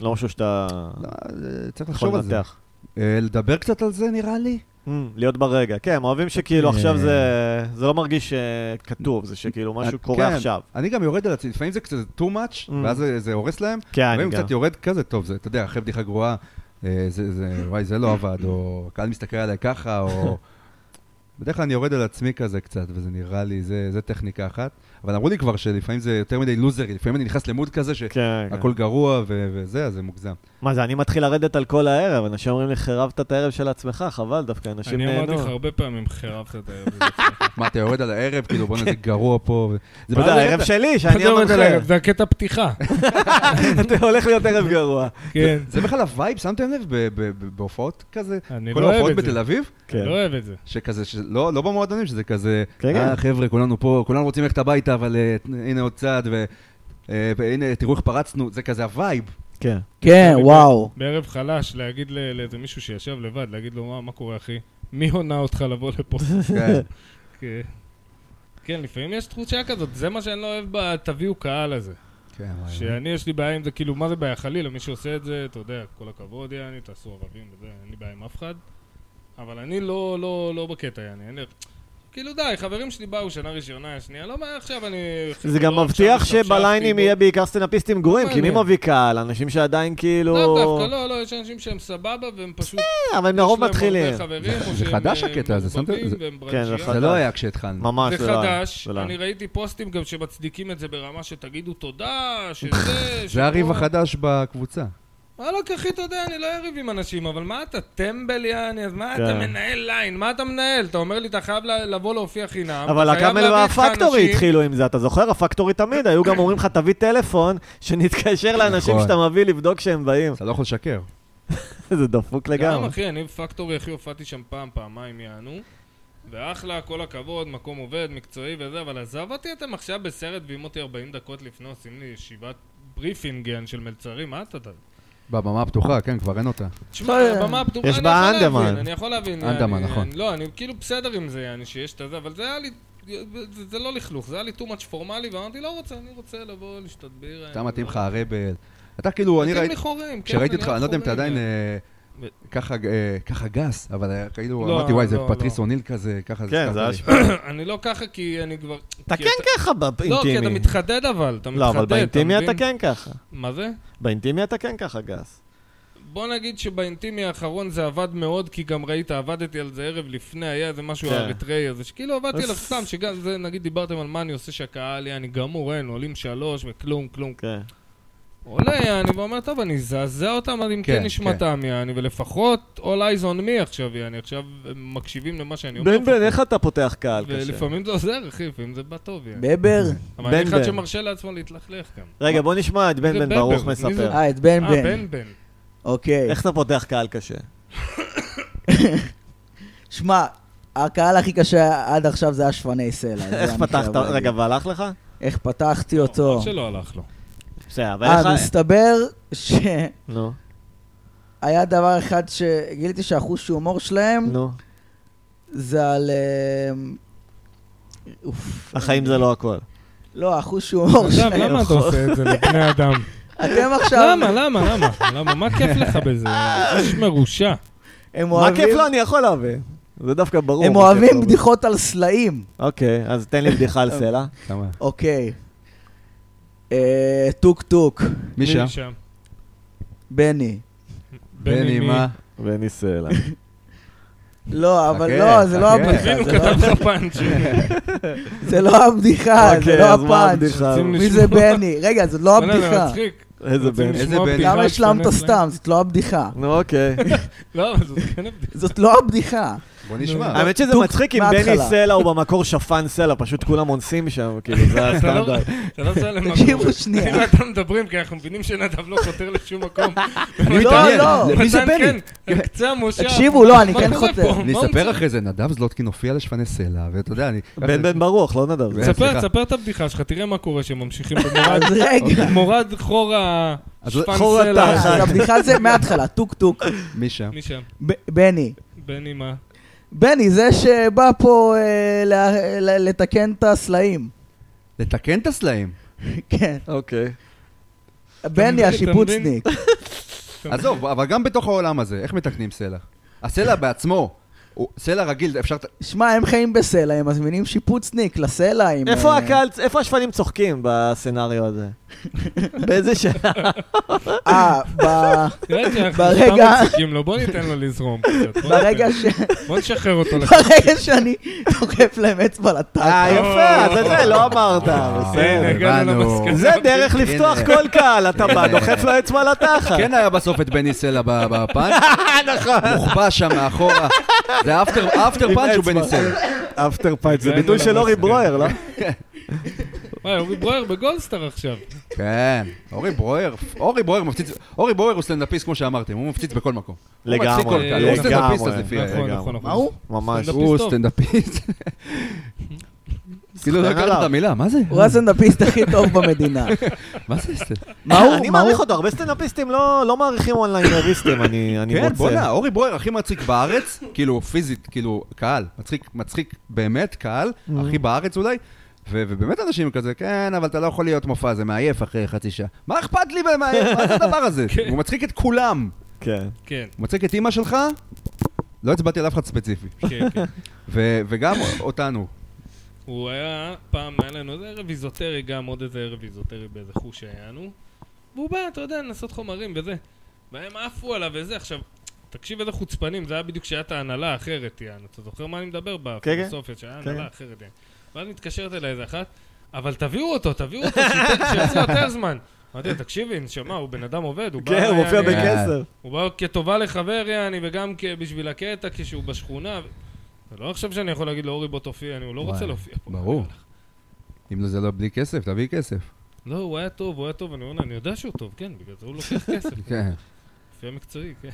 S2: לא משהו שאתה
S4: לא, אה, צריך
S2: יכול
S4: לחשוב על זה.
S2: לנתח.
S4: אה, לדבר קצת על זה, נראה לי.
S2: אמ, להיות ברגע. כן, הם אוהבים שכאילו
S4: אה.
S2: עכשיו זה... זה לא מרגיש אה, כתוב, זה שכאילו משהו
S4: אה,
S2: קורה
S4: כן.
S2: עכשיו.
S4: אני גם יורד על עצמי, לפעמים זה קצת too much,
S2: Mm.
S4: ואז זה- זה הורס להם.
S2: כן,
S4: לפעמים
S2: אני גם.
S4: קצת יורד כזה, טוב, זה, אתה יודע, אחרי בדיחה גרועה, אה, זה, זה- וואי, זה לא עבד, או הקהל מסתכל עליי ככה, או... בדרך כלל אני יורד על עצמי כזה קצת, וזה נראה לי, זה, זה טכניקה אחת. אבל אמרו לי כבר שלפעמים זה יותר מדי לוזרי, לפעמים אני נכנס למוד כזה שהכל
S2: כן, כן.
S4: גרוע ו- וזה, אז זה מוגזם.
S2: מה זה, אני מתחיל לרדת על כל הערב, אנשים אומרים לי, חרבת את הערב של עצמך, חבל, דווקא אנשים אה,
S3: אני אמרתי
S2: נהנו.
S3: לך הרבה פעמים, חרבת את הערב הזה.
S4: מה, אתה יורד על הערב, כאילו, בוא נעשה גרוע פה. ו- זה
S2: כן. אתה יודע,
S3: לא,
S4: בעיה,
S2: הערב שלי,
S3: אתה
S2: שאני
S3: יורד על הערב,
S2: המנחה.
S3: זה הקטע פתיחה.
S2: אתה הולך להיות ערב גרוע.
S3: כן.
S4: זה בכלל הווייב, שמתם לב? ב- ב- ב- בהופעות כזה?
S3: אני
S4: כל
S3: לא אוהב
S4: ההופעות
S3: את זה.
S4: בתל אביב?
S2: כן.
S3: לא אוהב את זה.
S4: שכזה, שלא, לא במועדונים, שזה כזה,
S2: כן,
S4: אה,
S2: כן.
S4: חבר'ה, כולנו פה, כולנו רוצים ללכת הביתה, אבל אה, הנה עוד צעד, ו- אה, והנה, תראו איך פרצנו, זה כזה הווייב.
S2: כן.
S1: כן, וואו.
S3: בערב חלש, להגיד ל- לאיזה מישהו שישב לבד, להגיד לו, "מה- מה קורה, אחי? מי הונה אותך לבוא לפה?
S4: כן.
S3: כן. כן, לפעמים יש תחושה כזאת, זה מה שאני לא אוהב ב"תביאו קהל" הזה.
S2: אוקיי.
S4: כן, וואי.
S3: שאני, יש לי בעיה עם זה, כאילו, מה זה בעיה? חלילה, מי שעושה את זה, אתה יודע, כל הכבוד, יעני, תעשו ערבים וזה, אין לי בעיה עם אף אחד. אבל אני לא, לא, לא בקטע, יעני, אין לי... כאילו, די, חברים שלי באו שנה ראשונה, שנייה, לא, מה עכשיו אני...
S2: זה גם
S3: לא,
S2: מבטיח
S3: עכשיו השתפשפתי
S2: שבליינים
S3: בו.
S2: יהיה בעיקר סטנאפיסטים גרועים,
S3: לא
S2: כי מי
S3: מעניין.
S2: מביא קהל? אנשים שעדיין כאילו...
S3: לאו דווקא, לא, לא, יש אנשים שהם סבבה, והם פשוט...
S2: אה, אבל הם לרוב מתחילים.
S3: יש להם הרבה חברים, או
S4: זה
S3: שהם,
S4: חדש
S3: אה,
S4: הקטע הזה, שמתם-
S3: מעורבבים
S4: זה-
S3: והם
S2: כן, זה
S3: ברנצ'יאנים.
S2: חדש.
S4: זה לא היה כשהתחלנו.
S2: ממש,
S3: זה
S2: לא היה.
S3: חדש,
S2: זה לא היה.
S3: אני ראיתי פוסטים גם שמצדיקים את זה ברמה שתגידו תודה, שזה...
S4: זה הריב
S3: שפה.
S4: החדש בקבוצה.
S3: וואלכ, אחי, אתה יודע, אני לא אריב עם אנשים, אבל מה אתה טמבל, יעני? אז מה
S2: כן.
S3: אתה מנהל ליין? מה אתה מנהל? אתה אומר לי, אתה חייב ל- לבוא להופיע חינם.
S2: אבל
S3: אתה חייב
S2: הקאמל
S3: להביא איתך
S2: והפקטורי
S3: אנשים.
S2: התחילו עם זה, אתה זוכר? הפקטורי תמיד, היו גם אומרים לך, תביא טלפון, שנתקשר לאנשים
S4: נכון.
S2: שאתה מביא לבדוק שהם באים.
S4: אתה לא יכול לשקר.
S1: נכון.
S2: זה דפוק
S3: גם,
S2: לגמרי.
S3: אחי, אני בפקטורי, אחי, הופעתי שם פעם, פעמיים, יענו. ואחלה, כל הכבוד, מקום עובד, מקצועי וזה, אבל עזב אותי אתם עכשיו בסרט ואם אותי 40 דקות לפני, עושים לי ישיבת בריפינג יען, של מלצרים, מה אתה...
S4: בבמה הפתוחה, כן, כבר אין אותה.
S3: תשמע,
S1: אה,
S3: הבמה הפתוחה,
S2: יש
S3: אני
S2: בה
S3: יכול
S2: אנדמן.
S3: להבין, אני יכול להבין.
S4: אנדמן,
S3: אני-
S4: נכון.
S3: אני- לא, אני כאילו בסדר עם זה, יעני, שיש את זה, אבל זה היה לי... זה זה לא לכלוך, זה היה לי too much פורמלי, ואמרתי, לא רוצה, אני רוצה לבוא, לשתות בירה.
S4: אתה
S3: אני
S4: מתאים
S3: לא-
S4: לך הרבל. אתה כאילו, אני
S3: אתם
S4: ראיתי,
S3: לי חורם, כן,
S4: כשראיתי אותך,
S3: אוהב
S4: אני לא יודע אם אתה
S3: חורים,
S4: עדיין
S3: יעני.
S4: אה, ככה, אה, ככה גס, אבל היה כאילו,
S3: לא,
S4: אמרתי, וואי, זה
S3: לא,
S4: פטריס
S3: לא.
S4: אוניל כזה, ככה זה
S2: כן,
S4: סתם
S2: זה
S4: לי."
S2: היה שפ-
S4: אה,
S3: אני לא ככה כי אני כבר...
S2: אתה
S3: כי
S2: כן ככה באינטימי.
S3: לא, כי אתה מתחדד אבל, אתה מתחדד,
S2: לא, אבל
S3: אתה
S2: באינטימי אתה
S3: מבין?
S2: כן ככה.
S3: מה זה?
S2: באינטימי אתה כן ככה גס.
S3: בוא נגיד שבאינטימי האחרון זה עבד מאוד, כי גם ראית, עבדתי על זה ערב לפני, היה איזה משהו
S2: כן.
S3: אריתראי הזה, שכאילו כאילו עבדתי
S2: אז-
S3: עליו סתם, שגם זה, נגיד דיברתם על מה אני עושה שהקהל יעני גמור, אין, עולים שלוש וכלום, כלום.
S2: כן.
S3: עולה יעני ואומר, טוב, אני אזעזע אותם עד עמקי
S4: כן,
S3: נשמתם יעני, ולפחות all eyes on me עכשיו יעני, עכשיו הם מקשיבים למה שאני אומר.
S2: בן בן, איך אתה פותח קהל קשה?
S3: ולפעמים זה עוזר, אחי, לפעמים זה בא טוב יעני.
S1: בבר?
S3: אבל אני
S2: בן
S3: אחד
S2: בן.
S3: שמרשה לעצמו להתלכלך גם.
S2: רגע, בוא נשמע את בן
S3: זה
S2: בן
S3: בן
S2: ברוך
S3: בן, מי זה?
S2: מספר.
S1: אה, את בן
S3: אה,
S1: בן.
S3: בן בן.
S1: אוקיי.
S2: איך אתה פותח קהל קשה?
S1: אה, שמע, הקהל הכי קשה עד עכשיו זה היה שפני סלע. זה
S2: איך
S1: אני
S2: פתחת?
S1: חייב להגיד.
S2: רגע, והלך לך?
S1: איך פתחתי אותו.
S2: לא.
S3: רק שלא הלך לו.
S2: בסדר, אבל
S1: אה,
S2: איך...
S1: מסתבר ש...
S2: נו,
S1: היה דבר אחד שגיליתי שהחוש הומור שלהם
S2: נו.
S1: זה על... אמ, אוף.
S2: החיים זה לא הכל.
S1: לא, החוש הומור
S3: אדם,
S1: שלהם.
S3: למה אתה
S2: לא.
S3: עושה את זה לבני אדם?
S1: אתם עכשיו,
S3: למה, למה, למה? למה? מה כיף לך בזה? איש מרושע.
S1: הם
S2: מה
S1: אוהבים-
S2: כיף לו, אני יכול להבין. זה דווקא ברור.
S1: הם
S2: מה כיף
S1: אוהבים אה.
S2: לו.
S1: בדיחות על סלעים.
S2: אוקיי, אז תן לי בדיחה על סלע.
S4: כמה?
S1: אוקיי. אה, טוק טוק,
S4: מי שם?
S3: שם?
S1: בני.
S4: בני,
S3: מי?
S4: מה?
S2: ואני סלע.
S1: לא, אבל
S2: אוקיי,
S4: חכה,
S1: לא, זה לא
S4: חכה.
S1: הבדיחה.
S3: כן, הנה, הוא
S1: זה לא-
S3: כתב לך פאנצ'ים.
S1: זה לא הבדיחה, זה
S2: אוקיי,
S1: לא
S2: אז מה
S1: הפאנץ'.
S2: הבדיחה?
S3: רוצים
S1: מי זה בני? רגע, זאת לא
S3: בוא'נה, זה
S1: הבדיחה.
S3: מצחיק.
S2: איזה
S3: רוצים
S2: בן.
S4: איזה
S3: לשמוע
S4: בן?
S3: בדיחה
S1: למה
S3: על שונא
S1: השלמת
S3: שלהם?
S1: סתם? זאת לא הבדיחה.
S2: נו, אוקיי.
S3: לא, אבל זאת כן הבדיחה.
S1: זאת לא הבדיחה.
S4: בוא נשמע.
S2: האמת שזה
S1: טוק
S2: מצחיק אם
S1: מההתחלה.
S2: בני סלע הוא במקור שפן סלע, פשוט כולם אונסים שם, כאילו, זה
S3: אתה לא-
S2: הסטנדרט.
S3: אתה לא שואל למה
S1: תקשיבו
S3: קורה.
S1: שנייה.
S2: אוקיי.
S3: כאילו אתה מדברים, כי אנחנו מבינים שנדב לא חותר לשום מקום.
S4: אני
S1: לא,
S4: מתעניין,
S1: לא.
S4: מי זה
S3: מתן,
S4: בני?
S3: כן, קצה המושב.
S1: תקשיבו, לא, אני
S3: מה
S1: כן
S3: קורה
S1: חותר.
S3: פה?
S4: אני
S3: מה הוא
S4: אספר
S3: מצ-
S4: אחרי זה, נדב זלוטקין הופיע לשפני סלע, ואתה יודע, אני...
S2: בן בן ברוך, לא נדב.
S4: בן-
S3: תספר,
S4: סליחה.
S3: תספר את הבדיחה שלך, תראה מה קורה שממשיכים במורד.
S1: אז רגע,
S3: מורד חור ה...
S4: אז
S3: שפן
S2: חור
S3: סלע.
S2: התחת.
S1: אז הבדיחה זה מההתחלה, טוק טוק.
S4: מי שם?
S3: מי שם?
S1: ב- בני.
S3: בני מה?
S1: בני, זה שבא פה אה, ל- ל- לתקן את הסלעים.
S4: לתקן את הסלעים.
S1: כן.
S2: אוקיי.
S1: בני
S3: מבין,
S1: השיפוצניק.
S4: עזוב, אבל גם בתוך העולם הזה, איך מתקנים סלע? הסלע בעצמו, הוא- סלע רגיל, אפשר...
S1: שמע, הם חיים בסלע, הם מזמינים שיפוצניק לסלע עם...
S2: איפה
S1: אה,
S2: הקהל, איפה השפנים צוחקים בסצנריו הזה? באיזה שעה?
S1: אה, ב-
S3: תראה שאנחנו
S1: ברגע-
S3: סתם מציקים לו, בוא ניתן לו לזרום קצת. בוא
S1: ברגע
S3: ניתן-
S1: ש...
S3: בוא נשחרר אותו. לך.
S1: ברגע שאני דוחף להם אצבע
S2: אה,
S1: לטאק.
S2: יפה, אז את זה לא אמרת,
S3: הנה,
S2: בסדר.
S3: הגענו
S4: הבנו.
S3: למסקנה.
S2: זה דרך לפתוח
S4: הנה.
S2: כל קהל, אתה בא,
S4: הנה.
S2: דוחף לו אצבע לתחת.
S4: כן היה בסוף את בני סלע ב- בפאנץ', מוחבא שם מאחורה. זה אפטר אפטר
S2: עם
S4: פאנץ' הוא
S2: אצבע.
S4: בני סלע.
S2: אפטר פייט, זה
S3: הגענו
S2: ביטוי של אורי
S3: למסקנה.
S2: ברויר, לא?
S3: וואי, אורי ברויר בגולדסטאר עכשיו.
S4: כן, אורי ברויר, אורי ברויר מפציץ, אורי ברויר הוא סטנדאפיסט כמו שאמרתם, הוא מפציץ בכל מקום. הוא מצחיק כל
S2: לגמרי,
S4: קהל, הוא סטנדאפיסט אז לפי ה...
S3: נכון,
S2: לגמרי.
S3: נכון, נכון.
S1: מה הוא?
S2: ממש.
S3: סטנדאפ.
S4: הוא סטנדאפיסט. כאילו לא הכרנו את המילה, מה זה?
S2: אה.
S1: הוא הסטנדאפיסט הכי טוב במדינה.
S4: מה זה סטנדאפיסט?
S1: מה הוא?
S2: אה, אני
S1: מה
S2: מעריך
S1: הוא?
S2: אותו, הרבה סטנדאפיסטים לא לא מעריכים אונליינריסטים, אני אני
S4: כן, בואנה,
S2: רוצה.
S4: אורי ברויר הכי מצחיק בארץ, כאילו פיזית, כאילו קהל, מצחיק, מצחיק באמת, קהל,
S3: Mm.
S4: הכי בארץ אולי. ו- ובאמת אנשים כזה, כן, אבל אתה לא יכול להיות מופע, זה מעייף אחרי חצי שעה. מה אכפת לי ומעייף? מה זה הדבר הזה?
S3: כן.
S4: הוא מצחיק את כולם.
S2: כן.
S3: כן,
S4: הוא מצחיק את אימא שלך, לא הצבעתי על אף אחד ספציפי.
S3: כן, כן.
S4: ו- וגם אותנו.
S3: הוא היה, פעם היה לנו איזה ערב איזוטרי, גם עוד איזה ערב איזוטרי באיזה חוש היה לנו. והוא בא, אתה יודע, לנסות חומרים וזה. והם עפו עליו וזה. עכשיו, תקשיב איזה חוצפנים, זה היה בדיוק שהיה את ההנהלה האחרת, יענו. אתה זוכר מה אני מדבר בפילוסופיה, שהיה
S2: כן,
S3: הנהלה
S2: כן.
S3: אחרת, יענו. ואז מתקשרת אליי איזה אחת, אבל תביאו אותו, תביאו אותו, שיתן- שיעשה יותר זמן. אמרתי לה, תקשיבי, נשמה, הוא בן אדם עובד, הוא בא... אה,
S2: כן, הוא מופיע
S3: יעני,
S2: בכסף.
S3: הוא בא כטובה לחבר, יעני, וגם כ- בשביל הקטע, כשהוא בשכונה. ו- זה לא עכשיו שאני יכול להגיד לאורי בוא תופיע, אני- הוא לא רוצה
S4: וואי,
S3: להופיע פה.
S4: ברור. אם זה לא בלי כסף, תביא כסף.
S3: לא, הוא היה טוב, הוא היה טוב, אני אומר לה, אני יודע שהוא טוב, כן, בגלל זה הוא לוקח כסף.
S4: כן.
S3: מופיע מקצועי, כן.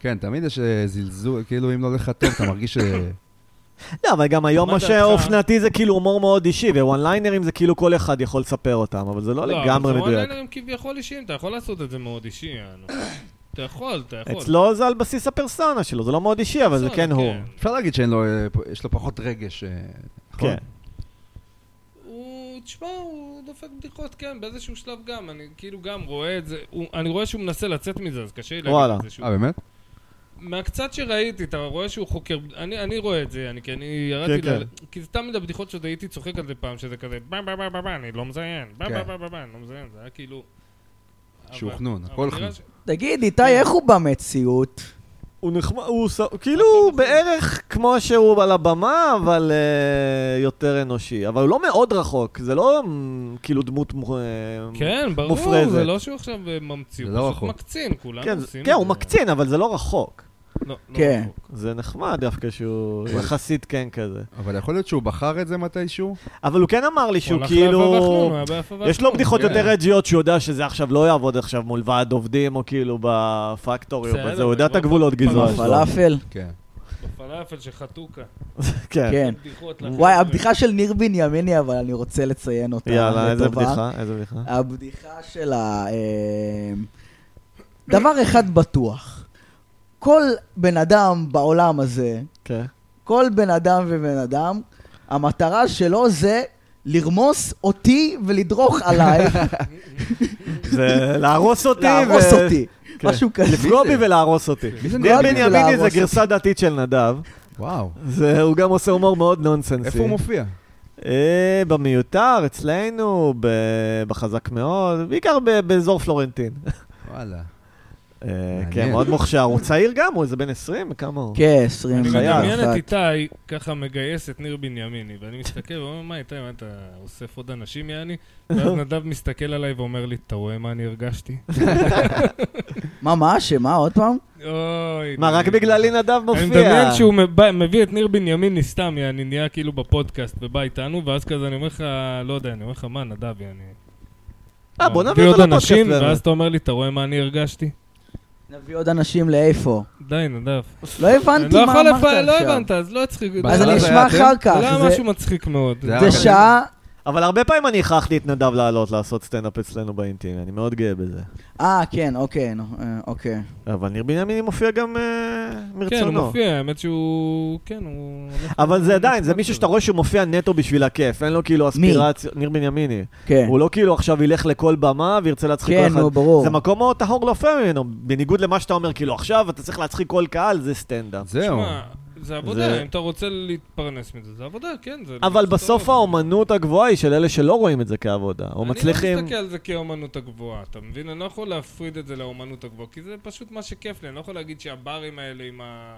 S4: כן, תמיד יש אה, זלזול, כאילו אם לא הולך לך טוב, אתה מרגיש אה, ש...
S2: לא, אבל גם היום
S3: מה
S2: מה
S3: דעתך?
S2: שאופנתי זה כאילו הומור מאוד אישי, ווואן ליינרים זה כאילו כל אחד יכול לספר אותם, אבל זה לא לגמרי
S3: אבל זה
S2: מדויק.
S3: אונליינרים כביכול אישיים, אתה יכול לעשות את זה מאוד אישי, יענו. אתה יכול, אתה יכול.
S2: אצלו זה על בסיס הפרסונה שלו, זה לא מאוד אישי, אבל זה
S3: בסדר,
S2: כן הוא.
S4: אפשר להגיד שאין לו, אה, פ- יש לו פחות רגש. אה, נכון?
S2: כן.
S3: הוא, תשמע, הוא דופק בדיחות, כן, באיזשהו שלב גם, אני כאילו גם רואה את זה, הוא- אני רואה שהוא מנסה לצאת מזה, אז קשה לי להגיד
S2: וואלה.
S3: את זה שהוא...
S4: אה, באמת?
S3: מהקצת שראיתי, אתה רואה שהוא חוקר, אני, אני רואה את זה, אני, כי אני ירדתי,
S2: כן,
S3: כן,
S2: כן.
S3: כן. כי זה תמיד הבדיחות שעוד הייתי צוחק על זה פעם, שזה כזה, בא בא בא בא בא, אני לא מזיין, בא
S4: כן.
S3: בא בא בא בא, אני לא מזיין, זה היה כאילו...
S4: שהוא
S3: אבל-
S4: חנון,
S3: אבל
S4: הכל
S3: נראה
S4: חנון.
S3: ש-
S1: תגיד, איתי, איך הוא במציאות?
S2: הוא נחמד, הוא ס- כאילו הוא בערך כמו שהוא על הבמה, אבל אה, יותר אנושי. אבל הוא לא מאוד רחוק, זה לא מ, כאילו דמות מ- אה,
S3: כן, ברור,
S2: מופרזת.
S3: זה לא שהוא עכשיו אה, ממציא,
S4: זה
S3: הוא
S4: לא
S3: פשוט
S4: רחוק.
S3: מקצין, כולם
S2: כן,
S3: עושים
S2: כן,
S3: את
S2: הוא
S3: זה.
S2: מקצין, אבל זה לא רחוק.
S3: לא, לא
S1: כן.
S3: רחוק.
S2: זה נחמד דווקא שהוא
S4: אבל-
S2: יחסית כן כזה.
S4: אבל יכול להיות שהוא בחר את זה מתישהו?
S2: אבל הוא כן אמר לי
S3: הוא
S2: שהוא
S3: הלך לאפה והחנון, הוא
S2: כאילו...
S3: היה באפה
S2: יש לו
S3: והחנון.
S2: בדיחות
S4: כן.
S2: יותר אג'יות שהוא יודע שזה עכשיו לא יעבוד עכשיו מול ועד עובדים, או כאילו בפקטורי, או
S3: בסדר,
S2: בזה, הוא יודע את
S3: אבל-
S2: הגבולות גזרה שלו.
S1: פלאפל?
S4: כן.
S3: בפלאפל של חתוכה.
S2: כן.
S1: כן.
S3: בדיחות לחבר'ה.
S1: וואי, הבדיחה של ניר בנימיני, אבל אני רוצה לציין אותה.
S2: יאללה, איזה
S1: לטובה.
S2: בדיחה, איזה בדיחה.
S1: הבדיחה של ה... אמ, דבר אחד בטוח, כל בן אדם בעולם הזה,
S2: כן.
S1: כל בן אדם ובן אדם, המטרה שלו זה לרמוס אותי ולדרוך עליי,
S2: זה להרוס אותי.
S1: להרוס
S2: ו-
S1: אותי,
S2: כן.
S1: משהו כזה.
S2: לפגוע בי ולהרוס אותי.
S4: מי זה
S2: ניר
S1: ניר
S2: בנימיני זה
S1: ולהרוס
S2: גרסה דתית של נדב.
S4: וואו.
S2: זה- הוא גם עושה הומור מאוד נונסנסי.
S4: איפה הוא מופיע?
S2: אה, במיותר, אצלנו, ב- בחזק מאוד, בעיקר ב- באזור פלורנטין.
S4: וואלה.
S2: אה, כן,
S4: מעניין.
S2: מאוד מוכשר. הוא צעיר גם, הוא איזה בן 20, כמה הוא?
S1: כן, 20
S3: אני
S2: חייב.
S3: מדמיין את איתי ככה מגייס את ניר בנימיני, ואני מסתכל ואומר, מה איתי, מה אתה אוסף עוד אנשים יעני? ואז נדב מסתכל עליי ואומר לי, אתה רואה מה אני הרגשתי?
S1: מה, מה, שמה, עוד פעם?
S3: אוי.
S2: מה, רק
S3: די.
S2: בגללי נדב מופיע?
S3: אני מדמיין שהוא מבא- מביא את ניר בנימיני סתם, יעני, נהיה כאילו בפודקאסט ובא איתנו, ואז כזה אני אומר לך, לא יודע, אני אומר לך, מה, נדב, יעני.
S2: אה, בוא נביא
S3: מביא
S2: אותו
S3: עוד
S2: לפודקאסט.
S3: אנשים,
S2: באמת.
S3: ואז אתה אומר לי, אתה רואה מה אני הרגשתי?
S1: נביא עוד אנשים לאיפה.
S3: די, נדב.
S1: לא הבנתי
S3: לא
S1: מה
S3: יכול
S1: אמרת
S3: לפ- לא
S1: עכשיו.
S3: הבנת, אז לא הצחיק.
S1: אז
S4: בהתחלה
S1: אני
S4: זה
S1: אשמע
S4: היה אתם?
S1: אחר כך,
S3: זה היה
S1: זה-
S3: משהו מצחיק מאוד.
S4: זה היה
S1: זה
S4: רק אני.
S1: שעה...
S2: אבל הרבה פעמים אני הכרחתי את נדב לעלות לעשות סטנדאפ אצלנו באינטימי, אני מאוד גאה בזה.
S1: אה, כן, אוקיי, נו, אה, אוקיי.
S2: אבל ניר בנימיני מופיע גם אה, מרצונו.
S3: כן, הוא מופיע, האמת שהוא... כן, הוא... הולך-
S2: אבל זה
S3: הוא
S2: עדיין,
S3: נחמד
S2: זה מישהו
S3: כזה.
S2: שאתה רואה שהוא מופיע נטו בשביל הכיף, אין לו כאילו אספירציה, ניר בנימיני.
S1: כן.
S2: הוא לא כאילו עכשיו ילך לכל במה וירצה להצחיק כל
S1: כן,
S2: אחד.
S1: נו, ברור.
S2: זה מקום מאוד טהור לאופן ממנו, בניגוד למה שאתה אומר, כאילו עכשיו אתה צריך להצחיק כל קהל, זה סטנדאפ.
S4: זהו.
S3: תשמע, זה
S2: זה-
S3: עבודה, אם אתה רוצה להתפרנס מזה, זה עבודה, כן. זה
S2: אבל
S3: לעשות
S2: בסוף
S3: טוב.
S2: האומנות הגבוהה היא של אלה שלא רואים את זה כעבודה, או
S3: אני
S2: מצליחים...
S3: לא מסתכל על זה כאומנות הגבוהה, אתה מבין? אני לא יכול להפריד את זה לאומנות הגבוהה, כי זה פשוט מה שכיף לי, אני לא יכול להגיד שהברים האלה עם ה...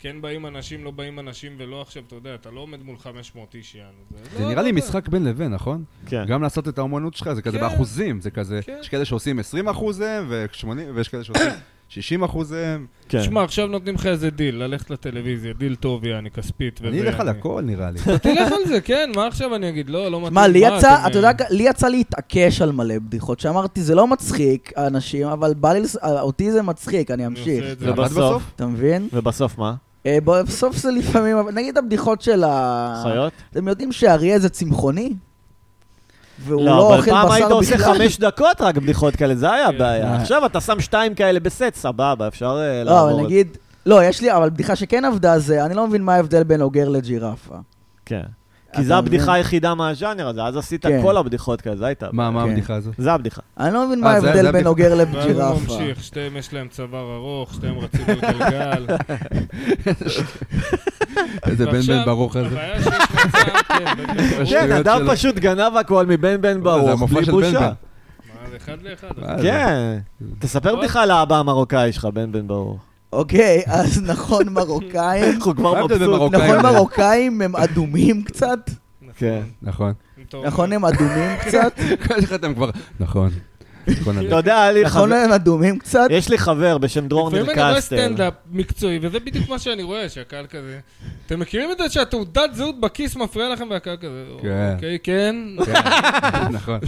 S3: כן באים אנשים, לא באים אנשים, ולא עכשיו, אתה יודע, אתה לא עומד מול 500 איש יענו.
S4: זה
S3: לא,
S4: נראה
S3: לא,
S4: לי
S3: לא.
S4: משחק בין לבין, נכון?
S2: כן.
S4: גם לעשות את האומנות שלך, זה כזה
S3: כן.
S4: באחוזים, זה כזה,
S3: כן.
S4: יש כאלה שעושים 20 אחוז הם, ו-80, ויש כאלה שעושים 60 אחוז הם.
S2: כן.
S3: תשמע, עכשיו נותנים לך איזה דיל, ללכת לטלוויזיה, דיל טוב, יעני, כספית. וזה,
S4: אני אלך על
S3: יעני.
S4: הכל, נראה לי.
S3: תלך על זה, כן, מה עכשיו אני אגיד? לא, לא מתאים.
S1: מה, לי יצא,
S3: אתם,
S1: אתה יודע,
S3: אה,
S1: לי יצא להתעקש על מלא בדיחות, שאמרתי, זה לא מצחיק, האנשים, אבל בא לי, לס- אה, אותי זה מצחיק, אני
S3: אני עושה
S1: אמשיך.
S3: את זה.
S4: זה עבד
S2: ובסוף?
S4: בסוף?
S1: אתה מבין?
S2: ובסוף מה?
S1: אה, בוא, בסוף זה לפעמים, אבל נגיד הבדיחות של ה...
S3: אה,
S2: חיות?
S1: אתם יודעים שאריה זה צמחוני? והוא לא
S2: לא,
S1: אוכל
S2: אבל פעם היית
S1: בשר
S2: עושה
S1: בכלל?
S2: חמש דקות רק בדיחות כאלה, זה היה
S3: כן.
S2: הבעיה.
S1: אה.
S2: עכשיו אתה שם שתיים כאלה בסט, סבבה, אפשר אה,
S1: לא,
S2: לעבור.
S1: אבל
S2: את-
S1: נגיד... לא, יש לי, אבל בדיחה שכן עבדה זה, אני לא מבין מה ההבדל בין אוגר לג'ירפה.
S2: כן.
S1: אתה
S2: כי זו הבדיחה
S1: מבין?
S2: היחידה מהז'אנר הזה, אז עשית
S1: כן.
S2: כל הבדיחות כאלה, זה הייתה.
S4: מה, מה
S1: כן.
S4: הבדיחה הזאת?
S2: זה הבדיחה.
S1: אני לא מבין
S4: אה,
S1: מה
S4: זה-
S1: ההבדל
S4: זה
S1: בין
S4: הבדיח-
S1: אוגר
S3: ואז הוא
S1: לג'ירפה.
S3: ממשיך, שתיהם יש להם צוואר ארוך, שתיהם רצים על גלגל.
S4: איזה בן
S3: ועכשיו,
S4: בן ברוך הזה.
S3: הבעיה שיש מצב, כן, בן בן ברוך.
S4: השטויות
S2: כן, אדם
S4: שלו.
S2: פשוט גנב הכל מבן בן
S4: זה
S2: ברוך,
S4: המופע
S2: בלי
S4: של בן
S2: בושה.
S4: בן.
S3: מה, זה אחד לאחד.
S4: מה זה?
S2: כן. תספר
S3: עוד-
S2: בדיחה על האבא המרוקאי שלך, בן בן ברוך.
S1: אוקיי, אז נכון, מרוקאים.
S2: אנחנו כבר
S4: מה ההבדל בין
S2: מבסוט.
S4: מרוקאי?
S1: נכון,
S4: אוקיי.
S1: מרוקאים הם אדומים קצת?
S2: כן.
S4: נכון.
S1: נכון, הם אדומים קצת?
S4: כל אחד אתם כבר... נכון. נכון, אני-
S2: אתה יודע, היה לי
S1: נכון,
S2: חבר-
S1: הם אדומים קצת?
S2: יש לי חבר בשם דרור
S3: לפעמים אני רואה
S2: נרקסטר.
S3: סטנדאפ מקצועי, וזה בדיוק מה שאני רואה, שהקהל כזה... אתם מכירים את זה שהתעודת זהות בכיס מפריעה לכם והקהל כזה?
S4: כן.
S3: אוקיי, כן.
S4: כן, נכון.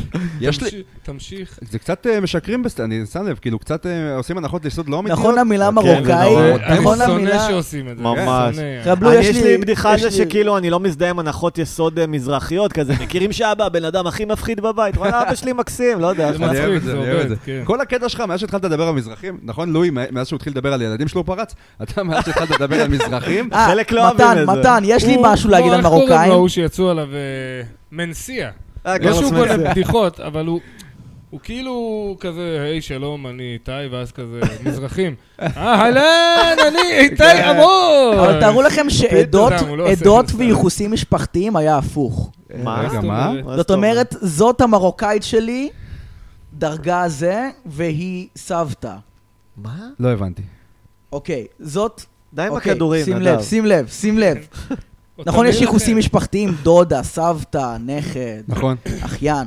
S4: יש לי...
S3: תמשיך- תמשיך.
S4: זה קצת אה, משקרים, בסט- אני שם לב, כאילו קצת אה, עושים הנחות ליסוד לא אמיתיות.
S1: נכון המילה
S2: כן,
S1: מרוקאי?
S2: זה
S1: נכון
S3: אני
S1: המילה...
S3: שונא שעושים את זה.
S2: ממש.
S3: שונא.
S1: חבלו,
S2: אני יש לי בדיחה על
S1: יש
S2: זה
S1: לי-
S2: שכאילו אני לא מזדהה עם הנחות יסוד אה, מזרחיות כזה, מכירים שאבא הבן אדם הכי מפחיד בבית, וואלה אבא שלי מקסים, לא יודע.
S3: זה
S4: אני אוהב
S3: מצחיק,
S4: את זה,
S3: זה
S4: אני אוהב את
S3: עובד,
S4: זה.
S3: כן.
S4: כל הקטע שלך, מאז שהתחלת לדבר על מזרחים, נכון, לואי, מא- מאז שהוא התחיל לדבר על ילדים שלו הוא פרץ, אתה מאז שהתחלת לדבר על מזרחים,
S1: אה,
S2: חלק לא אוהבים
S1: מתן,
S2: את זה.
S1: מתן, יש לי
S3: הוא-
S1: משהו
S3: לא,
S1: להגיד על
S3: איך קוראים לו
S1: מרוקאים?
S3: ההוא שיצאו עליו אה, מנסיה.
S2: אה,
S3: לא
S2: גרלס
S3: שהוא
S2: מנסה.
S3: גונב בדיחות, אבל הוא... הוא כאילו כזה, היי, שלום, אני איתי, ואז כזה, מזרחים. אה, אהלן, אני איתי עמור!
S1: אבל תארו לכם שעדות
S3: אדם, הוא לא עושה את זה
S1: עדות
S3: סתם.
S1: וייחוסים משפחתיים היה הפוך.
S2: מה?
S3: אוקיי.
S4: רגע, מה?
S2: אה,
S3: זאת
S2: מה
S1: זאת אומרת, זאת המרוקאית שלי, דרגה זה, והיא סבתא.
S2: מה?
S4: לא הבנתי.
S1: אוקיי, זאת...
S2: די עם
S1: אוקיי,
S2: הכדורים,
S1: שים
S2: נדב.
S1: לב, שים לב, שים לב.
S3: או
S1: נכון, יש
S3: תמיד
S1: ייחוסים
S3: לכם.
S1: משפחתיים, דודה, סבתא, נכד,
S4: נכון.
S1: אחיין.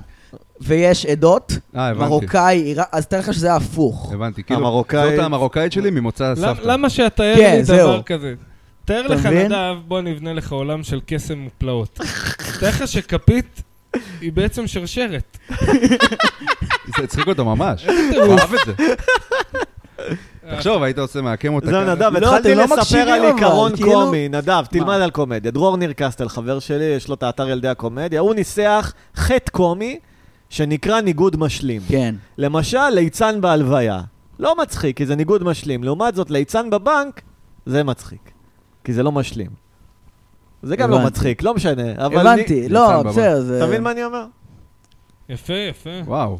S1: ויש עדות,
S4: אה, הבנתי.
S1: מרוקאי, עירה- אז תאר לך שזה הפוך.
S4: הבנתי. כאילו,
S2: המרוקאית-
S4: זאת המרוקאית שלי ממוצא
S3: למ-
S4: סבתא.
S3: למה שתאר
S1: כן,
S3: לי דבר
S1: זהו.
S3: כזה? תאר
S1: אתה
S3: לך,
S1: מבין?
S3: נדב, בוא נבנה לך עולם של קסם ופלאות. תאר לך שכפית היא בעצם שרשרת.
S4: זה הצחיק אותו ממש.
S3: טירוף.
S4: הוא אהב את זה. תחשוב, היית עושה מעקם אותה.
S2: זהו,
S4: ככה.
S2: נדב,
S1: לא,
S2: התחלתי
S1: אתם לא
S2: לספר
S1: מקשיבים
S2: על
S1: אבל,
S2: עיקרון
S1: כאילו-
S2: קומי. נדב, תלמד על קומדיה. דרור ניר קסטל, חבר שלי, יש לו את האתר ילדי הקומדיה. הוא ניסח חטא קומי שנקרא ניגוד משלים.
S1: כן.
S2: למשל, ליצן בהלוויה. לא מצחיק, כי זה ניגוד משלים. לעומת זאת, ליצן בבנק, זה מצחיק. כי זה לא משלים. זה גם לא
S1: הבנתי.
S2: מצחיק, לא משנה. אבל
S1: הבנתי,
S4: ניצן
S1: לא,
S4: בבא.
S1: בסדר, זה...
S2: אתה מבין מה אני אומר?
S3: יפה, יפה.
S4: וואו.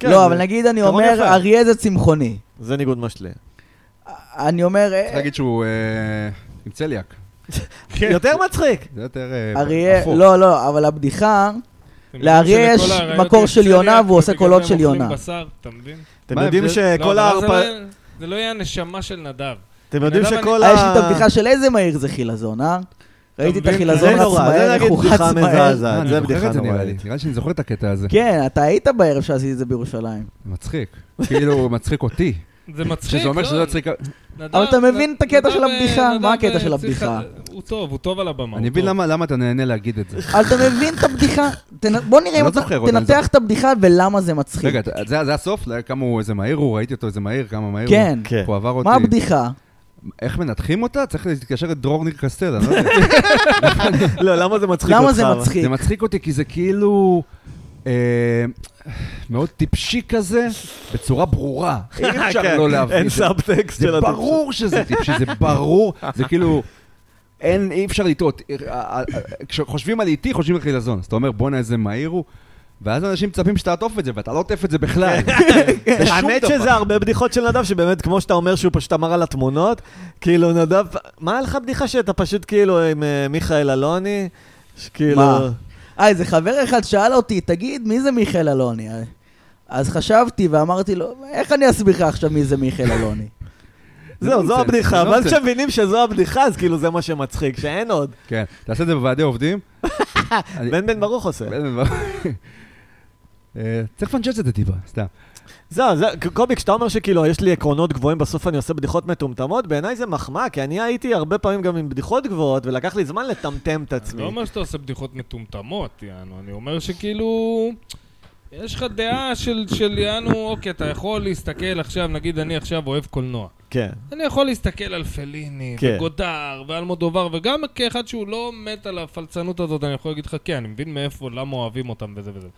S2: כן,
S1: לא,
S2: זה-
S1: אבל נגיד אני
S2: עיקרון
S1: אומר,
S2: יפה.
S1: אריה זה צמחוני.
S2: זה ניגוד משלים.
S1: אני אומר, אה,
S4: צריך להגיד שהוא אה, עם צליאק. כן.
S2: יותר מצחיק.
S4: זה יותר... אה,
S1: אריה,
S4: הפוך.
S1: לא, לא, אבל הבדיחה,
S3: אתם יודעים
S1: לאריה
S3: שלכל
S1: יש
S3: האריות
S1: מקור
S3: יש
S1: של יונה
S3: צליאק,
S1: והוא עושה
S3: ובגלל
S1: קולות
S3: זה
S1: של
S3: הם אוכלים
S1: יונה.
S3: בשר, אתה מבין?
S2: אתם
S4: מה
S2: יודעים
S4: ההבדל?
S2: שכל
S3: לא, אבל זה
S2: אה, ההרפ...
S3: לא- זה לא יהיה הנשמה של נדב.
S2: אתם יודעים
S3: נדב, אני-
S2: שכל
S1: אה,
S2: ה...
S1: יש לי את הבדיחה של איזה מהיר זה חילזון, אה? ראיתי את
S3: מבין?
S1: החילזון
S2: זה
S1: רץ
S2: נורא, זה
S1: מהר, איך
S2: נגיד
S1: הוא
S2: בדיחה
S1: חץ מהר.
S4: אה,
S2: מזעזעת,
S4: אני
S2: זה
S4: זוכר
S2: בדיחה
S4: את זה נראה לי.
S2: נוראית.
S4: נראה לי שאני זוכר את הקטע הזה.
S1: כן, אתה היית בערב שעשיתי את זה בירושלים.
S4: זה מצחיק. כאילו, הוא מצחיק אותי.
S3: זה מצחיק,
S4: שזה אומר
S3: לא?
S4: שזה לא יצחיק...
S3: נדב-
S1: אבל אתה מבין את הקטע
S3: נדב,
S1: של הבדיחה?
S3: נדב,
S1: מה הקטע
S3: אה,
S1: של
S3: צריך-
S1: הבדיחה?
S3: הוא טוב, הוא טוב על הבמה.
S4: אני
S3: הוא
S4: מבין
S3: טוב. לא
S4: למה למה אתה נהנה להגיד את זה.
S1: אבל אתה מבין את הבדיחה? תנ- בוא נראה
S4: אני
S1: אם
S4: לא
S1: אתה
S4: זוכר אותה, אני
S1: תנתח את הבדיחה ולמה זה מצחיק.
S4: רגע, אתה- זה זה הסוף? לא, כמה הוא, איזה מהיר הוא, ראיתי אותו, איזה מהיר, כמה מהיר הוא.
S1: כן.
S2: כן.
S4: הוא עבר אותי.
S1: מה הבדיחה?
S4: איך מנתחים אותה? צריך להתקשר לדרור ניר קסטל, אני לא יודע.
S2: לא, למה זה מצחיק אותך?
S1: למה זה
S2: אבל?
S1: מצחיק?
S4: זה מצחיק אותי כי זה כאילו... אה, מאוד טיפשי כזה, בצורה ברורה. אי
S2: כן,
S4: אפשר לא להבין.
S2: אין
S4: זה-
S2: סאבטקסט
S4: זה
S2: של הטקסט.
S4: ברור שזה טיפשי, זה ברור. זה כאילו... אין, אי אפשר לטעות. אה, אה, אה, כשחושבים על איטי, חושבים על חילזון. אז אתה אומר, בואנה, איזה מהיר הוא. ואז אנשים מצפים שתעטוף את זה, ואתה לא עוטף את זה בכלל. בשום
S2: כן. האמת
S4: דבר.
S2: שזה הרבה בדיחות של נדב, שבאמת, כמו שאתה אומר, שהוא פשוט אמר על התמונות, כאילו, נדב, מה היה לך בדיחה שאתה פשוט כאילו עם אה, מיכאל אלוני? כאילו, שכאילו...
S1: מה? אה, איזה חבר אחד שאל אותי, תגיד, מי זה מיכאל אלוני? אז חשבתי ואמרתי לו, איך אני אסביר לך עכשיו מי זה מיכאל אלוני?
S2: זהו,
S1: לא
S2: זו
S4: נונסנס,
S2: הבדיחה.
S4: זה
S2: ואז
S4: נונסנס.
S2: כשמבינים שזו הבדיחה, אז כאילו זה מה שמצחיק, שאין עוד.
S4: כן, תעשה את זה בוועדי עובדים. אני-
S2: בן בן ברוך עושה.
S4: אה, צריך לפנצ'ץ את זה טיפה, סתם.
S2: זהו, זה- ק- קובי, כשאתה אומר שכאילו יש לי עקרונות גבוהים, בסוף אני עושה בדיחות מטומטמות, בעיניי זה מחמאה, כי אני הייתי הרבה פעמים גם עם בדיחות גבוהות, ולקח לי זמן לטמטם את
S3: אני לא
S2: עצמי.
S3: אומר שאתה עושה בדיחות מטומטמות, יענו. אני אומר שכאילו... יש לך דעה של, של יענו, אוקיי, אתה יכול להסתכל עכשיו, נגיד אני עכשיו אוהב קולנוע.
S2: כן.
S3: אני יכול להסתכל על פליני,
S2: כן.
S3: כן. וגודר, ועל מודובר, וגם כאחד שהוא לא מת על הפלצנות הזאת, אני יכול להגיד לך, כן, אני מבין מאיפה, למה אוהבים אותם וזה וזה.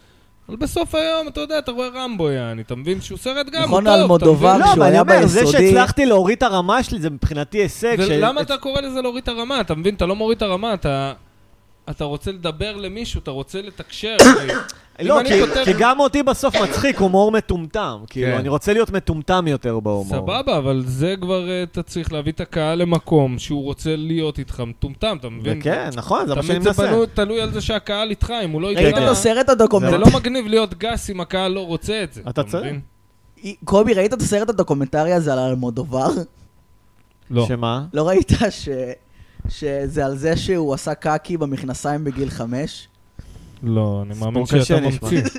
S3: אבל בסוף היום, אתה יודע, אתה רואה רמבו, יעני, אתה מבין שהוא סרט גם, הוא
S1: נכון,
S3: טוב, אתה
S1: אלמודובר
S3: מבין?
S1: לא,
S2: לא,
S1: כשהוא
S2: אבל אני
S1: היה
S2: אומר, זה
S1: ביסודי-
S2: שהצלחתי להוריד את הרמה שלי, זה מבחינתי הישג. ש-
S3: ולמה אתה קורא לזה להוריד את הרמה? אתה מבין? אתה לא מוריד את הרמה, אתה... אתה רוצה לדבר למישהו, אתה רוצה לתקשר. אם
S2: לא,
S3: אני
S2: כי-
S3: כותב-
S2: כי גם אותי בסוף מצחיק הומור מטומטם. כאילו,
S4: כן.
S2: אני רוצה להיות מטומטם יותר בהומור.
S3: סבבה, אבל זה כבר, אה, אתה צריך להביא את הקהל למקום שהוא רוצה להיות איתך מטומטם, אתה מבין?
S2: וכן, נכון, זה מה שאני
S3: תמיד זה
S2: מנסה.
S3: בנו- תלוי על זה שהקהל איתך, אם הוא לא איתך...
S1: ראית את
S2: כן.
S1: הסרט
S3: זה
S1: הדוקומנטרי?
S3: לא מגניב להיות גס אם הקהל לא רוצה את זה.
S2: אתה צודק.
S3: מבין?
S1: קובי, ראית את הסרט הדוקומנטרי הזה על אלמודובר?
S3: לא.
S2: שמה?
S1: לא ראית ש... שזה על זה שהוא עשה קקי במכנסיים בגיל חמש?
S3: לא, אני מאמין
S2: קשה
S3: שאתה
S2: נשמע.
S3: ממציא.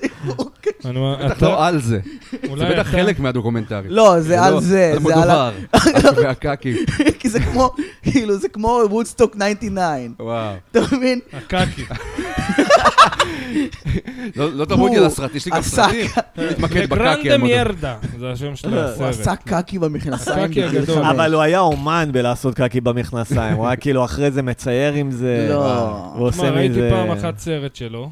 S3: אני מאמין-
S4: בטח
S3: אתה-
S4: לא על זה. זה
S3: אולי
S4: בטח
S3: אתה-
S4: חלק מהדוקומנטרי.
S1: לא, זה
S4: לא-
S1: על זה,
S4: על
S1: זה על... ה-
S4: מודובר. והקקי.
S1: כי זה כמו, כאילו, זה כמו וודסטוק 99.
S4: וואו.
S1: אתה מבין?
S3: הקקי.
S4: לא לא תרמותי על
S1: הוא
S4: הסרט, יש לי גם
S1: עסק-
S4: סרטים. להתמקד בקקי.
S3: לגרנדה
S4: המודובר.
S3: מיירדה, זה השם
S2: לא,
S3: של
S1: הוא
S3: הסרט.
S1: עשה קקי במכנסיים
S3: כן. הקקי
S1: בגיל
S3: הגדול.
S1: חמש.
S2: אבל הוא היה אומן בלעשות קקי במכנסיים, הוא היה כאילו אחרי זה מצייר עם זה.
S1: לא.
S2: הוא
S3: תשמע,
S2: עושה
S3: ראיתי
S2: מזה...
S3: פעם אחת סרט שלו,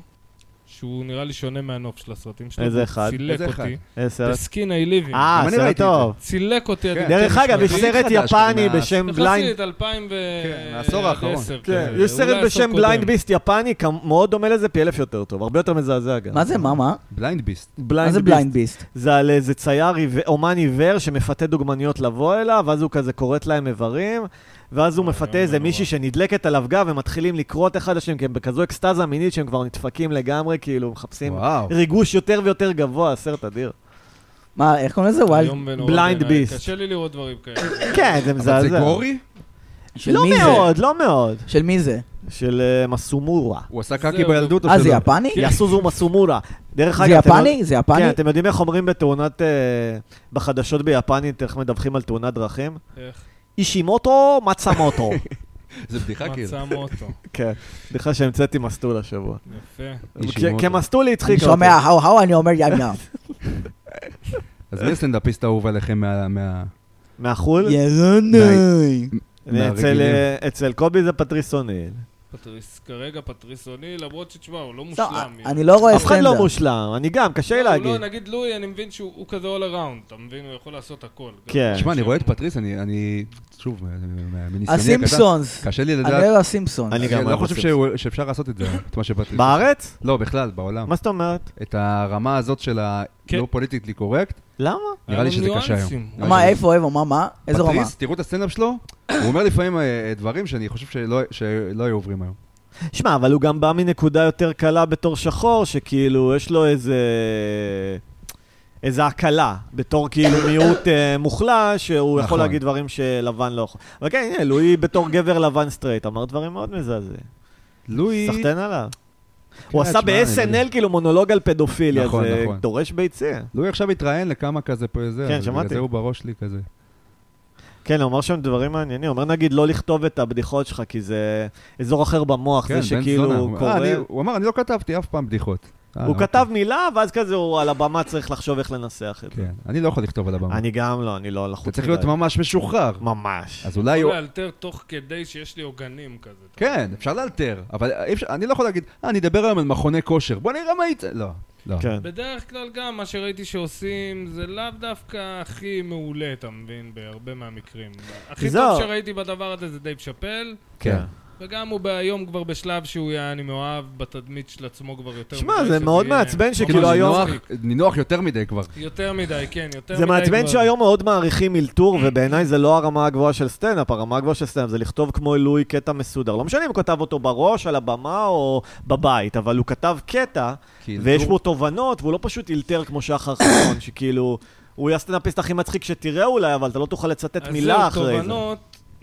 S3: שהוא נראה לי שונה מהנוף של הסרטים שלו.
S2: איזה
S3: והוא
S2: אחד?
S3: צילק
S4: איזה אחד?
S3: אותי.
S2: עשר.
S3: The Skin I Living.
S2: אה,
S4: גם אני
S2: סרט
S4: ראיתי את
S2: טוב.
S3: צילק אותי. עד
S4: כן.
S3: עמקי
S2: דרך אגב, יש
S3: נשמתי.
S2: סרט
S4: חדש,
S2: יפני
S4: נכנס.
S2: בשם
S3: נכנסתי
S2: בליינד...
S3: את 2000 ו...
S4: כן, העשור האחרון.
S3: עשר
S2: כן,
S3: כזה.
S2: יש
S3: אולי
S2: סרט
S3: עשור
S2: בשם
S3: קודם.
S2: בליינד ביסט יפני, כמ- מאוד דומה לזה פי אלף יותר טוב, הרבה יותר מזעזע גם.
S1: מה זה, מה, מה?
S4: בליינד ביסט.
S1: מה
S2: בליינד
S1: זה
S2: ביסט?
S1: בליינד ביסט?
S2: זה על איזה צייר, עיו- אומן עיוור שמפתה דוגמניות לבוא אליו, ואז הוא כזה כורת להם איברים, ואז
S4: אה,
S2: הוא
S3: אוי,
S2: מפתה
S3: אוי,
S2: איזה
S3: נורא.
S2: מישהי שנדלקת עליו גב, ומתחילים לקרות אחד לשני, כי הם בכזו אקסטזה מינית שהם כבר נדפקים לגמרי, כאילו, מחפשים
S4: וואו.
S2: ריגוש יותר ויותר גבוה, סרט אדיר.
S1: מה, איך קוראים לזה? וואי,
S3: איום ונורא
S2: Blind
S3: בעיניי.
S2: Beast.
S3: קשה לי לראות דברים כאלה.
S2: כן, זה מזעזע.
S4: אבל זה גורי?
S1: של
S2: לא
S1: מי זה?
S2: מאוד, לא מאוד.
S1: של מי זה?
S2: של אה, מסומורה.
S4: הוא עשה
S3: זהו,
S4: קקי
S2: לא
S4: בילדות או
S1: אה, זה
S4: שלא?
S1: יפני?
S2: יסוזו מסומורה. דרך
S1: זה
S2: אגב, אתם לא-
S1: יפני? זה יפני?
S2: כן, אתם יודעים איך אומרים בתאונת, אה, בחדשות ביפנית, איך מדווחים על תאונת דרכים?
S3: איך?
S2: אישימוטו מצמוטו.
S4: זה בדיחה כאילו.
S3: מצא מוטו.
S2: כן, סליחה שהמצאתי מסטול השבוע.
S3: יפה.
S4: אישימוטו.
S2: כ- כמסטול היא
S1: אני
S2: הצחיקה אותי.
S1: שומע, האו, האו, אני אומר ים ים.
S4: אז מי הסטנדאפיסט האהוב עליכם מה- מה...
S2: מהחול?
S1: ירנאי.
S2: אני- אצל,
S4: מהרגילים.
S2: אה, אצל קובי זה פטריס אוניל.
S3: פטריס, כרגע פטריסוני, למרות שתשמע, הוא לא
S1: טוב,
S3: מושלם.
S1: אני לא רואה
S2: אף אחד לא
S1: סטנדאפ.
S2: מושלם, אני גם, קשה לי
S3: לא, הוא
S2: להגיד.
S3: לא, נגיד לואי, אני מבין שהוא הוא כזה all around, אתה מבין? הוא יכול לעשות הכל.
S2: כן.
S3: גם
S4: תשמע, אני רואה את
S3: שם.
S4: פטריס, אני... אני- שוב, מה- מה-
S2: אה,
S4: מניסיוני הקטן.
S1: הסימפסונס.
S4: קשה לי
S1: אני לא
S4: לדעת.
S1: אוהב הסימפסונס.
S2: לא- אני- גם
S4: אני
S2: אוהב
S4: לא חושב
S2: הסימפסונס.
S4: שהוא- שאפשר לעשות את זה, את מה שפטריס.
S2: בארץ?
S4: לא, בכלל, בעולם.
S2: מה זאת אומרת?
S4: את הרמה הזאת של
S3: כן.
S4: הלא פוליטיקלי קורקט,
S2: למה?
S4: נראה לי
S3: אבל
S4: שזה קשה
S3: ניואנסים.
S4: היום. אה,
S1: מה, איפה, איפה, מה, מה? איזה רמה?
S4: פטריס, תראו את הסטנדאפ שלו, הוא אומר לפעמים אה, אה, דברים שאני חושב שלא שלא היו עוברים היום.
S2: שמע, אבל הוא גם בא מנקודה יותר קלה בתור שחור, שכאילו, יש לו איזה... איזה הקלה, בתור כאילו מיעוט אה, מוחלש, שהוא יכול
S4: נכון.
S2: להגיד דברים שלבן לא יכול. אבל כן, הנה, לואי בתור גבר לבן סטרייט, אמר דברים מאוד מזעזעים.
S4: לואי...
S2: סחטיין עליו. הוא עשה
S4: תשמע,
S2: ב-SNL כאילו מונולוג על פדופיליה,
S4: נכון,
S2: זה
S4: נכון.
S2: דורש ביצים.
S4: לואי עכשיו התראיין לכמה כזה פה, זה,
S2: כן,
S4: אז בגלל
S2: שמעתי.
S4: זה הוא בראש שלי כזה.
S2: כן, הוא אמר שם דברים מעניינים, הוא אומר נגיד לא לכתוב את הבדיחות שלך, כי זה אזור אחר במוח,
S4: כן,
S2: זה
S4: בן זונה.
S2: שכאילו
S4: הוא- אה,
S2: קורה.
S4: אני- הוא אמר, אני לא כתבתי אף פעם בדיחות. אה,
S2: הוא
S4: אוקיי.
S2: כתב מילה, ואז כזה הוא על הבמה צריך לחשוב איך לנסח את זה.
S4: כן, אני לא יכול לכתוב על הבמה.
S2: אני גם לא, אני לא לחוץ.
S4: אתה צריך
S2: מדי.
S4: להיות אה, ממש משוחרר.
S2: ממש.
S4: אז אולי...
S3: יכול
S4: הוא-
S3: לאלתר תוך כדי שיש לי עוגנים כזה. אתה
S4: כן, אפשר לאלתר, אבל אי אפשר- אני לא יכול להגיד, "אה, אני אדבר היום על מכוני כושר, בוא נראה מה יצא... לא, לא.
S2: כן.
S3: בדרך כלל גם מה שראיתי שעושים זה לאו דווקא הכי מעולה, אתה מבין? בהרבה מהמקרים. הכי
S2: זהו.
S3: טוב שראיתי בדבר הזה זה דייב שאפל,
S4: כן.
S3: וגם הוא היום כבר בשלב שהוא יעני מאוהב בתדמית של עצמו כבר יותר
S2: שמע,
S3: מדי,
S2: זה
S3: שזה
S2: מאוד
S3: יהיה
S2: מעצבן
S3: ממש
S2: שכאילו
S4: כאילו
S2: היום-
S4: נינוח-
S3: מצחיק.
S4: נינוח יותר מדי כבר.
S3: יותר מדי, כן, יותר מדי.
S2: זה מעצבן
S3: כבר.
S2: שהיום מאוד מעריכים אלתור, ובעיניי זה לא הרמה הגבוהה של סטנדאפ, הרמה הגבוהה של סטנדאפ זה לכתוב כמו לואי קטע מסודר. לא משנה אם הוא כתב אותו בראש, על הבמה או בבית, אבל הוא כתב קטע,
S4: כי
S2: ויש
S4: אלתור-
S2: בו תובנות, והוא לא פשוט אלתר כמו שחר חסון, שכאילו, הוא יהיה הסטנדאפיסט הכי מצחיק שתראה אולי, אבל אתה לא תוכל לצטט מילה אחרי
S3: אז
S2: זה.
S3: זהו, תובנות,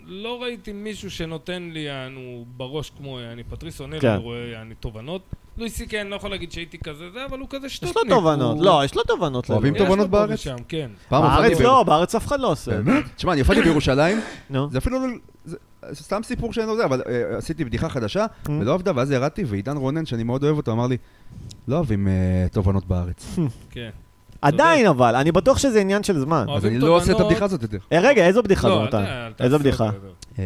S3: לא ראיתי מישהו שנותן לי, יענו, בראש כמו, יעני, פטריס עונה,
S2: כן.
S3: אני רואה, יעני, תובנות. לואי סיקי, אני לא יכול להגיד שהייתי כזה זה, אבל הוא כזה
S2: יש
S3: שטוטניק.
S2: לו תובנות,
S3: הוא-
S2: לא, יש לו תובנות.
S4: אוהבים
S2: ללואי.
S3: יש לו
S4: תובנות
S3: פה
S4: בארץ?
S3: ושם, כן.
S4: פעם
S2: בארץ
S4: הופעתי ב-
S2: לא, בארץ אף אחד לא עושה. את זה.
S4: באמת? כן. תשמע, אני הופעתי בירושלים,
S2: נו.
S4: זה אפילו לא... זה- זה סתם סיפור שאין לו זה, אבל אה, עשיתי בדיחה חדשה,
S2: Mm.
S4: ולא עבדה, ואז ירדתי, ועידן רונן, שאני מאוד אוהב אותו, אמר לי, לא אוהבים אה, תובנות בארץ.
S3: כן.
S2: עדיין אבל, אני בטוח שזה עניין של זמן.
S3: אוהבים
S4: אז אני לא עושה את
S3: תובנות.
S4: הבדיחה הזאת יותר.
S2: אה, רגע, איזו בדיחה
S3: אוקיי. לא,
S2: זו
S3: אל ת-
S2: נתן?
S3: אל תעשה
S2: איזו
S3: אותה,
S2: בדיחה?
S3: לא.
S4: אה,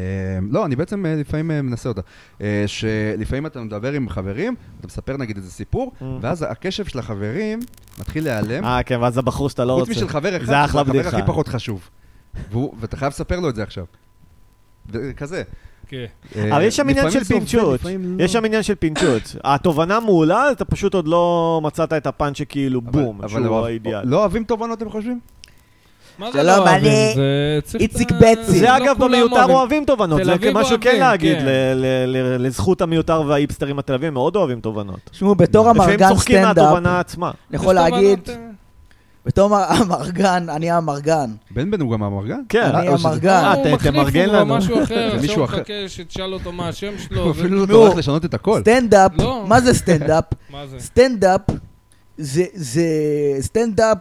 S4: לא, אני בעצם אה, לפעמים אה, מנסה אותה. אה, שלפעמים אתה מדבר עם חברים, אתה מספר נגיד איזה סיפור,
S2: Mm.
S4: ואז הקשב של החברים מתחיל להיעלם,
S2: אה, כן, ואז הבחור שאתה לא
S4: חוץ
S2: רוצה.
S4: משל חבר אחד,
S2: זה אחלה
S4: שהוא החבר
S2: בדיחה.
S4: הכי פחות חשוב. והוא- ואתה חייב לספר לו את זה עכשיו. וכזה.
S3: כן.
S2: אבל יש
S4: אה,
S2: שם עניין של פינצ'ות,
S4: לא.
S2: יש שם עניין של פינצ'ות. התובנה מעולה, אתה פשוט עוד לא מצאת את הפאנץ' שכאילו בום, שהוא האידיאל.
S4: לא אוהבים תובנות, אתם חושבים?
S3: מה
S1: שלום,
S3: זה לא אוהבים?
S1: אני
S3: זה צריך...
S1: איציק
S3: את ה-
S1: בצי.
S2: זה
S3: לא
S2: אגב
S3: כולם
S2: במיותר
S3: אוהבים.
S2: אוהבים תובנות,
S3: תל
S2: זה
S3: אביב
S2: משהו כן
S3: אוהבים,
S2: להגיד,
S3: כן.
S2: ל- ל- ל- לזכות המיותר וההיפסטרים התל אביבים מאוד אוהבים תובנות.
S1: תשמעו, בתור
S2: לפעמים
S1: אמרגן
S2: צוחקים
S1: סטנדאפ,
S2: מהתובנה עצמה.
S1: אני יכול
S3: יש תובנות,
S1: להגיד,
S3: אה,
S1: בתור אמרגן, אני האמרגן.
S4: בן בן הוא גם אמרגן?
S2: כן.
S1: אני
S4: או שזה-
S1: אמרגן.
S2: אה, ת-
S3: הוא מחליף,
S2: תמרגן
S3: הוא
S2: לנו.
S3: משהו אחר,
S4: זה
S3: עכשיו
S4: מישהו
S3: הוא
S4: אחר.
S3: מחכה שתשאל אותו מה השם
S4: הוא
S3: שלו. ו-
S4: אפילו לא
S1: נו.
S4: טורח לשנות את הכל.
S1: סטנדאפ,
S3: לא.
S1: מה זה סטנדאפ?
S3: מה זה?
S1: סטנדאפ זה, זה סטנדאפ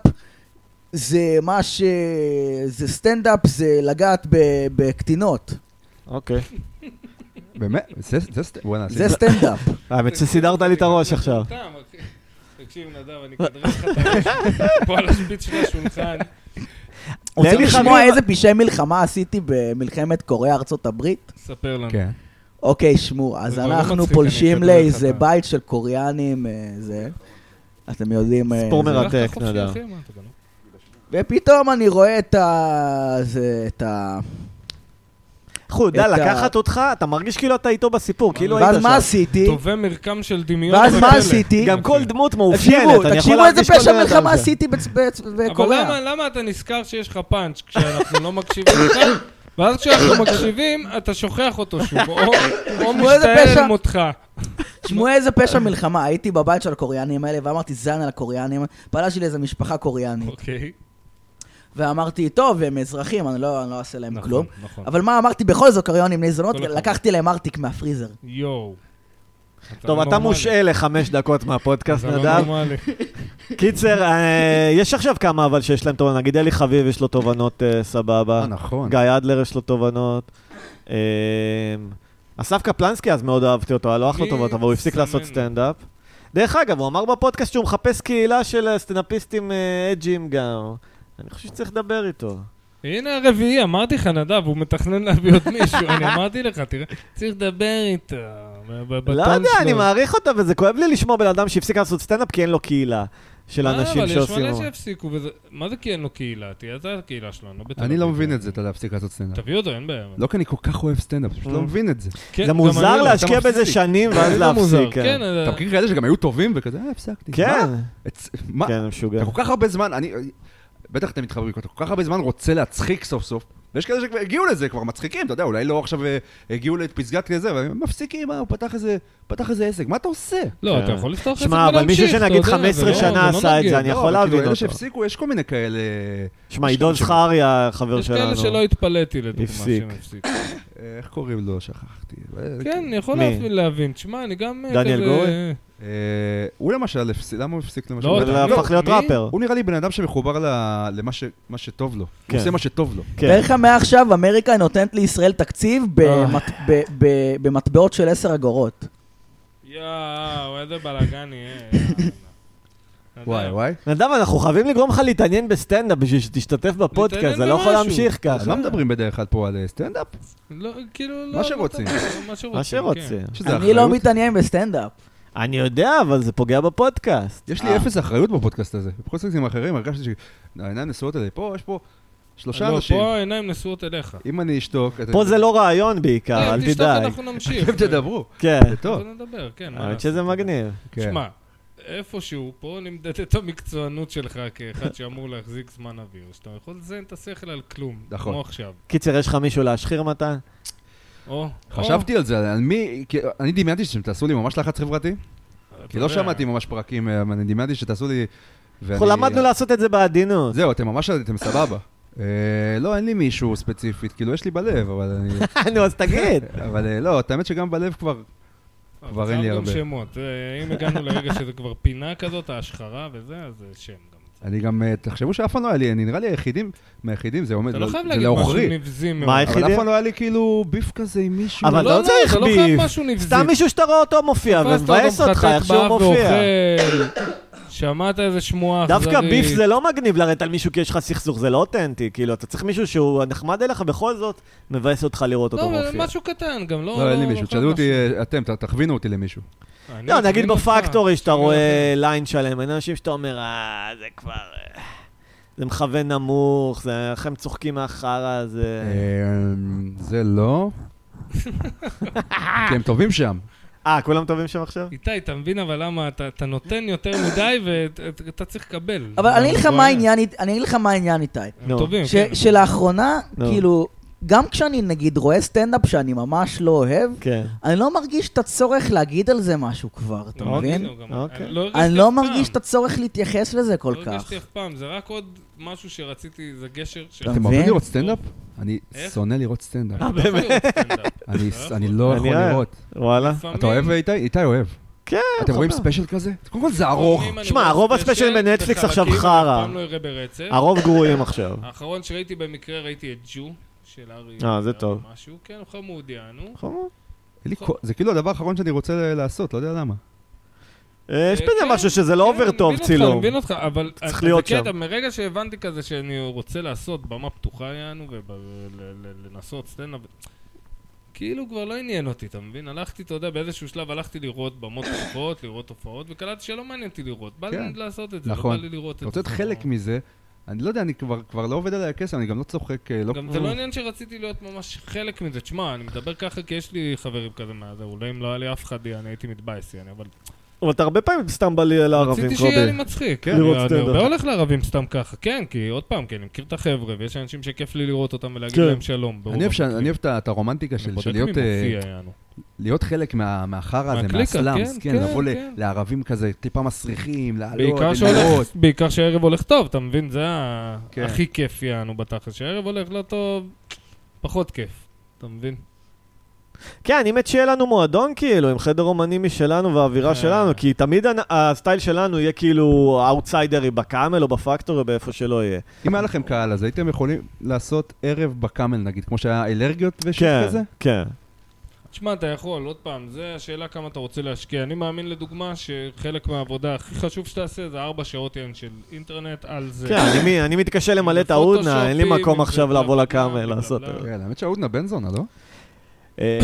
S1: זה מה ש... זה סטנדאפ זה לגעת ב, בקטינות.
S2: אוקיי.
S4: באמת? זה- זה סט- וואלה,
S1: זה
S3: לא-
S4: עשית-
S1: סטנדאפ.
S2: האמת שסידרת לי את הראש עכשיו.
S3: טעם, אוקיי. תקשיב, נדב, אני כדרך לך את הראש פה על השפיץ של השולחן.
S1: רוצים
S2: לאלי
S1: לשמוע
S2: חביב-
S1: איזה פשעי מלחמה עשיתי במלחמת קוריאה ארצות הברית?
S3: ספר לנו.
S4: כן.
S1: אוקיי, שמעו, אז
S3: זה כבר לא
S1: אנחנו
S3: מצחיק,
S1: פולשים
S3: אני כותב לך
S1: לאיזה
S3: את ה-
S1: בית של קוריאנים, אה, זה. אתם יודעים... אה,
S2: ספור
S1: זה.
S2: מרתק,
S3: הלכת חופשי,
S2: נדב.
S3: אחי, מה אתה גנוב?
S1: ופתאום אני רואה את ה... זה, את ה...
S2: איך הוא יודע
S1: את ה-
S2: לקחת אותך, אתה מרגיש כאילו אתה איתו בסיפור,
S3: לא
S2: כאילו היית
S1: ואז מה
S2: שם.
S1: עשיתי?
S3: טובה מרקם של דמיון.
S1: ואז מה
S3: ופלא.
S1: עשיתי?
S2: גם כל דמות מאופיינת, אני
S1: תקשיבו,
S2: יכול
S1: תקשיבו איזה
S2: להרגיש כל
S1: פשע
S2: בן אדם
S1: מלחמה
S2: שם.
S1: עשיתי בצ- בצ-
S3: אבל
S1: בקוריאה.
S3: למה, למה אתה נזכר שיש לך פאנץ' כשאנחנו לא מקשיבים לך? ואז כשאנחנו מקשיבים, אתה שוכח אותו שוב, או, או
S1: תשמעו איזה
S3: משתעל
S1: פשע.
S3: על מותך.
S1: תשמעו איזה פשע מלחמה, הייתי בבית של הקוריאנים האלה ואמרתי זן על הקוריאנים, פלשתי לאיזה משפחה קוריאנית.
S3: אוקיי.
S1: ואמרתי, טוב, הם אזרחים, אני לא אני לא אעשה להם
S3: נכון,
S1: כלום.
S3: נכון.
S1: אבל מה אמרתי, בכל זאת קוריאנים בני זונות,
S3: כל הכבוד.
S1: לקחתי להם ארטיק מהפריזר.
S3: כן. יואו.
S2: טוב,
S3: לא
S2: אתה
S3: נורמלי.
S2: מושעה לחמש דקות מהפודקאסט,
S3: אתה לא
S2: נדב.
S3: נורמלי.
S2: קיצר, אה, יש עכשיו כמה אבל שיש להם תובנות. נגיד אלי חביב יש לו תובנות אה, סבבה.
S4: אה, נכון.
S2: גיא אדלר יש לו תובנות. אה, אסף קפלנסקי, אז מאוד אהבתי אותו, היה לו אחלה
S3: מי
S2: תובנות, אבל הוא הפסיק
S3: מסמן?
S2: לעשות סטנדאפ. דרך אגב, הוא אמר בפודקאסט שהוא מחפש קהילה של אה, סטנדאפיסטים אה, אג'ים גם. אני חושב שצריך לדבר איתו.
S3: הנה הרביעי, אמרתי לך, נדב, הוא מתכנן להביא עוד מישהו, אני אמרתי לך, תראה, צריך לדבר איתו. ב- בטון
S2: לא יודע,
S3: שלו.
S2: אני מעריך אותה, וזה כואב לי לשמוע בן אדם שהפסיק לעשות סטנדאפ כי אין לו קהילה של
S3: אה,
S2: אנשים שעושים...
S3: אבל יש
S2: לו.
S3: מלא שהפסיקו, וזה- מה זה כי אין לו קהילה? תהיה אתה הקהילה שלנו. בתל
S4: אני לא
S3: אביב.
S4: מבין את זה, אתה יודע, להפסיק לעשות סטנדאפ.
S3: תביא אותו, אין בעיה.
S4: לא כי אני כל כך אוהב סטנדאפ, פשוט
S2: Mm.
S4: לא מבין את זה.
S3: כן,
S2: זה
S3: גם
S2: מוזר
S3: אני לא.
S2: להשקיע
S4: אתה
S2: בזה
S4: מפסיק.
S2: שנים ואז
S3: זה לא מוזר,
S2: להפסיק.
S3: כן,
S4: אתה מכיר כאלה שגם היו טובים וכזה, אה, הפסקתי.
S2: כן,
S4: מה? את- מה?
S2: כן, משוגע.
S4: אתה כל כך הרבה זמן, אני... בטח אתם מתחברים, אתה כל כך הרבה זמן רוצה להצחיק סוף סוף. ויש כאלה שכבר הגיעו לזה, כבר מצחיקים, אתה יודע, אולי לא עכשיו אה, הגיעו לפסגת כזה, אבל הם מפסיקים, אה, הוא פתח איזה, פתח איזה עסק, מה אתה עושה?
S3: לא,
S2: כן.
S3: אתה יכול לפתוח עסק
S2: שמע,
S3: ולהמשיך,
S2: אבל מישהו
S3: אתה
S2: שנגיד
S3: יודע,
S2: 15
S3: זה לא-
S2: שנה
S3: זה לא
S2: עשה את זה,
S3: נגיד.
S2: אני
S4: לא,
S2: יכול
S4: אבל
S2: להבין
S4: כאילו, אלה
S2: אותו.
S4: שהפסיקו, יש כל מיני כאלה...
S2: שמע, עידו זכריה, חבר
S3: יש כאלה
S2: שלנו.
S3: שלא התפלאתי לדוגמה
S2: הפסיק.
S3: שהם הפסיקו.
S4: אה, איך קוראים לו? שכחתי. אה,
S3: כן, אני יכול
S2: מי?
S3: להבין- להבין. תשמע, אני גם... אה,
S2: דניאל
S3: כזה-
S2: גורי?
S4: אה, הוא למשל, הפסיק- למה הוא הפסיק למשל?
S3: לא,
S4: הוא-
S3: אתה-
S2: אבל הפך להיות
S3: מי?
S2: ראפר.
S4: הוא נראה לי בן אדם שמחובר ל- למה ש- מה שטוב לו.
S2: כן.
S4: הוא עושה מה שטוב לו.
S2: כן.
S1: דרך מעכשיו, אמריקה נותנת לישראל תקציב
S3: אה.
S1: במט- ב- ב- במטבעות של 10 אגורות.
S3: יואו, איזה בלאגני. אה, יאללה.
S4: וואי, וואי.
S2: נדב, אנחנו חייבים לגרום לך להתעניין בסטנדאפ בשביל שתשתתף בפודקאסט, זה לא יכול
S3: במשהו.
S2: להמשיך
S4: אז
S2: ככה.
S4: מה מדברים בדרך כלל פה על אה, סטנדאפ?
S3: לא, כאילו, לא...
S4: מה שרוצים.
S3: מה שרוצים, כן.
S2: מה שרוצים.
S4: יש לזה
S1: אני לא
S4: אחריות?
S1: מתעניין בסטנדאפ.
S2: אני יודע, אבל זה פוגע בפודקאסט.
S4: יש
S1: אה.
S4: לי אפס אחריות בפודקאסט הזה. בפודקאסטים האחרים הרגשתי שהעיניים נשואות אליי. פה יש פה שלושה
S3: לא,
S4: אנשים.
S3: פה העיניים נשואות אליך.
S4: אם אני אשתוק... אתם-
S2: פה זה לא רעיון בעיקר,
S3: כן,
S2: אל
S3: תשתוק,
S2: תדאג.
S3: אנחנו נמשיך.
S4: אתם תדברו.
S2: כן,
S4: זה טוב.
S3: אנחנו נדבר, כן. מה
S2: האמת
S3: לעשות?
S2: שזה מגניב.
S4: כן.
S3: שמע, איפשהו פה נמדדת המקצוענות שלך כאחד שאמור להחזיק זמן אוויר, שאתה יכול לזיין את השכל על כלום.
S4: נכון.
S3: כמו עכשיו.
S2: קיצר, יש לך מישהו להשחיר מתן?
S3: או,
S4: חשבתי על זה, על מי... כי אני דמיינתי שאתם תעשו לי ממש לחץ חברתי,
S3: או, אתה
S4: כי לא
S3: יודע.
S4: שמעתי ממש פרקים, אה, אבל אני דמיינתי שתעשו לי...
S2: אנחנו
S4: ואני-
S2: למדנו לעשות את זה בעדינות.
S4: זהו, אתם ממש, אתם סבבה. אה, לא, אין לי מישהו ספציפית, כאילו, יש לי בלב, אבל אני...
S2: נו, אז תגיד.
S4: אבל אה, לא, את האמת שגם בלב כבר...
S3: אבל
S4: כבר אין לי
S3: צריך גם
S4: הרבה.
S3: שמות. אה, אם הגענו לרגע שזה כבר פינה כזאת, ההשחרה וזה, אז זה שם גם.
S4: אני גם... אה, תחשבו שאף פעם לא היה לי, אני נראה לי היחידים, מהיחידים זה עומד,
S3: אתה לא חייב
S4: זה
S3: להגיד משהו
S4: לעוכרי.
S3: נבזי מאוד.
S2: מה,
S4: אבל
S2: היחידים?
S4: אף פעם לא היה לי כאילו ביף כזה עם מישהו.
S2: אבל-
S3: לא,
S2: לא
S3: לא,
S2: צריך
S3: אתה לא
S2: ביף.
S3: חייב משהו נבזי.
S2: סתם מישהו שאתה רואה אותו מופיע,
S3: תפסת אותו
S2: ומבאס אותך
S3: מחטט
S2: איך שהוא
S3: באף
S2: מופיע.
S3: ואוכל. שמעת איזה שמועה
S2: דווקא ביף זה לא מגניב לרדת על מישהו כי יש לך סכסוך, זה לא אותנטי. כאילו, אתה צריך מישהו שהוא נחמד אליך, בכל זאת מבאס אותך לראות אותו
S3: לא,
S2: מופיע.
S3: אבל משהו קטן, גם לא...
S4: לא, אין לי מישהו.
S3: חייב
S4: תשאלו אותי,
S3: משהו.
S4: אה, אתם, ת- תכווינו אותי למישהו.
S3: אני
S2: לא, נגיד
S3: מבין אותך.
S2: בפקטורי שאתה
S3: שנייה
S2: רואה ליין שלם, אין אנשים שאתה אומר, אה, זה כבר... אה, זה מכוון נמוך, זה איך הם צוחקים מהחרא הזה.
S4: אמ, זה לא. כי הם טובים שם.
S2: אה, כולם טובים שם עכשיו?
S3: איתי, אתה מבין אבל למה אתה, אתה נותן יותר מדי ואתה צריך לקבל.
S1: אבל אני אגיד לך מה
S3: בעיה.
S1: העניין, אית- אני אגיד לך מה העניין איתי.
S3: הם
S2: נו.
S3: טובים,
S1: ש-
S3: כן.
S1: שלאחרונה,
S2: נו.
S1: כאילו, גם כשאני נגיד רואה סטנדאפ שאני ממש לא אוהב,
S2: כן.
S1: אני לא מרגיש את הצורך להגיד על זה משהו כבר, אתה
S3: לא,
S1: מבין?
S3: כאילו, גם-
S2: אוקיי.
S3: הרגשתי
S1: אני לא
S3: אף
S1: מרגיש
S3: פעם.
S1: את הצורך להתייחס לזה כל
S3: לא
S1: כך.
S3: הרגשתי אף פעם, זה רק עוד משהו שרציתי, זה גשר ש...
S1: אתה
S4: אתם אוהבים
S1: מבין?
S4: לראות סטנדאפ? אני
S3: איך?
S4: שונא לראות סטנדאפ.
S2: אה,
S3: אתה לא יכול לראות סטנדאפ.
S4: אני-
S3: אתה יכול.
S4: אני לא יכול
S2: אני-
S4: לראות.
S2: וואלה.
S3: לפעמים-
S4: אתה אוהב איתי? איתי אוהב.
S2: כן,
S4: אתם רואים
S2: חבל.
S4: ספיישל כזה? קודם כל זה ארוך.
S3: לפעמים אני
S2: שמע,
S3: רואה
S2: הרוב
S3: ספיישל
S2: הספיישלים בנטפליקס
S3: בחלקים,
S2: עכשיו
S3: אני אף
S2: חרא.
S3: פעם לא אראה ברצף.
S2: הרוב גרועים עכשיו.
S3: האחרון שראיתי במקרה, ראיתי את ג'ו של ארי.
S2: אה, זה טוב.
S3: משהו, כן, הוא חמוד, יענו.
S2: חמור.
S4: אין לי כוח- זה כאילו הדבר האחרון שאני רוצה ל- לעשות, לא יודע למה.
S2: אה, יש
S3: אה,
S2: בזה
S3: כן,
S2: משהו שזה לא
S3: כן,
S2: עובר
S3: אני
S2: טוב
S3: מבין אותך, אני
S2: צילום.
S3: מבין אותך, אבל...
S2: צריך
S3: זה
S2: להיות
S3: קטע,
S2: שם.
S3: מרגע שהבנתי כזה שאני רוצה לעשות במה פתוחה, יענו, ולנסות סטנדאפ, כאילו כבר לא עניין אותי, אתה מבין? הלכתי, אתה יודע, באיזשהו שלב הלכתי לראות במות תופעות, לראות הופעות, וקלטתי שלא מעניין אותי לראות. בא לי
S4: כן.
S3: לעשות את זה,
S4: נכון.
S3: לא בא לי לראות את זה.
S4: אתה רוצה להיות חלק מזה, אני לא יודע, אני כבר כבר לא עובד עליי הכסף, אני גם לא צוחק, אה, לא...
S3: גם זה לא עניין שרציתי להיות ממש חלק מזה. תשמע, אני מדבר ככה כי יש לי חברים כזה מהזה, אולי אם לא היה לי אף אחד, אני הייתי מתבאס, יעני, אבל...
S5: אבל אתה הרבה פעמים סתם בא לי לערבים.
S3: רציתי
S5: כמו
S3: שיהיה לי
S5: ב-
S3: מצחיק.
S5: כן,
S3: אני-
S5: לראות
S3: אני
S5: סטנדאפ.
S3: הרבה הולך לערבים סתם ככה. כן, כי עוד פעם, כי אני מכיר את החבר'ה, ויש אנשים שכיף לי לראות אותם ולהגיד
S5: כן.
S3: להם שלום. ברוב
S4: אני אוהב שה-
S3: המקרים.
S4: אני אוהב את ה- את הרומנטיקה של
S3: אני
S4: של
S3: בודק מי
S4: להיות, אה,
S3: מופיע, יענו.
S4: להיות חלק מה- מהחרא הזה,
S3: מהקליקה,
S4: מהסלאמס,
S3: כן,
S4: כן,
S3: כן,
S4: לבוא ל-
S3: כן.
S4: לערבים כזה טיפה מסריחים, לעלות,
S3: בעיקר
S4: לנרות.
S3: שהולך- בעיקר שהערב הולך טוב, אתה מבין? זה ה-
S4: כן.
S3: הכי כיף יענו בתכלס. שהערב הולך לא טוב, פחות כיף. אתה מבין?
S5: כן, אני מת שיהיה לנו מועדון כאילו, עם חדר אומנים משלנו והאווירה
S3: אה.
S5: שלנו, כי תמיד הנ- הסטייל שלנו יהיה כאילו האוטסיידרי בקאמל או בפקטור או באיפה שלא יהיה.
S4: אם היה לכם קהל, אז הייתם יכולים לעשות ערב בקאמל נגיד, כמו שהיה אלרגיות ושיט
S5: כן,
S4: כזה?
S5: כן.
S3: תשמע, אתה יכול, עוד פעם, זה השאלה כמה אתה רוצה להשקיע. אני מאמין לדוגמה שחלק מהעבודה הכי חשוב שתעשה זה ארבע שעות יען של אינטרנט על זה.
S5: כן, אני מי- אני מתקשה למלא את ההודנה, אין לי
S3: פוטושופים,
S5: מקום
S3: עם
S5: עכשיו
S3: זה,
S5: לבוא
S3: בלה,
S5: לקאמל
S3: בלה,
S5: לעשות.
S3: בלה, בלה.
S4: כן, האמת שהודנה בן זונה, לא?
S5: אה,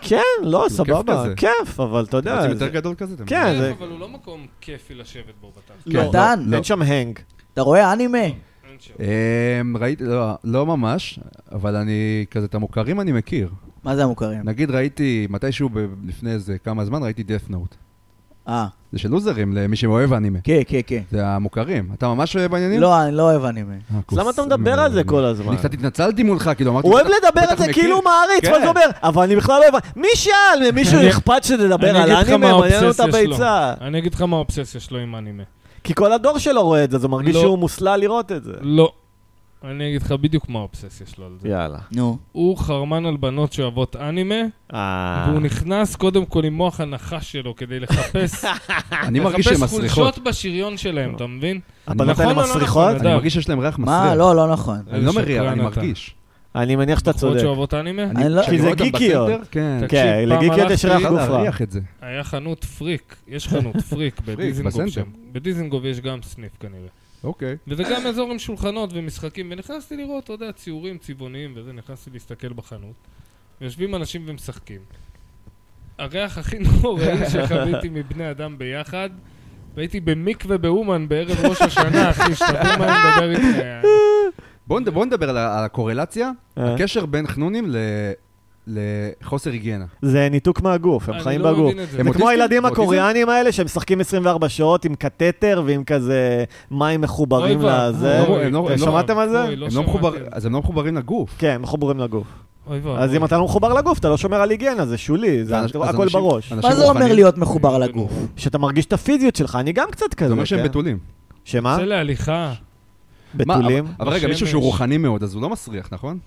S5: כן, לא,
S4: כיף
S5: סבבה,
S4: כזה.
S5: כיף, אבל אתה יודע,
S4: אתם
S5: זה-
S4: יותר גדול כזה? אתם-
S5: כן, זה-
S3: אבל הוא לא מקום כיפי לשבת בו בתכלס.
S5: לא,
S1: קטן.
S5: לא, אין שם הנג.
S1: אתה רואה אנימה?
S3: אין שם.
S4: אמ, ראיתי, לא, לא ממש, אבל אני, כזה, את המוכרים אני מכיר.
S1: מה זה המוכרים?
S4: נגיד ראיתי, מתישהו ב- לפני איזה כמה זמן, ראיתי death note.
S1: אה,
S4: זה של לוזרים, למי שאוהב אנימה.
S1: כן, כן, כן.
S4: זה המוכרים. אתה ממש אה, בעניינים?
S1: לא, אני לא אוהב אנימה.
S4: אה,
S5: אז למה
S4: כוס,
S5: אתה מדבר על זה
S4: אני-
S5: כל הזמן?
S4: אני קצת התנצלתי מולך, כאילו אמרתי...
S5: הוא אוהב
S4: בטח-
S5: לדבר על
S4: בטח
S5: זה
S4: מכיר.
S5: כאילו הוא מעריץ, אבל
S4: כן.
S5: הוא אומר, אבל אני בכלל לא הבנתי. מי שאל? למישהו
S3: אני-
S5: אכפת שתדבר
S3: אני
S5: על
S3: אגיד לך
S5: האנימה,
S3: מה
S5: מעניין לו את
S3: האובססיה שלו.
S5: הביצה.
S3: אני אגיד לך מה האובססיה שלו עם אנימה.
S5: כי כל הדור שלו רואה את זה, אז הוא מרגיש
S3: לא.
S5: שהוא מוסלל לראות את זה.
S3: לא. אני אגיד לך בדיוק מה האובססיה שלו על זה.
S5: יאללה.
S1: נו.
S3: הוא חרמן על בנות שאוהבות אנימה,
S5: אה.
S3: והוא נכנס קודם כל עם מוח הנחש שלו כדי לחפש
S4: אני מרגיש שהן
S3: לחפש
S4: מסריחות.
S3: חולשות בשריון שלהם, אתה מבין?
S5: הבנות
S3: נכון
S5: האלה
S3: או לא נכון,
S5: מסריחות?
S3: אדם?
S4: אני מרגיש שיש להם ריח מסריח.
S1: מה? לא, לא נכון.
S4: אני לא
S3: איזה
S4: מריח, אני
S3: שקרן אתה.
S4: מרגיש.
S3: נכון.
S5: אני מניח שאתה
S3: בחורות
S5: צודק.
S3: שאוהבות אנימה?
S1: אני לא...
S4: כשאני
S5: זה
S4: רואה אותם
S5: גיקיות.
S4: בסנטר, כן.
S3: תקשיב,
S5: כן,
S3: פעם
S5: לגיקיות יש
S4: אפשר
S5: ריח
S3: הלכתי-
S5: גופרה.
S4: להריח את זה.
S3: היה חנות פריק, יש חנות פריק בדיזינגוף
S4: בסנטר.
S3: שם. בדיזינגוף יש גם סניף כנראה.
S4: אוקיי.
S3: וזה גם אזור עם שולחנות ומשחקים, ונכנסתי לראות, אתה יודע, ציורים צבעוניים וזה, נכנסתי להסתכל בחנות. ויושבים אנשים ומשחקים. הריח הכי נוראי שחוויתי מבני אדם ביחד, והייתי במקווה באומן בערב ראש השנה, אחי, שתבין מה אני מדבר איתך. יעני.
S4: בואו נד- בואו נדבר על ה- על הקורלציה,
S5: אה.
S4: הקשר בין חנונים ל- לחוסר היגיינה.
S5: זה ניתוק מהגוף, הם
S3: אני
S5: חיים
S3: לא
S5: בגוף.
S3: מבין את זה.
S5: זה
S4: הם
S5: כמו
S4: אוטיסטים?
S5: הילדים
S4: אוטיזם?
S5: הקוריאנים האלה שמשחקים 24 שעות עם קטטר ועם כזה מים מחוברים
S3: אוי ואבוי.
S5: לזה.
S4: הם לא- הם לא- הם לא-
S5: שמעתם על זה?
S3: אוי, לא
S4: הם לא
S3: שמעתי
S4: מחובר-
S3: על זה.
S4: אז הם לא מחוברים לגוף.
S5: כן, הם מחוברים לגוף.
S3: אוי ואבוי.
S5: אז אם אתה לא מחובר לגוף, אתה לא שומר על היגיינה, זה שולי, זה
S4: אז אנשים-
S5: הכל
S4: אנשים-
S5: בראש.
S4: אנשים
S1: מה זה אומר
S4: מוכנים-
S1: להיות
S3: אה?
S1: מחובר
S3: לא,
S1: לגוף?
S5: שאתה מרגיש את הפיזיות שלך, אני גם קצת כזה.
S4: זה אומר שהם
S5: כן.
S4: בתולים.
S5: שמה?
S3: זה להליכה.
S4: מה,
S5: בתולים?
S4: אבל- אבל רגע, מישהו
S3: בשמש.
S4: שהוא רוחני מאוד, אז הוא לא מסריח, נכון?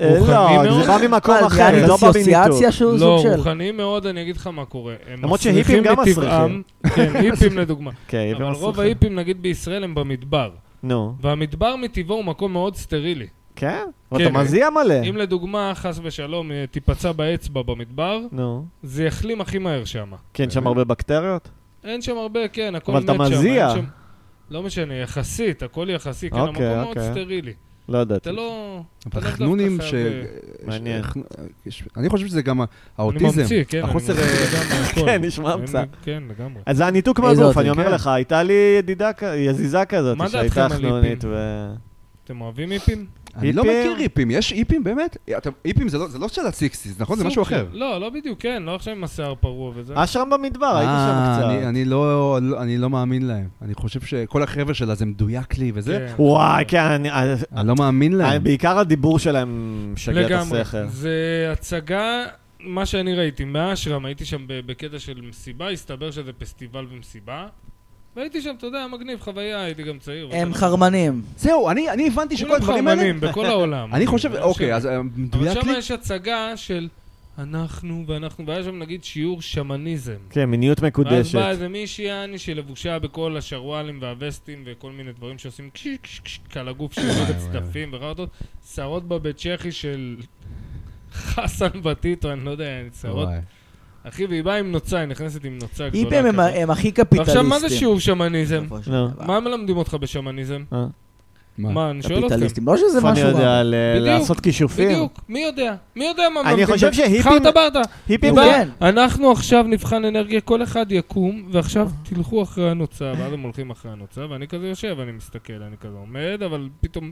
S5: אה,
S3: רוחני
S5: לא,
S3: מאוד?
S5: זה בא ממקום
S1: מה,
S5: אחר,
S1: זה
S5: לא בא מניתוק.
S1: אסוציאציה שהוא
S3: לא,
S1: סוג של...
S3: רוחניים מאוד, אני אגיד לך מה קורה. הם
S5: למרות שהיפים גם
S3: מסריחים
S5: מסריחים.
S3: מטבעם. כן, היפים לדוגמה.
S5: כן,
S3: אבל רוב
S5: ומסריחים.
S3: ההיפים, נגיד בישראל, הם במדבר.
S5: נו,
S3: והמדבר מטבעו הוא מקום מאוד סטרילי.
S5: כן?
S3: כן.
S5: אתה מזיע מלא.
S3: אם לדוגמה, חס ושלום, אה, תיפצע באצבע במדבר,
S5: נו.
S3: זה יחלים הכי מהר שם.
S5: כן, שם הרבה בקטריות?
S3: אין שם הרבה, כן, הכל
S5: אבל
S3: מת
S5: אתה
S3: שם.
S5: מזיע.
S3: אין שם- לא משנה, יחסית, הכל יחסי, כן, המקום
S5: אוקיי,
S3: מאוד
S5: אוקיי.
S3: סטרילי.
S5: לא ידעתי.
S3: אתה לא... אתה
S4: אבל
S3: לאו
S4: החנונים
S3: דווקא
S4: ש...
S3: חייב, אה,
S5: מעניין.
S4: ש- אני חושב שזה גם ה-
S3: אני
S4: האוטיזם.
S3: ממציא, כן, אני
S4: החוסר-
S3: ממציא לגמרי הכל.
S5: כן, נשמע
S3: אין-
S5: המצאה.
S3: כן, לגמרי.
S5: אז זה הניתוק
S1: איזה
S5: מהגוף,
S1: עוד,
S5: אני אומר
S4: כן.
S5: לך, הייתה לי ידידה, כ- יזיזה כזאת,
S3: מה
S5: שהייתה
S3: דעתכם על
S5: חנונית
S3: היפים?
S5: ו...
S3: אתם אוהבים היפים?
S4: אני לא
S5: היפים?
S4: מכיר היפים, יש היפים באמת? אתה- היפים זה לא- זה לא של הסיקסיס, נכון? זה
S3: סוג
S4: משהו
S3: של-
S5: אה,
S4: אחר.
S3: לא, לא בדיוק, כן, לא עכשיו עם השיער פרוע וזה.
S5: אשרם במדבר, הייתי
S4: אה,
S5: שם
S4: אני-
S5: קצת.
S4: אני לא- לא- אני לא מאמין להם. אני חושב שכל החבר'ה שלה זה מדויק לי וזה.
S3: כן.
S5: וואי, כן, אני-
S4: אני לא מאמין
S5: אני-
S4: להם.
S5: בעיקר הדיבור שלהם משגע את
S3: לגמרי.
S5: הסכר.
S3: זה הצגה, מה שאני ראיתי מהאשרם, הייתי שם ב- בקטע של מסיבה, הסתבר שזה פסטיבל ומסיבה. והייתי שם, אתה יודע, מגניב, חוויה, הייתי גם צעיר.
S1: הם
S3: ואתה-
S1: חרמנים.
S4: זהו, אני אני הבנתי שכל
S3: כולם
S4: הדברים האלה...
S3: חרמנים בכל העולם.
S4: אני חושב,
S3: זה
S4: אוקיי,
S3: השם.
S4: אז אה,
S3: אבל
S4: מדויק
S3: שם
S4: לי.
S3: יש הצגה של אנחנו ואנחנו, והיה שם נגיד שיעור שמניזם.
S5: כן, מיניות
S3: ואז
S5: מקודשת.
S3: באה איזה מישהי יעני שלבושה בכל השרוואלים והווסטים וכל מיני דברים שעושים קש קש קש על הגוף שיורדת צדפים ורדות, שערות בבית צ'כי של חסן בטיטו, אני לא יודע, אני שערות.
S4: וואי.
S3: אחי, והיא באה עם נוצה, היא נכנסת עם נוצה גדולה.
S1: היפים הם-
S3: כזאת.
S1: הם הכי
S3: ועכשיו, מה זה
S1: קפיטליסטים.
S3: שיעור שמניזם?
S1: בסופו של
S5: נו.
S1: דבר.
S3: מה מלמדים אותך בשמניזם?
S5: אה.
S3: מה, אני שואל אתכם.
S1: קפיטליסטים. לא שזה
S5: איפה אני
S1: משהו רע.
S5: יודע ל-
S3: בדיוק,
S5: לעשות כישופים?
S3: בדיוק, מי יודע? מי יודע מה...
S5: אני חושב שהיפים-
S3: חרטה ברטה.
S5: היפים
S1: נו,
S3: בא-
S1: כן.
S3: אנחנו עכשיו נבחן אנרגיה, כל אחד יקום, ועכשיו תלכו אחרי הנוצה, ואז הם הולכים אחרי הנוצה, ואני כזה יושב, אני מסתכל, אני כזה עומד, אבל פתאום...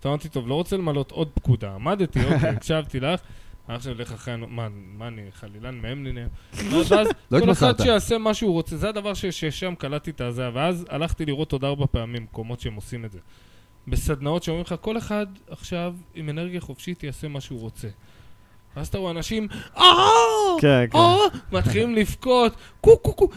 S3: פתאום אמרתי, טוב, לא רוצה למלות עוד פקודה. עמדתי, אוקיי, הקשבתי לך. אני עכשיו אלך אחרי הנוצה, מה, מה אני, חלילן מהם נהיה? ואז ואז
S4: לא
S3: כל אחד
S4: התמסרת.
S3: שיעשה מה שהוא רוצה, זה הדבר ש- ששם קלטתי את הזה, ואז הלכתי לראות עוד ארבע פעמים מקומות שהם עושים את זה. בסדנאות שאומרים לך, כל אחד עכשיו עם אנרגיה חופשית יעשה מה שהוא רוצה. ואז אתה רואה אנשים, אה!
S5: כן, כן.
S3: או, מתחילים לבכות, קו קו קו,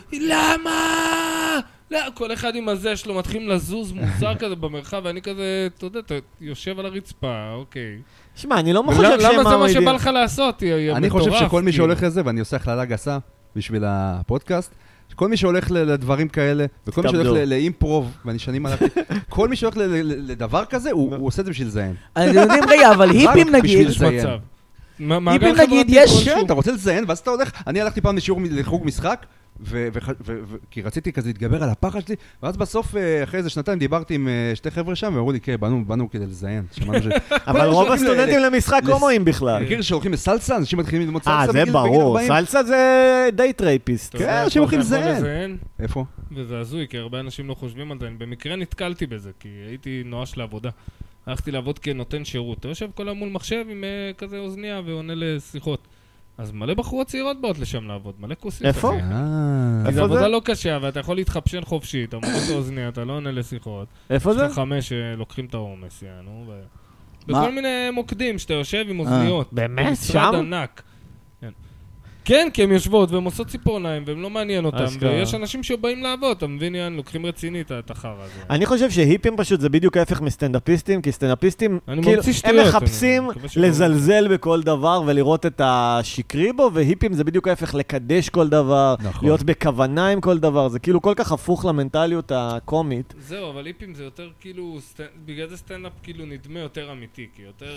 S3: למה? לא, כל אחד עם הזה שלו, מתחילים לזוז מוזר כזה במרחב, ואני כזה, אתה יודע, אתה יושב על הרצפה, אוקיי.
S5: שמע, אני לא
S3: ולמה-
S5: חושב שהם
S3: למה זה מה
S5: מעמידים.
S3: שבא לך לעשות? יא- יא
S4: אני חושב
S3: מטורף,
S4: שכל מי
S3: כאילו.
S4: שהולך לזה, ואני עושה הכללה גסה בשביל הפודקאסט, כל מי שהולך ל- לדברים כאלה, וכל מי שהולך
S5: תתכבדו.
S4: ל- לאימפרוב, ואני שנים הלכתי, כל מי שהולך ל- ל- לדבר כזה, הוא הוא עושה את זה בשביל לזיין.
S1: אתם יודעים, רגע, אבל היפים נגיד,
S4: בשביל
S3: יש
S4: לזיין.
S3: מצב. מה- מעגל
S1: נגיד,
S3: חברתי
S1: יש-
S3: כלשהו.
S4: כן, אתה רוצה לזיין, ואז אתה הולך, אני הלכתי פעם לשיעור, מ- לחוג משחק, ו- וח- ו- ו- כי רציתי כזה להתגבר על הפחד שלי, ואז בסוף, אה, אחרי איזה שנתיים, דיברתי עם אה, שתי חבר'ה שם, ואמרו לי, כן, באנו- באנו כדי לזיין. שמענו ש-
S3: אה.
S4: כל
S5: אבל
S4: אלה
S5: רוב
S4: שהולכים ל-
S5: הסטודנטים למשחק
S4: לס-
S5: הומואים בכלל.
S4: מכיר שהולכים לסלסה, אנשים מתחילים ללמוד סלסה
S5: אה, זה
S4: בגיל- בגיל
S5: ברור,
S4: 40?
S5: סלסה זה דייט רייפיסט.
S3: אתה
S4: כן,
S3: יודע,
S4: אנשים
S3: אתה
S4: הולכים
S3: יכול
S4: לזיין.
S3: לזיין,
S4: איפה?
S3: וזה הזוי, כי הרבה אנשים לא חושבים על זה. אני במקרה נתקלתי בזה, כי הייתי נואש לעבודה. הלכתי לעבוד כנותן שירות. אתה יושב כל היום מול מחשב עם אה, כזה אוזנייה ועונה לשיחות. אז מלא בחורות צעירות באות לשם לעבוד, מלא כוסים.
S5: איפה?
S3: כזה.
S4: אה,
S3: כי זו
S5: איפה זה?
S3: עבודה לא קשה, ואתה יכול להתחפשן חופשי, אתה מוריד את האוזניה, אתה לא עונה לשיחות.
S5: איפה
S3: יש
S5: זה?
S3: לך חמש שלוקחים את העומס, יענו. ו-
S1: מה?
S3: בכל מיני מוקדים שאתה יושב עם אוזניות.
S5: באמת?
S3: משרד
S5: שם?
S3: ענק. כן. כן, כי הן יושבות והן עושות ציפורניים והן לא מעניין אותן,
S5: אשכרה.
S3: ויש אנשים שבאים לעבוד, אתה מבין, יאן, לוקחים רציני את- את החרא הזה.
S5: אני חושב שהיפים פשוט זה בדיוק ההפך מסטנדאפיסטים, כי סטנדאפיסטים,
S3: אני
S5: כאילו,
S3: ממציא
S5: הם
S3: שטויות, אני
S5: מחפשים
S3: מקווה שלא.
S5: לזלזל בכל דבר ולראות את השקרי בו, והיפים זה בדיוק ההפך, לקדש כל דבר,
S4: נכון.
S5: להיות בכוונה עם כל דבר, זה כאילו כל כך הפוך למנטליות הקומית.
S3: זהו, אבל היפים זה יותר כאילו, סט- בגלל זה סטנדאפ כאילו נדמה יותר אמיתי, כי יותר...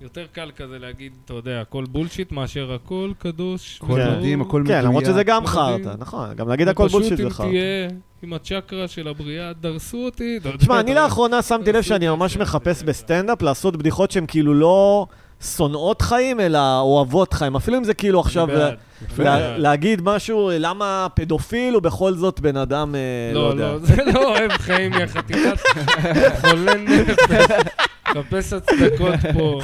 S3: יותר קל כזה להגיד, אתה יודע, הכל בולשיט מאשר הכל קדוש.
S4: הכל
S5: כן.
S3: וטהור.
S4: מדהים, הכל מדויק.
S5: כן, למרות שזה גם
S3: מדויק.
S5: חרטא, נכון, גם להגיד הכל בולשיט זה
S3: ופשוט
S5: חרטא.
S3: אם תהיה עם הצ'קרה של הבריאה, דרסו אותי. אתה יודע, אתה-
S5: תשמע, אני לאחרונה שמתי לב שאני ממש מחפש בסטנדאפ לעשות בדיחות שהן כאילו לא שונאות חיים, אלא אוהבות חיים. אפילו אם זה כאילו
S3: אני
S5: עכשיו
S3: בעד.
S5: לה-
S3: בעד.
S5: להגיד משהו, אה, למה פדופיל הוא בכל זאת בן אדם, אה, לא
S3: לא,
S5: יודע.
S3: לא, זה לא אוהב חיים, יא חתיכת חולה נפש. חפש הצדקות פה.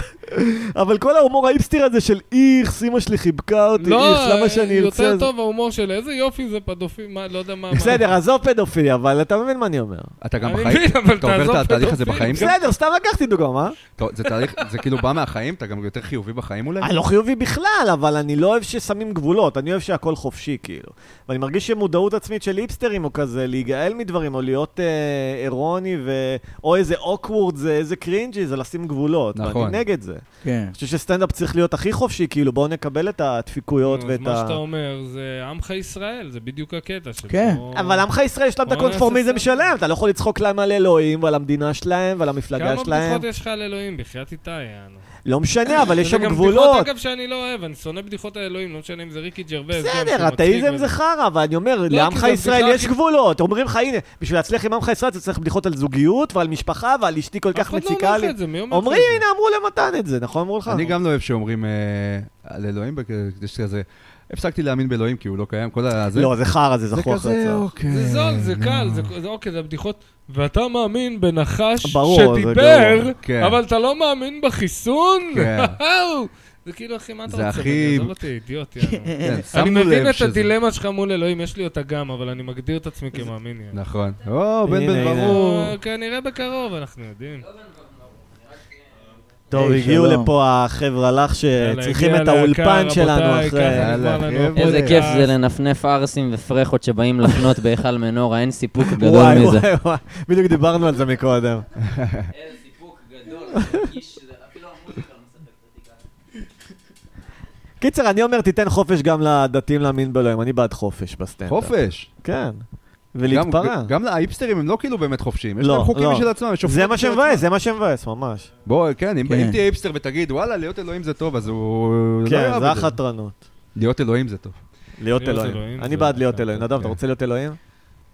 S5: אבל כל ההומור האיפסטיר הזה של איכס, אמא שלי חיבקה אותי, איכס, למה שאני ארצה...
S3: לא, אה, יותר
S5: זה-"
S3: טוב ההומור של איזה יופי זה פדופיל, מה, לא יודע מה. מה.
S5: בסדר, עזוב פדופיליה, אבל אתה מבין מה אני אומר.
S4: אתה גם
S3: אני
S4: בחיים,
S3: מבין, אבל
S4: אתה עובר
S3: תעזוב
S4: את התהליך הזה
S3: פדופיל.
S4: בחיים? גם?
S5: בסדר, סתם לקחתי דוגמה, מה?
S4: טוב, זה תהליך, זה כאילו בא מהחיים, אתה גם יותר חיובי בחיים אולי?
S5: אני לא חיובי בכלל, אבל אני לא אוהב ששמים גבולות, אני אוהב שהכל חופשי, כאילו. ואני מרגיש שמודעות עצמית של היפסטרים הוא כזה, להיגאל מדברים, או להיות אה, אירוני, ו... או איזה אוקוורד זה, איזה קרינג'י, זה לשים גבולות.
S4: נכון.
S5: ואני נגד זה. אני
S1: כן.
S5: חושב שסטנדאפ צריך להיות הכי חופשי, כאילו, בואו נקבל את הדפיקויות
S3: נו, אז
S5: ואת
S3: מה שאתה
S5: ה...
S3: אומר זה עמך ישראל, זה בדיוק הקטע שלו.
S1: כן.
S5: אבל עמך ישראל יש להם את
S3: בואו נעשה
S5: הקונפורמיזם
S3: סטנדאפ.
S5: שלהם, אתה לא יכול לצחוק להם על אלוהים ועל המדינה שלהם ועל המפלגה
S3: כמה
S5: שלהם.
S3: בדיחות יש לך על אלוהים? בחייאת איתי, יענו.
S5: לא משנה, אבל יש
S3: וזה
S5: שם
S3: גם
S5: גבולות.
S3: בדיחות, אגב, שאני לא אוהב, אני שונא בדיחות האלוהים, לא משנה אם זה ריקי ג'רוויז. גם שהוא
S5: בסדר,
S3: מצחיק
S5: אתאיזם
S3: וזה.
S5: זה חרא, אבל אני אומר,
S3: כי
S5: לעמך
S3: זו
S5: ישראל
S3: בדיחה
S5: יש
S3: הכי-
S5: גבולות. אומרים לך, הנה, בשביל להצליח עם עמך ישראל אתה צריך בדיחות על זוגיות ועל משפחה ועל אשתי כל כך
S3: אף אחד לא
S5: מציקה
S3: אומר לך
S5: לי.
S3: את זה, מי אומר לך את
S5: אומרים,
S3: זה?
S5: הנה, אמרו למתן את זה, נכון? אמרו לך.
S4: אני גם לא אוהב שאומרים אה, על אלוהים, בכ- יש כזה, הפסקתי להאמין באלוהים כי הוא לא קיים, כל הזה.
S5: לא, נכון. זה חרא, זה
S4: זה
S5: זכוח
S4: כזה,
S5: רצח.
S4: אוקיי.
S3: זה זול, זה
S4: נו.
S3: קל, זה- זה אוקיי, זה בדיחות. ואתה מאמין בנחש
S5: ברור, זה
S3: שדיבר,
S5: גרוע,
S4: כן.
S3: אבל אתה לא מאמין בחיסון?
S4: כן.
S3: וואו! זה כאילו, אחי, מה אתה
S4: זה
S3: רוצה?
S4: הכי-
S3: ממני? עזוב אותי, אידיוט, יאללה.
S5: אה,
S4: כן,
S3: אני
S4: שמנו
S3: מבין
S4: לב
S3: את
S4: שזה-
S3: הדילמה שלך מול אלוהים, יש לי אותה גם, אבל אני מגדיר את עצמי כמאמין. יאללה.
S4: נכון. או, בן
S5: הנה,
S4: בן
S5: הנה.
S4: ברור.
S3: אה, כנראה בקרוב, אנחנו יודעים.
S4: אה,
S5: טוב,
S1: היי,
S5: הגיעו
S1: שלום.
S5: לפה החבר'ה לך
S3: יאללה,
S5: שצריכים
S3: הגיע
S5: את
S3: להקה,
S5: האולפן
S3: רבותיי,
S5: שלנו אחרי...
S3: ככה נגמר
S4: יאללה,
S3: לנו אה,
S4: חבר'ה.
S6: איזה
S3: הפודקאסט.
S6: כיף זה לנפנף ערסים ופרחות שבאים לחנות בהיכל מנורה, אין סיפוק גדול
S5: וואי,
S6: מזה.
S5: וואי, וואי, בדיוק דיברנו על זה מקודם.
S6: איזה סיפוק גדול, אפילו המוזיקה לא מספקת
S5: קיצר, אני אומר, תיתן חופש גם לדתיים להאמין באלוהים, אני בעד חופש בסטנדאפ.
S4: חופש.
S5: כן.
S4: גם-
S5: ולהתפרע.
S4: גם האיפסטרים הם לא כאילו באמת חופשיים, יש
S5: לא,
S4: להם חוקים
S5: לא.
S4: משל עצמם, יש
S5: זה
S4: שופטים
S5: מה
S4: משל
S5: שמבאס,
S4: עצמם.
S5: זה מה שמבאס, ממש.
S4: בוא, כן, אם
S1: כן.
S4: אם תהיה איפסטר ותגיד, וואלה, להיות אלוהים זה טוב, אז הוא... לא
S5: כן,
S4: יאהב
S5: זה
S4: את זה.
S5: החתרנות.
S4: להיות אלוהים זה טוב.
S5: להיות
S3: להיות
S5: אלוהים.
S3: אלוהים
S5: אני
S3: זה-
S5: בעד להיות
S3: כן,
S5: אלוהים. נדב, אתה
S4: כן.
S5: רוצה להיות אלוהים?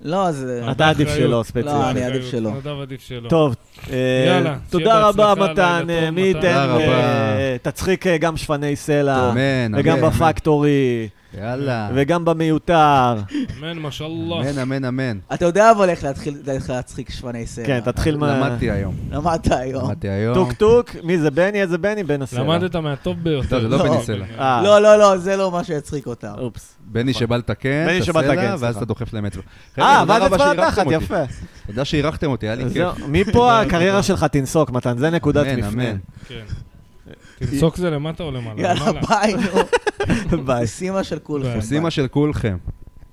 S1: לא, זה...
S5: אתה עדיף
S3: באחריות.
S5: שלא, ספציפית.
S1: לא, אני עדיף שלא.
S3: אה, נדב עדיף שלא.
S5: טוב, אה,
S3: יאללה,
S5: תודה
S3: שיהיה
S5: רבה
S3: בהצלחה,
S5: מתן,
S3: לילה טוב,
S5: אה, מי
S3: מתן.
S5: ייתן,
S4: תודה רבה.
S5: אה, תצחיק אה, גם שפני סלע,
S4: אמן,
S5: וגם
S4: אמן,
S5: בפקטורי,
S4: יאללה.
S5: וגם במיותר.
S4: כן,
S3: אמן, מה שא אללה.
S4: אמן, אמן, אמן.
S1: אתה יודע אבל איך להתחיל איך להצחיק שפני סלע.
S5: כן, תתחיל מה...
S4: אה,
S5: לא.
S4: למדתי לא? היום.
S1: למדת היום.
S4: למדתי היום.
S5: טוק טוק, מי זה בני? איזה בני? בן הסלע.
S3: למדת מהטוב ביותר.
S4: לא, זה לא
S1: לא.
S4: בני סלע.
S5: אה,
S1: לא, לא, לא, זה לא מה שיצחיק אותם.
S5: אופס.
S4: בני שבא לתקן,
S5: בני
S4: את
S5: שבא לתקן,
S4: הסלע, ואז
S5: סליחה.
S4: אתה דוחף להם אצבע. חבר'ה,
S5: אה,
S4: תודה
S5: ואז
S4: לא רבה
S5: אצבע
S4: שאירחתם
S5: לתחת,
S4: אותי.
S5: יפה.
S4: תודה שאירחתם אותי, היה לי כיף. לא,
S5: זהו, מפה הקריירה שלך תנסוק, מתן, זה נקודת
S4: אמן,
S5: מפנה.
S4: אמן.
S3: כן. תצעוק זה למטה או למעלה?
S1: יאללה,
S3: למעלה.
S1: ביי, נו.
S5: ביי.
S1: סימה של כולכם.
S4: עושים מה של כולכם.